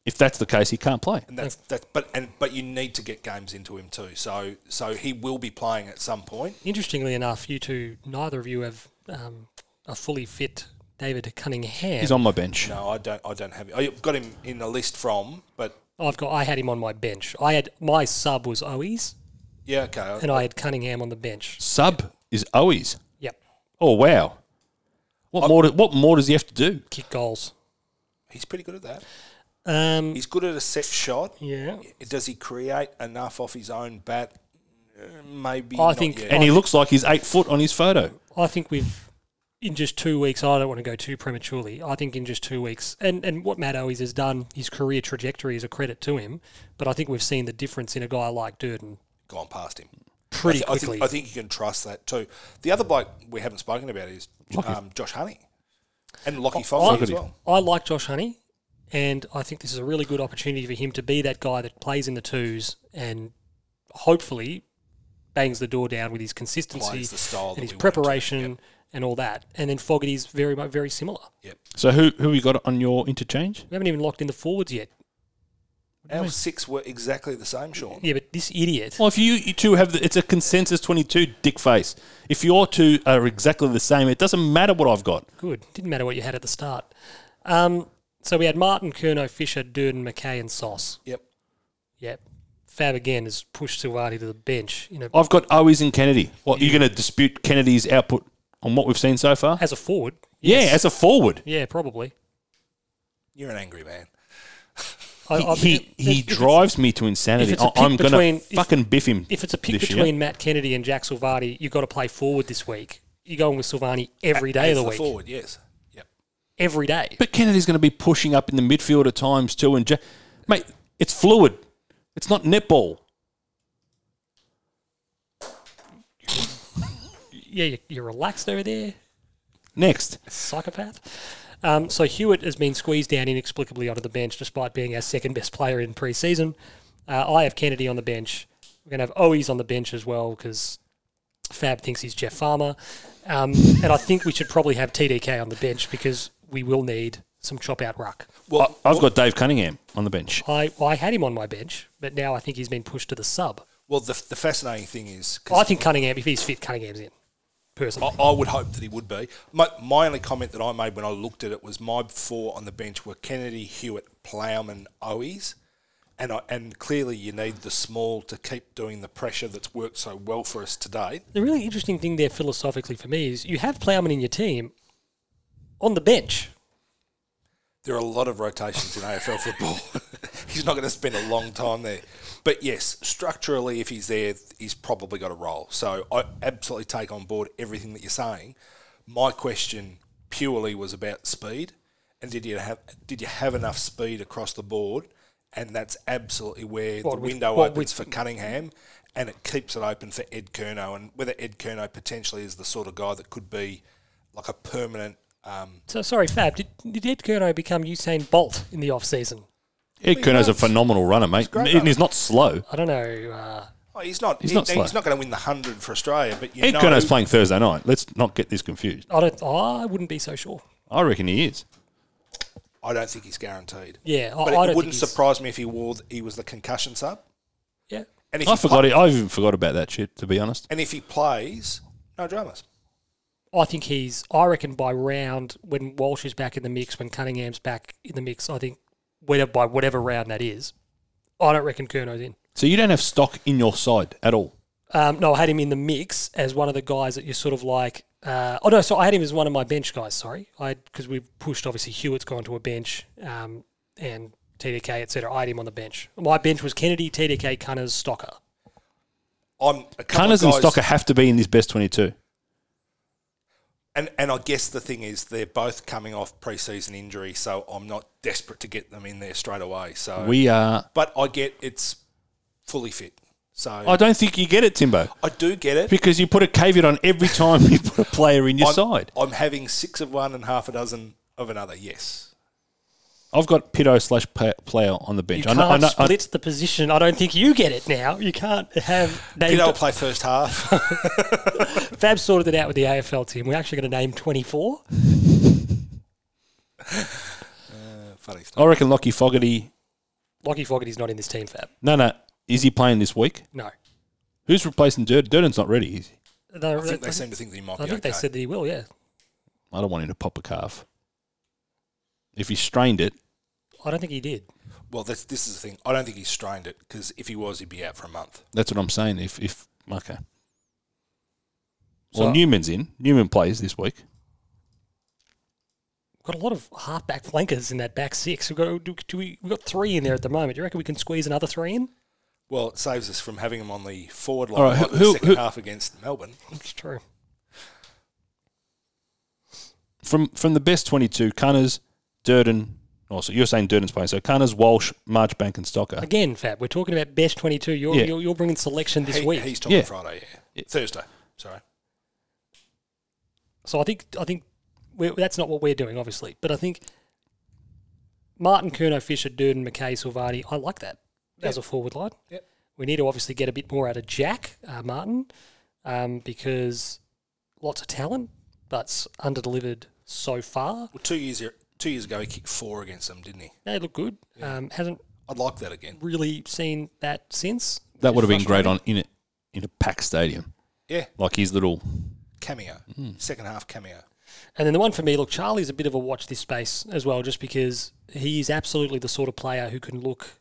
Speaker 3: If that's the case, he can't play.
Speaker 2: and that's that's. But and but you need to get games into him too. So so he will be playing at some point.
Speaker 1: interestingly enough, you two, neither of you have um, a fully fit David Cunningham.
Speaker 3: He's on my bench.
Speaker 2: No, I don't. I don't have. I've got him in a list from, but
Speaker 1: I've got. I had him on my bench. I had my sub was Owies,
Speaker 2: yeah, okay.
Speaker 1: and I had Cunningham on the bench.
Speaker 3: Sub is Owies.
Speaker 1: Yep,
Speaker 3: Oh wow! What
Speaker 1: Oh.
Speaker 3: more? Do, what more does he have to do?
Speaker 1: kick goals.
Speaker 2: He's pretty good at that.
Speaker 1: Um,
Speaker 2: He's good at a set shot.
Speaker 1: yeah.
Speaker 2: Does he create enough off his own bat? Uh, Maybe.
Speaker 1: I
Speaker 2: not
Speaker 1: think-
Speaker 2: yet.
Speaker 3: And he looks like he's eight foot on his photo.
Speaker 1: I think we've in just two weeks. I don't want to go too prematurely. I think in just two weeks, and and what Matt Owies has done, his career trajectory is a credit to him. But I think we've seen the difference in a guy like Durden
Speaker 2: gone past him
Speaker 1: pretty
Speaker 2: I
Speaker 1: quickly.
Speaker 2: think, I think you can trust that too. The other bloke we haven't spoken about is um, Josh Honey and
Speaker 1: Oh,
Speaker 2: Lockie Foley as
Speaker 3: Fogarty.
Speaker 2: well.
Speaker 1: I like Josh Honey, and I think this is a really good opportunity for him to be that guy that plays in the twos and hopefully bangs the door down with his consistency
Speaker 2: Plays the style
Speaker 1: and
Speaker 2: that
Speaker 1: his
Speaker 2: we want him to,
Speaker 1: preparation and all that. And then Fogarty's very mu- very similar.
Speaker 3: So who who we got on your interchange?
Speaker 1: We haven't even locked in the forwards yet.
Speaker 2: Our six were exactly the same, Sean.
Speaker 1: Yeah, but this idiot.
Speaker 3: Well, if you, you two have the, it's a consensus twenty two dick face. If your two are exactly the same, it doesn't matter what I've got.
Speaker 1: Good. Didn't matter what you had at the start. Um, so we had Martin, Kurno, Fisher, Durden, McKay, and Sauce.
Speaker 2: Yep.
Speaker 1: Yep. Fab again has pushed Silvati to the bench. You know,
Speaker 3: I've got Owies and Kennedy. What you're going to dispute Kennedy's output on what we've seen so far?
Speaker 1: as a forward.
Speaker 3: Yeah, as a forward,
Speaker 1: Yeah, probably.
Speaker 2: You're an angry man.
Speaker 1: I, I-
Speaker 3: he
Speaker 1: if-
Speaker 3: he, he
Speaker 1: if it's-
Speaker 3: drives me to insanity.
Speaker 1: if it's a
Speaker 3: I- I'm
Speaker 1: pick
Speaker 3: going
Speaker 1: between-
Speaker 3: to
Speaker 1: if-
Speaker 3: fucking biff him.
Speaker 1: If it's a pick
Speaker 3: this year.
Speaker 1: between Matt Kennedy and Jack Silvati, you've got to play forward this week. You're going with Silvani every day of
Speaker 2: As
Speaker 1: the
Speaker 2: the
Speaker 1: week.
Speaker 2: forward, yes. Yep.
Speaker 1: Every day.
Speaker 3: But Kennedy's going to be pushing up in the midfield at times too. And ja- mate, it's fluid. It's not netball.
Speaker 1: Yeah, you- you're relaxed over there.
Speaker 3: Next,
Speaker 1: psychopath. Um, so Hewitt has been squeezed down inexplicably onto the bench despite being our second best player in pre-season. Uh, I have Kennedy on the bench. We're going to have Owies on the bench as well because Fab thinks he's Jeff Farmer. Um, and I think we should probably have TDK on the bench because we will need some chop-out ruck.
Speaker 2: Well,
Speaker 1: Uh,
Speaker 3: I've got Dave Cunningham on the bench.
Speaker 2: Oh,
Speaker 1: I, well, I had him on my bench, but now I think he's been pushed to the sub.
Speaker 2: well the, the fascinating thing is, 'cause
Speaker 1: I think Cunningham, if he's fit, Cunningham's in, personally.
Speaker 2: I, I would hope that he would be. My, my only comment that I made when I looked at it was my four on the bench were Kennedy, Hewitt, Plowman, Owies. And, I, and clearly, you need the small to keep doing the pressure that's worked so well for us today.
Speaker 1: the really interesting thing there philosophically for me is you have Plowman in your team on the bench.
Speaker 2: There are a lot of rotations in AFL football. he's not going to spend a long time there. But yes, structurally, if he's there, he's probably got a role. So I absolutely take on board everything that you're saying. My question purely was about speed, and did you have did you have enough speed across the board? And that's absolutely where
Speaker 1: What
Speaker 2: the
Speaker 1: with-
Speaker 2: window
Speaker 1: what
Speaker 2: opens
Speaker 1: with-
Speaker 2: for Cunningham, and it keeps it open for Ed Kerno, and whether Ed Kerno potentially is the sort of guy that could be like a permanent. Um,
Speaker 1: So sorry, Fab. Did, did Ed Curno become Usain Bolt in the off season?
Speaker 3: Ed Kurno's a phenomenal runner, mate.
Speaker 2: great
Speaker 3: and he's not slow.
Speaker 1: I don't know. Uh,
Speaker 2: Oh, he's not. He's,
Speaker 3: not
Speaker 2: not,
Speaker 3: slow.
Speaker 2: he's not going to win the hundred for Australia, but you
Speaker 3: Ed
Speaker 2: know,
Speaker 3: Kurno's playing Thursday night. Let's not get this confused.
Speaker 1: I don't. I wouldn't be so sure.
Speaker 3: I reckon he is.
Speaker 2: I don't think he's guaranteed.
Speaker 1: Yeah, I,
Speaker 2: but
Speaker 1: I
Speaker 2: it
Speaker 1: don't
Speaker 2: wouldn't
Speaker 1: think he's-
Speaker 2: surprise me if he wore th- he was the concussion sub.
Speaker 1: Yeah,
Speaker 2: And if
Speaker 3: I
Speaker 2: he
Speaker 3: forgot
Speaker 2: pla-
Speaker 3: it. I even forgot about that shit. To be honest,
Speaker 2: And if he plays, no dramas.
Speaker 1: I think he's. I reckon by round when Walsh is back in the mix, when Cunningham's back in the mix, I think whether by whatever round that is, I don't reckon Curno's in.
Speaker 3: so you don't have stock in your side at all.
Speaker 1: Um, no, I had him in the mix as one of the guys that you're sort of like. Uh, oh no, so I had him as one of my bench guys. Sorry, I because we've pushed. Obviously, Hewitt's gone to a bench, um, and TDK etc. I had him on the bench. My bench was Kennedy, TDK, Cunners, Stocker.
Speaker 2: I'm a couple
Speaker 3: Cunners
Speaker 2: of
Speaker 3: and
Speaker 2: guys,
Speaker 3: Stocker have to be in this best twenty-two.
Speaker 2: and and I guess the thing is they're both coming off preseason injury, so I'm not desperate to get them in there straight away. So,
Speaker 3: We are.
Speaker 2: but I get it's fully fit, so
Speaker 3: I
Speaker 2: I,
Speaker 3: don't think you get it, Timbo,
Speaker 2: do get it.
Speaker 3: because you put a caveat on every time you put a player in your
Speaker 2: I'm,
Speaker 3: side.
Speaker 2: I'm having six of one and half a dozen of another. Yes,
Speaker 3: I've got Pito slash pa- player on the bench.
Speaker 1: You can't split the position. I don't think you get it now. You can't have.
Speaker 2: you
Speaker 1: Named,
Speaker 2: know, play first half.
Speaker 1: Fab sorted it out with the AFL team. We're actually going to name 24.
Speaker 2: Funny stuff.
Speaker 3: I reckon Lockie Fogarty.
Speaker 1: Lockie Fogarty's not in this team, Fab.
Speaker 3: No, no. Is he playing this week?
Speaker 1: No,
Speaker 3: Who's replacing Durden? Durden's not ready. He's,
Speaker 1: They're-
Speaker 2: I think they seem to think that he might
Speaker 1: I
Speaker 2: be
Speaker 1: think they
Speaker 2: okay.
Speaker 1: said that he will. Yeah,
Speaker 3: I don't want him to pop a calf. If he strained it,
Speaker 1: I don't think he did.
Speaker 2: Well, this, this is the thing. I don't think he strained it because if he was, he'd be out for a month.
Speaker 3: that's what I'm saying. If if okay.
Speaker 1: So-
Speaker 3: well, Newman's in. Newman plays this week.
Speaker 1: Got a lot of halfback flankers in that back six. We've got do, do we we've got three in there at the moment. Do you reckon we can squeeze another three in?
Speaker 2: Well, it saves us from having him on the forward line
Speaker 3: All right,
Speaker 2: like
Speaker 3: who-
Speaker 2: the
Speaker 3: who-
Speaker 2: second
Speaker 3: who-
Speaker 2: half against Melbourne.
Speaker 1: That's true.
Speaker 3: From from the best 22, Cunners, Durden. Also, you're saying Durden's playing. So Cunners, Walsh, Marchbank, and Stocker.
Speaker 1: Again, Fab, we're talking about best twenty-two. You're
Speaker 3: Yeah.
Speaker 1: you're, you're bringing selection this
Speaker 2: He-
Speaker 1: week,
Speaker 2: He's talking
Speaker 3: Yeah.
Speaker 2: Friday, yeah. Thursday, sorry.
Speaker 1: so I think I think we're, that's not what we're doing, obviously. But I think Martin, Kurno, Fisher, Durden, McKay, Silvani. I like that as a forward line.
Speaker 2: Yep.
Speaker 1: We need to obviously get a bit more out of Jack uh, Martin um, because lots of talent, but's underdelivered so far.
Speaker 2: Well, two years, here- two years ago, he kicked four against them, didn't he?
Speaker 1: They look good. Um, hasn't
Speaker 2: I'd like that again.
Speaker 1: really seen that since.
Speaker 3: That would have been great on in a, in a packed stadium.
Speaker 2: Yeah,
Speaker 3: Like his little
Speaker 2: cameo.
Speaker 3: Hmm.
Speaker 2: Second half cameo.
Speaker 1: And then the one for me, look, Charlie's a bit of a watch this space as well, just because he is absolutely the sort of player who can look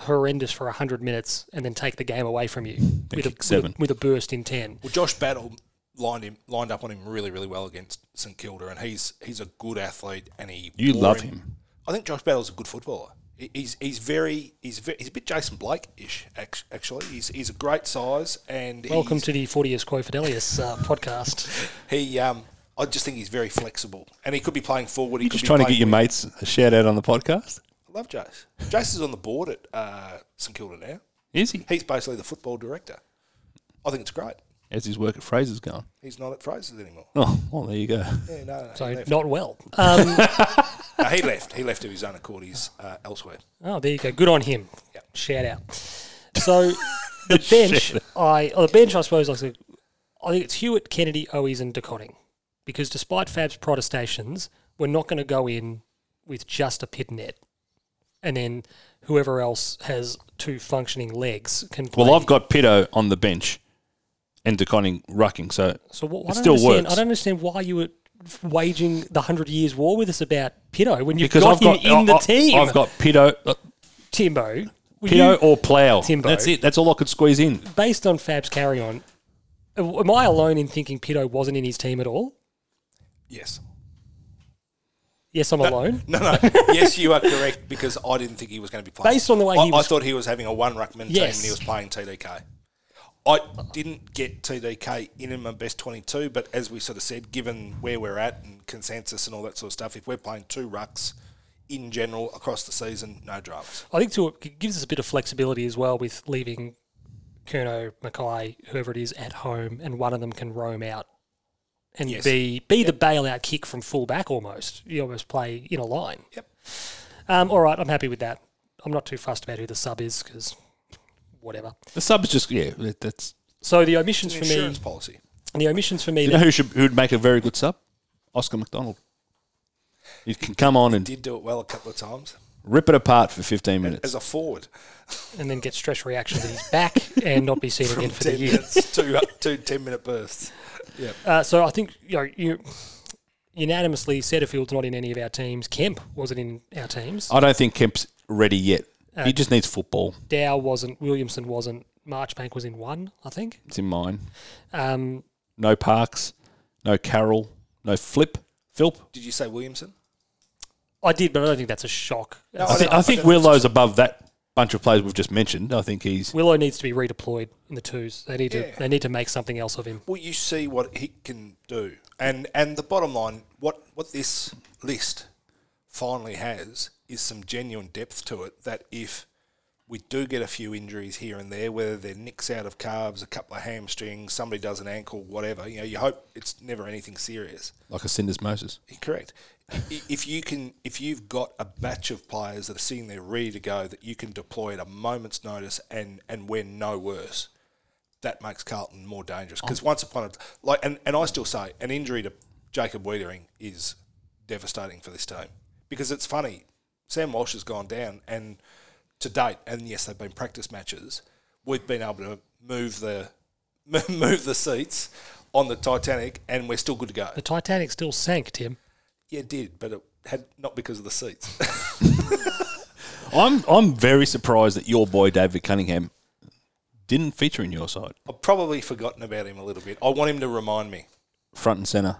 Speaker 1: horrendous for 100 minutes and then take the game away from you with a,
Speaker 3: kick seven.
Speaker 1: with a with a burst in 10.
Speaker 2: Well, Josh Battle lined him lined up on him really, really well against St Kilda, and he's he's a good athlete, and he
Speaker 3: You
Speaker 2: wore
Speaker 3: love him.
Speaker 2: I think Josh Battle's a good footballer. He- He's he's very he's ve he's a bit Jason Blake ish actually. He's he's a great size and
Speaker 1: Welcome
Speaker 2: he's-
Speaker 1: to the 40th Quo Fidelius uh, podcast.
Speaker 2: he um I just think he's very flexible and he could be playing forward. He
Speaker 3: You're
Speaker 2: could
Speaker 3: just
Speaker 2: be
Speaker 3: trying to
Speaker 2: playing
Speaker 3: get your
Speaker 2: wing.
Speaker 3: mates a shout out on the podcast.
Speaker 2: I love Jace. Jace is on the board at uh, St Kilda now.
Speaker 3: Is he?
Speaker 2: He's basically the football director. I think it's great.
Speaker 3: As his work at Fraser's going.
Speaker 2: He's not at Fraser's anymore.
Speaker 3: Oh, well, there you go.
Speaker 2: Yeah, no, no,
Speaker 1: So
Speaker 2: he, left.
Speaker 1: not well. Um,
Speaker 2: No, Uh, he left. He left of his own accord. He's uh, elsewhere.
Speaker 1: Oh, there you go. Good on him.
Speaker 2: Yep.
Speaker 1: Shout out. So the bench, I oh, the bench, I suppose, like I said, I think it's Hewitt, Kennedy, Owies, and DeConning, because despite Fab's protestations, we're not going to go in with just a pit net, and then whoever else has two functioning legs can. Play.
Speaker 3: Well, I've got Pitto on the bench and DeConning rucking, so
Speaker 1: so what, I
Speaker 3: it
Speaker 1: don't
Speaker 3: still
Speaker 1: understand-
Speaker 3: works.
Speaker 1: I don't understand why you were f- waging the hundred years war with us about Pitto when you've
Speaker 3: because
Speaker 1: got
Speaker 3: I've
Speaker 1: him
Speaker 3: got
Speaker 1: in the
Speaker 3: I- I-
Speaker 1: team.
Speaker 3: I've got Pitto, uh,
Speaker 1: Timbo. will you-
Speaker 3: Pitto or Plough.
Speaker 1: Timbo.
Speaker 3: That's it. That's all I could squeeze in.
Speaker 1: based on Fab's carry on, am I alone in thinking Pito wasn't in his team at all?
Speaker 2: Yes.
Speaker 1: Yes, I'm alone.
Speaker 2: No, no. yes, you are correct because I didn't think he was going to be playing.
Speaker 1: Based on the way
Speaker 2: I,
Speaker 1: he
Speaker 2: I
Speaker 1: was-
Speaker 2: thought he was having a one ruckman team
Speaker 1: Yes.
Speaker 2: and he was playing TDK. I didn't get TDK in in my best twenty-two, but as we sort of said, given where we're at and consensus and all that sort of stuff, if we're playing two rucks in general across the season, no dramas.
Speaker 1: I think too, it gives us a bit of flexibility as well with leaving Kurno, Mackay, whoever it is, at home, and one of them can roam out and
Speaker 2: Yes.
Speaker 1: be be the bailout kick from fullback almost. You almost play in a line.
Speaker 2: Yep.
Speaker 1: Um, all right, I'm happy with that. I'm not too fussed about who the sub is because whatever.
Speaker 3: The sub's just, yeah, that- that's.
Speaker 1: So the omissions for me,
Speaker 2: Insurance policy.
Speaker 1: the omissions for me,
Speaker 3: You know who should who'd make a very good sub? Oscar McDonald. He can come on and
Speaker 2: Did do it well a couple of times
Speaker 3: rip it apart for 15 minutes.
Speaker 2: as a forward.
Speaker 1: and then get stress reactions at his back and not be seen again for the
Speaker 2: Ten
Speaker 1: year.
Speaker 2: minutes, two, two 10 minute bursts.
Speaker 1: Uh, so I think you know you unanimously Setterfield's not in any of our teams. Kemp wasn't in our teams.
Speaker 3: I don't think Kemp's ready yet. he just needs football.
Speaker 1: Dow wasn't. Williamson wasn't. Marchbank was in one, I think.
Speaker 3: It's in mine.
Speaker 1: Um,
Speaker 3: No Parks, no Carroll, no Flip. Philp.
Speaker 2: Did you say Williamson?
Speaker 1: I did, but I don't think that's a shock. Uh,
Speaker 2: No,
Speaker 3: I,
Speaker 2: I
Speaker 3: think,
Speaker 2: don't-
Speaker 3: I
Speaker 2: I
Speaker 3: think
Speaker 2: don't think
Speaker 3: Willow's above that bunch of players we've just mentioned. I think he's.
Speaker 1: Willow needs to be redeployed in the twos. They need
Speaker 2: Yeah.
Speaker 1: to. They need to make something else of him.
Speaker 2: Well, you see what he can do, and and the bottom line, what what this list finally has is some genuine depth to it. That if we do get a few injuries here and there, whether they're nicks out of calves, a couple of hamstrings, somebody does an ankle, whatever, you know, you hope it's never anything serious.
Speaker 3: like a Cinders Moses.
Speaker 2: Correct. I- If you can, if you've got a batch of players that are sitting there ready to go, that you can deploy at a moment's notice, and and we're no worse, that makes Carlton more dangerous. Because once upon a like, and, and I still say an injury to Jacob Wiedering is devastating for this team because it's funny. Sam Walsh has gone down, and to date, and yes, they've been practice matches. We've been able to move the move the seats on the Titanic, and we're still good to go.
Speaker 1: The Titanic still sank, Tim.
Speaker 2: Yeah, it did, but it had not because of the seats.
Speaker 3: I'm I'm very surprised that your boy David Cunningham didn't feature in your side,
Speaker 2: I've probably forgotten about him a little bit. I want him to remind me
Speaker 3: front and center.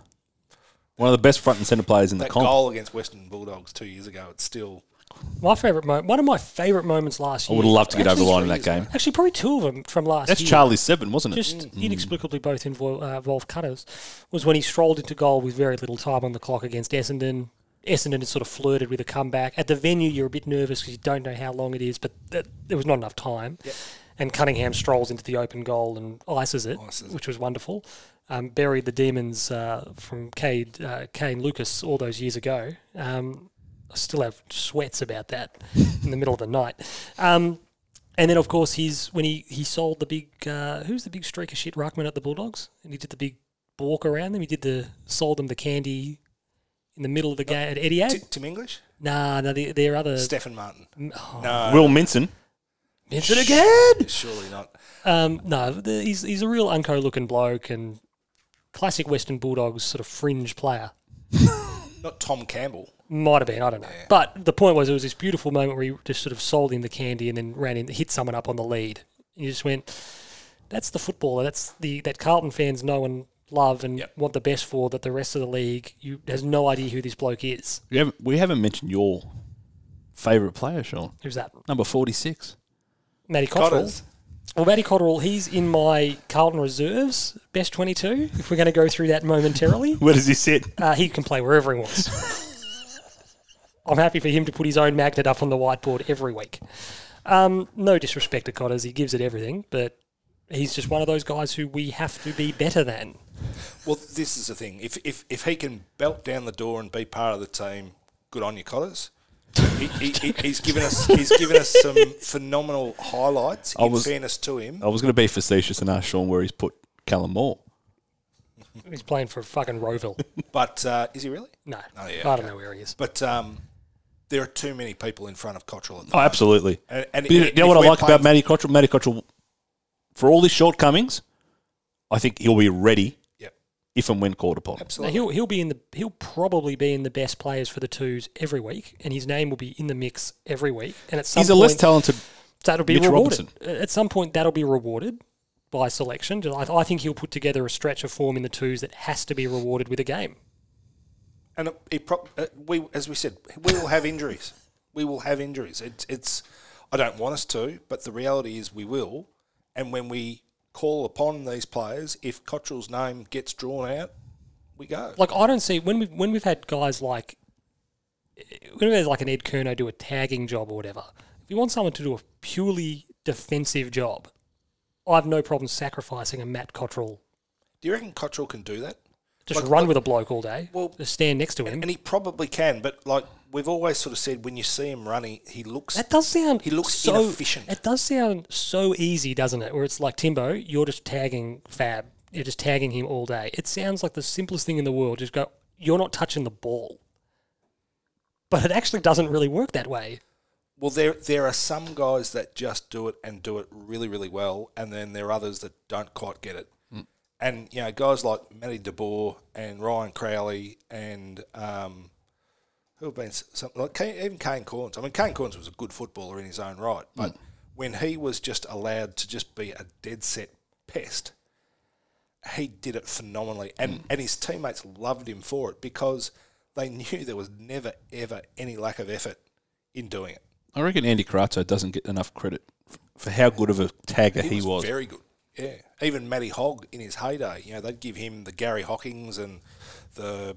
Speaker 3: One of the best front and center players in the
Speaker 2: that
Speaker 3: comp.
Speaker 2: goal against Western Bulldogs two years ago. It's still
Speaker 1: My favorite moment. One of my favorite moments last
Speaker 3: I
Speaker 1: year.
Speaker 3: would love to get over the line in that
Speaker 2: Actually,
Speaker 3: game.
Speaker 1: Actually, probably two of them from last
Speaker 3: That's
Speaker 1: year.
Speaker 3: Charlie's seven, wasn't it? Mm.
Speaker 1: just inexplicably both invol- uh, involved cutters, was when he strolled into goal with very little time on the clock against Essendon. Essendon had sort of flirted with a comeback. At the venue, you're a bit nervous because you don't know how long it is, but that, there was not enough time. And Cunningham strolls into the open goal and ices it, which was wonderful. Um, buried the demons uh, from Cade, uh, Kane Lucas all those years ago. Um, I still have sweats about that in the middle of the night. Um, and then, of course, he's when he he sold the big uh, who's the big streak of shit ruckman at the Bulldogs, and he did the big walk around them. He did the sold them the candy in the middle of the game at Etihad.
Speaker 2: Ti- Tim English,
Speaker 1: nah, no, the, their other
Speaker 2: Stefan Martin.
Speaker 3: oh. Will Minson.
Speaker 1: mention again.
Speaker 2: Surely not.
Speaker 1: Um, no, the, he's he's a real unco looking bloke and classic Western Bulldogs sort of fringe player.
Speaker 2: Not Tom Campbell.
Speaker 1: Might have been, I don't know. But the point was, it was this beautiful moment where he just sort of sold him the candy and then ran in, hit someone up on the lead. And you just went, that's the footballer. That's the that Carlton fans know and love and
Speaker 3: Yep.
Speaker 1: want the best for. That the rest of the league you has no idea who this bloke is.
Speaker 3: We haven't, we haven't mentioned your favourite player, Sean.
Speaker 1: Who's that?
Speaker 3: Number 46.
Speaker 1: Matty Cotterill.
Speaker 2: Cotters.
Speaker 1: Well, Matty Cotterill, he's in my Carlton reserves, best twenty-two. If we're going to go through that momentarily,
Speaker 3: Where does he sit?
Speaker 1: uh, he can play wherever he wants. I'm happy for him to put his own magnet up on the whiteboard every week. Um, no disrespect to Cotters, he gives it everything, but he's just one of those guys who we have to be better than.
Speaker 2: Well, this is the thing. If, if if he can belt down the door and be part of the team, good on you, Cotters. he, he, he- he's given us he's given us some phenomenal highlights. In
Speaker 3: was-
Speaker 2: fairness to him,
Speaker 3: I was going to be facetious and ask Sean where he's put Callum Moore.
Speaker 1: He's playing for fucking Roeville.
Speaker 2: but uh, is he really?
Speaker 1: No,
Speaker 2: Oh, yeah,
Speaker 1: I don't know where he is.
Speaker 2: But um, there are too many people in front of Cottrell at the
Speaker 3: Oh, absolutely.
Speaker 2: And- and
Speaker 3: But you
Speaker 2: if-
Speaker 3: know
Speaker 2: if
Speaker 3: what I
Speaker 2: we're
Speaker 3: like about
Speaker 2: playing-
Speaker 3: Matty Cottrell? Matty Cottrell, for all his shortcomings, I think he'll be ready
Speaker 2: Yep.
Speaker 3: if and when called upon.
Speaker 1: Now,
Speaker 2: Absolutely.
Speaker 1: he'll he'll be in the he'll probably be in the best players for the twos every week, and his name will be in the mix every week. And at some
Speaker 3: He's a
Speaker 1: point,
Speaker 3: less talented.
Speaker 1: that'll be
Speaker 3: Mitch
Speaker 1: rewarded.
Speaker 3: Robinson.
Speaker 1: At some point, that'll be rewarded by selection. I, I think he'll put together a stretch of form in the twos that has to be rewarded with a game.
Speaker 2: And it, it pro- uh, we, as we said, we will have injuries. We will have injuries. It's, it's. I don't want us to, but the reality is we will. And when we call upon these players, if Cottrell's name gets drawn out, we go.
Speaker 1: Like I don't see when we when we've had guys like when we had like an Ed Kerno do a tagging job or whatever. If you want someone to do a purely defensive job, I've no problem sacrificing a Matt Cottrell.
Speaker 2: Do you reckon Cottrell can do that?
Speaker 1: Just
Speaker 2: Like,
Speaker 1: run
Speaker 2: like-
Speaker 1: with a bloke all day.
Speaker 2: Well,
Speaker 1: just stand next to him.
Speaker 2: And he probably can, but like we've always sort of said, when you see him running, he looks.
Speaker 1: That does sound.
Speaker 2: He looks
Speaker 1: so,
Speaker 2: inefficient.
Speaker 1: It does sound so easy, doesn't it? Where it's like Timbo, you're just tagging Fab, you're just tagging him all day. It sounds like the simplest thing in the world. Just go, you're not touching the ball. But it actually doesn't really work that way.
Speaker 2: Well, there there are some guys that just do it and do it really, really well, and then there are others that don't quite get it. And you know, guys like Matty De Boer and Ryan Crowley and um, who have been s- some like Kane, even Kane Corns. I mean, Kane Corns was a good footballer in his own right, but when he was just allowed to just be a dead set pest, he did it phenomenally, and and his teammates loved him for it because they knew there was never ever any lack of effort in doing it.
Speaker 3: I reckon Andy Carazzo doesn't get enough credit f- for how good of a tagger he, was.
Speaker 2: very good. Yeah, even Matty Hogg in his heyday, you know, they'd give him the Gary Hockings and the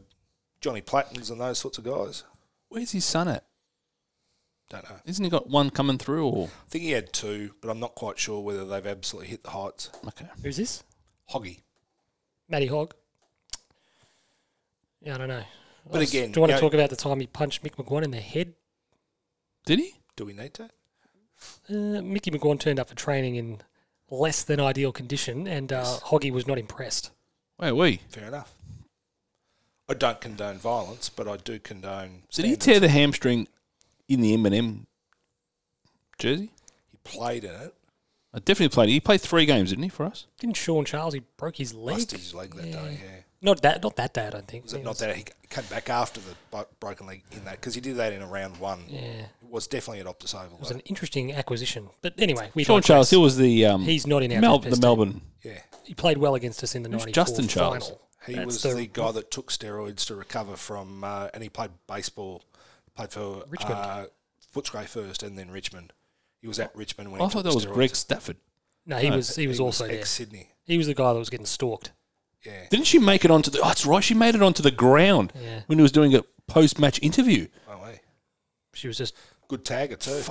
Speaker 2: Johnny Plattons and those sorts of guys.
Speaker 3: Where's his son at?
Speaker 2: Don't know.
Speaker 3: Isn't he got one coming through? Or
Speaker 2: I think he had two, but I'm not quite sure whether they've absolutely hit the heights.
Speaker 3: okay,
Speaker 1: Who's this?
Speaker 2: Hoggy,
Speaker 1: Matty Hogg. Yeah, I don't know.
Speaker 2: But
Speaker 1: I was-
Speaker 2: again,
Speaker 1: do you want
Speaker 2: you know-
Speaker 1: to talk about the time he punched Mick McGuan in the head?
Speaker 3: did he?
Speaker 2: do we need to?
Speaker 1: Uh, Mickey McGuan turned up for training in less than ideal condition, and uh, Hoggy was not impressed.
Speaker 3: Wait, we
Speaker 2: Fair enough. I don't condone violence, but I do condone.
Speaker 3: did he
Speaker 2: standards.
Speaker 3: tear the hamstring in the M and M jersey?
Speaker 2: He played in it.
Speaker 3: I definitely played. He played three games, didn't he, for us?
Speaker 1: Didn't Sean Charles? He broke his leg.
Speaker 2: Busted his leg that day. Yeah.
Speaker 1: Not that, not that day. I don't think.
Speaker 2: Was it not that he came back after the bu- broken leg in that? Because he did that in a round one.
Speaker 1: Yeah,
Speaker 2: It was definitely at Optus Oval.
Speaker 1: it was
Speaker 2: though.
Speaker 1: an interesting acquisition. But anyway, we
Speaker 3: Sean
Speaker 1: digress.
Speaker 3: Charles. He was the um,
Speaker 1: He's not in our
Speaker 3: Mel-
Speaker 1: best
Speaker 3: the
Speaker 1: team.
Speaker 3: Melbourne.
Speaker 2: yeah.
Speaker 1: He played well against us in the
Speaker 3: Who's
Speaker 1: '94
Speaker 3: Justin Charles?
Speaker 1: final.
Speaker 2: He
Speaker 1: That's
Speaker 2: was the, guy that took steroids to recover from, uh, and he played baseball, played for
Speaker 1: Richmond.
Speaker 2: Uh, Footscray first, and then Richmond. He was at Richmond when
Speaker 3: I
Speaker 2: he
Speaker 3: thought
Speaker 2: took
Speaker 3: that was
Speaker 2: steroids.
Speaker 3: Greg Stafford.
Speaker 1: No,
Speaker 2: uh,
Speaker 1: he was. He was also there.
Speaker 2: ex Sydney.
Speaker 1: He was the guy that was getting stalked.
Speaker 2: Yeah,
Speaker 3: Didn't she make it onto the? Oh, that's right. She made it onto the ground
Speaker 1: Yeah.
Speaker 3: when he was doing a post-match interview.
Speaker 2: no way.
Speaker 1: She was just
Speaker 2: Good tagger too.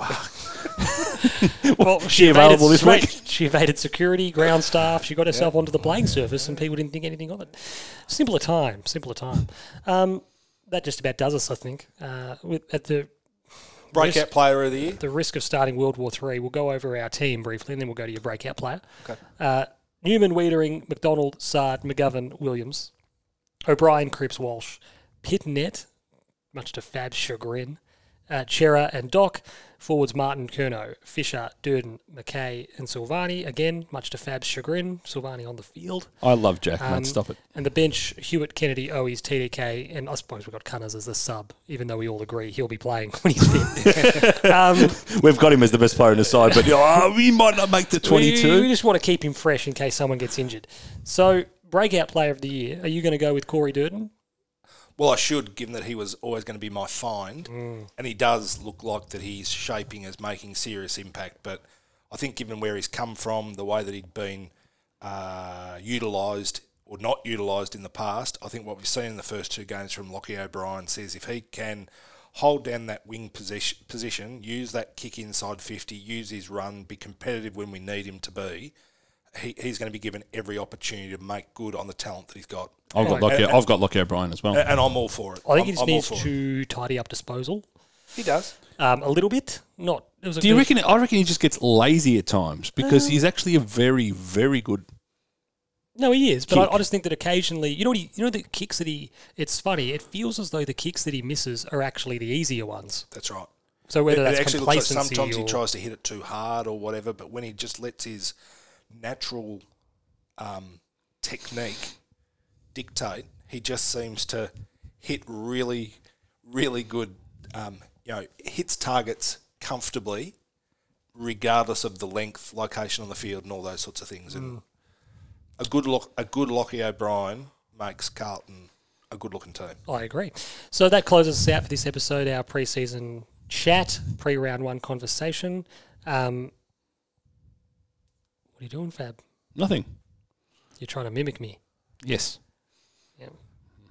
Speaker 1: well.
Speaker 3: she available this
Speaker 1: evaded-
Speaker 3: week?
Speaker 1: She evaded security, ground staff. She got herself onto the playing surface, and people didn't think anything of it. Simpler time. Simpler time. Um, that just about does us, I think. Uh, with, at the
Speaker 2: Breakout player of the year.
Speaker 1: the risk of starting World War Three, we'll go over our team briefly, and then we'll go to your breakout player.
Speaker 2: Okay.
Speaker 1: Uh, Newman, Wiedering, McDonald, Sard, McGovern, Williams, O'Brien, Cripps, Walsh, Pitnet, much to Fab's chagrin, uh, Chera and Doc. Forwards Martin, Kerno, Fisher, Durden, McKay, and Silvani. Again, much to Fab's chagrin, Silvani on the field.
Speaker 3: I love Jack,
Speaker 1: Um,
Speaker 3: mate. Stop it.
Speaker 1: And the bench, Hewitt, Kennedy, Owies, TDK, and I suppose we've got Cunners as the sub, even though we all agree he'll be playing when he's fit. um,
Speaker 3: We've got him as the best player in the side, but oh, we might not make the
Speaker 1: We,
Speaker 3: 22.
Speaker 1: we just want to keep him fresh in case someone gets injured. So, breakout player of the year, are you going to go with Corey Durden?
Speaker 2: Well, I should, given that he was always going to be my find, and he does look like that he's shaping as making serious impact. But I think, given where he's come from, the way that he'd been uh, utilised or not utilised in the past, I think what we've seen in the first two games from Lockie O'Brien says if he can hold down that wing position, position, use that kick inside fifty, use his run, be competitive when we need him to be. He, he's going to be given every opportunity to make good on the talent that he's got,
Speaker 3: I've got Lockie. I've got Lockie O'Brien as well.
Speaker 1: Uh,
Speaker 2: A- and I'm all for it.
Speaker 1: I think
Speaker 2: I'm-
Speaker 1: he just
Speaker 2: I'm all
Speaker 1: needs
Speaker 2: for it.
Speaker 1: to tidy up disposal
Speaker 2: He does.
Speaker 1: um, a little bit. Not. It was a
Speaker 3: Do you
Speaker 1: good-
Speaker 3: reckon? I reckon he just gets lazy at times because he's actually a very, very good.
Speaker 1: No, he is, but I,
Speaker 3: Kick.
Speaker 1: I just think that occasionally, you know, what he, you know, the kicks that he. It's funny. It feels as though the kicks that he misses are actually the easier ones.
Speaker 2: That's right.
Speaker 1: So whether
Speaker 2: it
Speaker 1: that's
Speaker 2: actually looks like
Speaker 1: complacency
Speaker 2: sometimes
Speaker 1: or,
Speaker 2: he tries to hit it too hard or whatever, but when he just lets his natural um, technique dictate, he just seems to hit really, really good. Um, you know, hits targets comfortably, regardless of the length, location on the field, and all those sorts of things.
Speaker 1: Mm.
Speaker 2: And a good look, a good Lockie O'Brien makes Carlton a good-looking team.
Speaker 1: I agree. So that closes us out for this episode, our preseason chat, pre round one conversation. Um, what are you doing, Fab?
Speaker 3: Nothing.
Speaker 1: You're trying to mimic me.
Speaker 3: Yes.
Speaker 1: Yeah.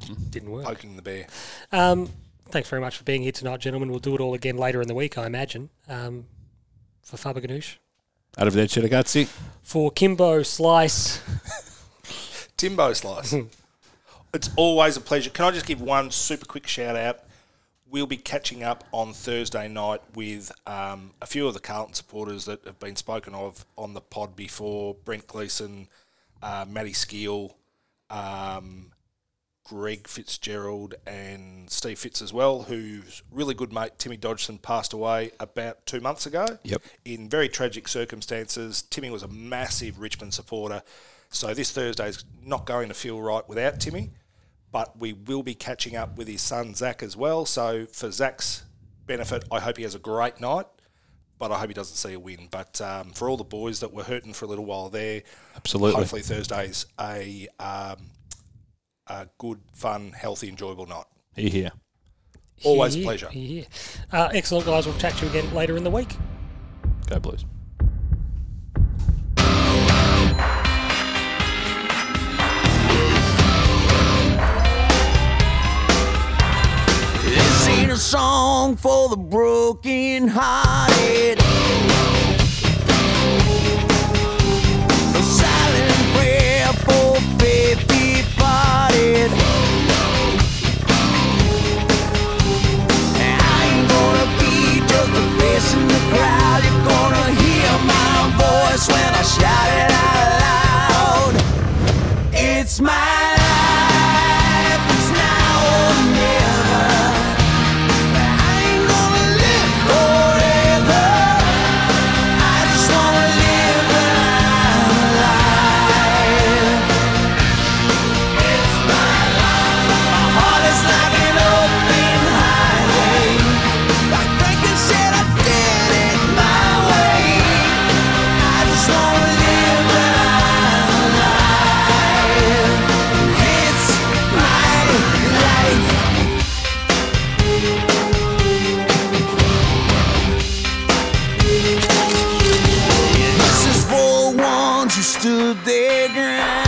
Speaker 2: Mm-hmm.
Speaker 1: Didn't work.
Speaker 2: Poking the bear.
Speaker 1: Um, thanks very much for being here tonight, gentlemen. We'll do it all again later in the week, I imagine. Um, for Faber Ganoush.
Speaker 3: Out of there, Chedagazi.
Speaker 1: For Kimbo Slice.
Speaker 2: Timbo Slice. it's always a pleasure. Can I just give one super quick shout out? We'll be catching up on Thursday night with um, a few of the Carlton supporters that have been spoken of on the pod before Brent Gleeson, uh, Matty Skeel, um, Greg Fitzgerald, and Steve Fitz as well, whose really good mate Timmy Dodgson passed away about two months ago
Speaker 3: Yep.
Speaker 2: in very tragic circumstances. Timmy was a massive Richmond supporter, so this Thursday's not going to feel right without Timmy. But we will be catching up with his son Zach as well. So for Zach's benefit, I hope he has a great night. But I hope he doesn't see a win. But um, for all the boys that were hurting for a little while there,
Speaker 3: Absolutely.
Speaker 2: Hopefully Thursday's a um, a good, fun, healthy, enjoyable night.
Speaker 3: Here, here.
Speaker 2: Always a
Speaker 1: Yeah,
Speaker 2: pleasure.
Speaker 1: yeah. Uh, excellent, guys. We'll chat to you again later in the week.
Speaker 3: Go Blues.
Speaker 5: This ain't a song for the broken hearted. A silent prayer for faith departed. And I ain't gonna be just a face in the crowd. You're gonna hear my voice when I shout it out loud. It's my life, it's now or never. I ain't gonna live forever. I just wanna live when I'm alive. It's my life. My heart is like an open highway. Like Franklin said, I did it my way. I just wanna live when I'm alive. It's my life. This is for ones who stood their ground.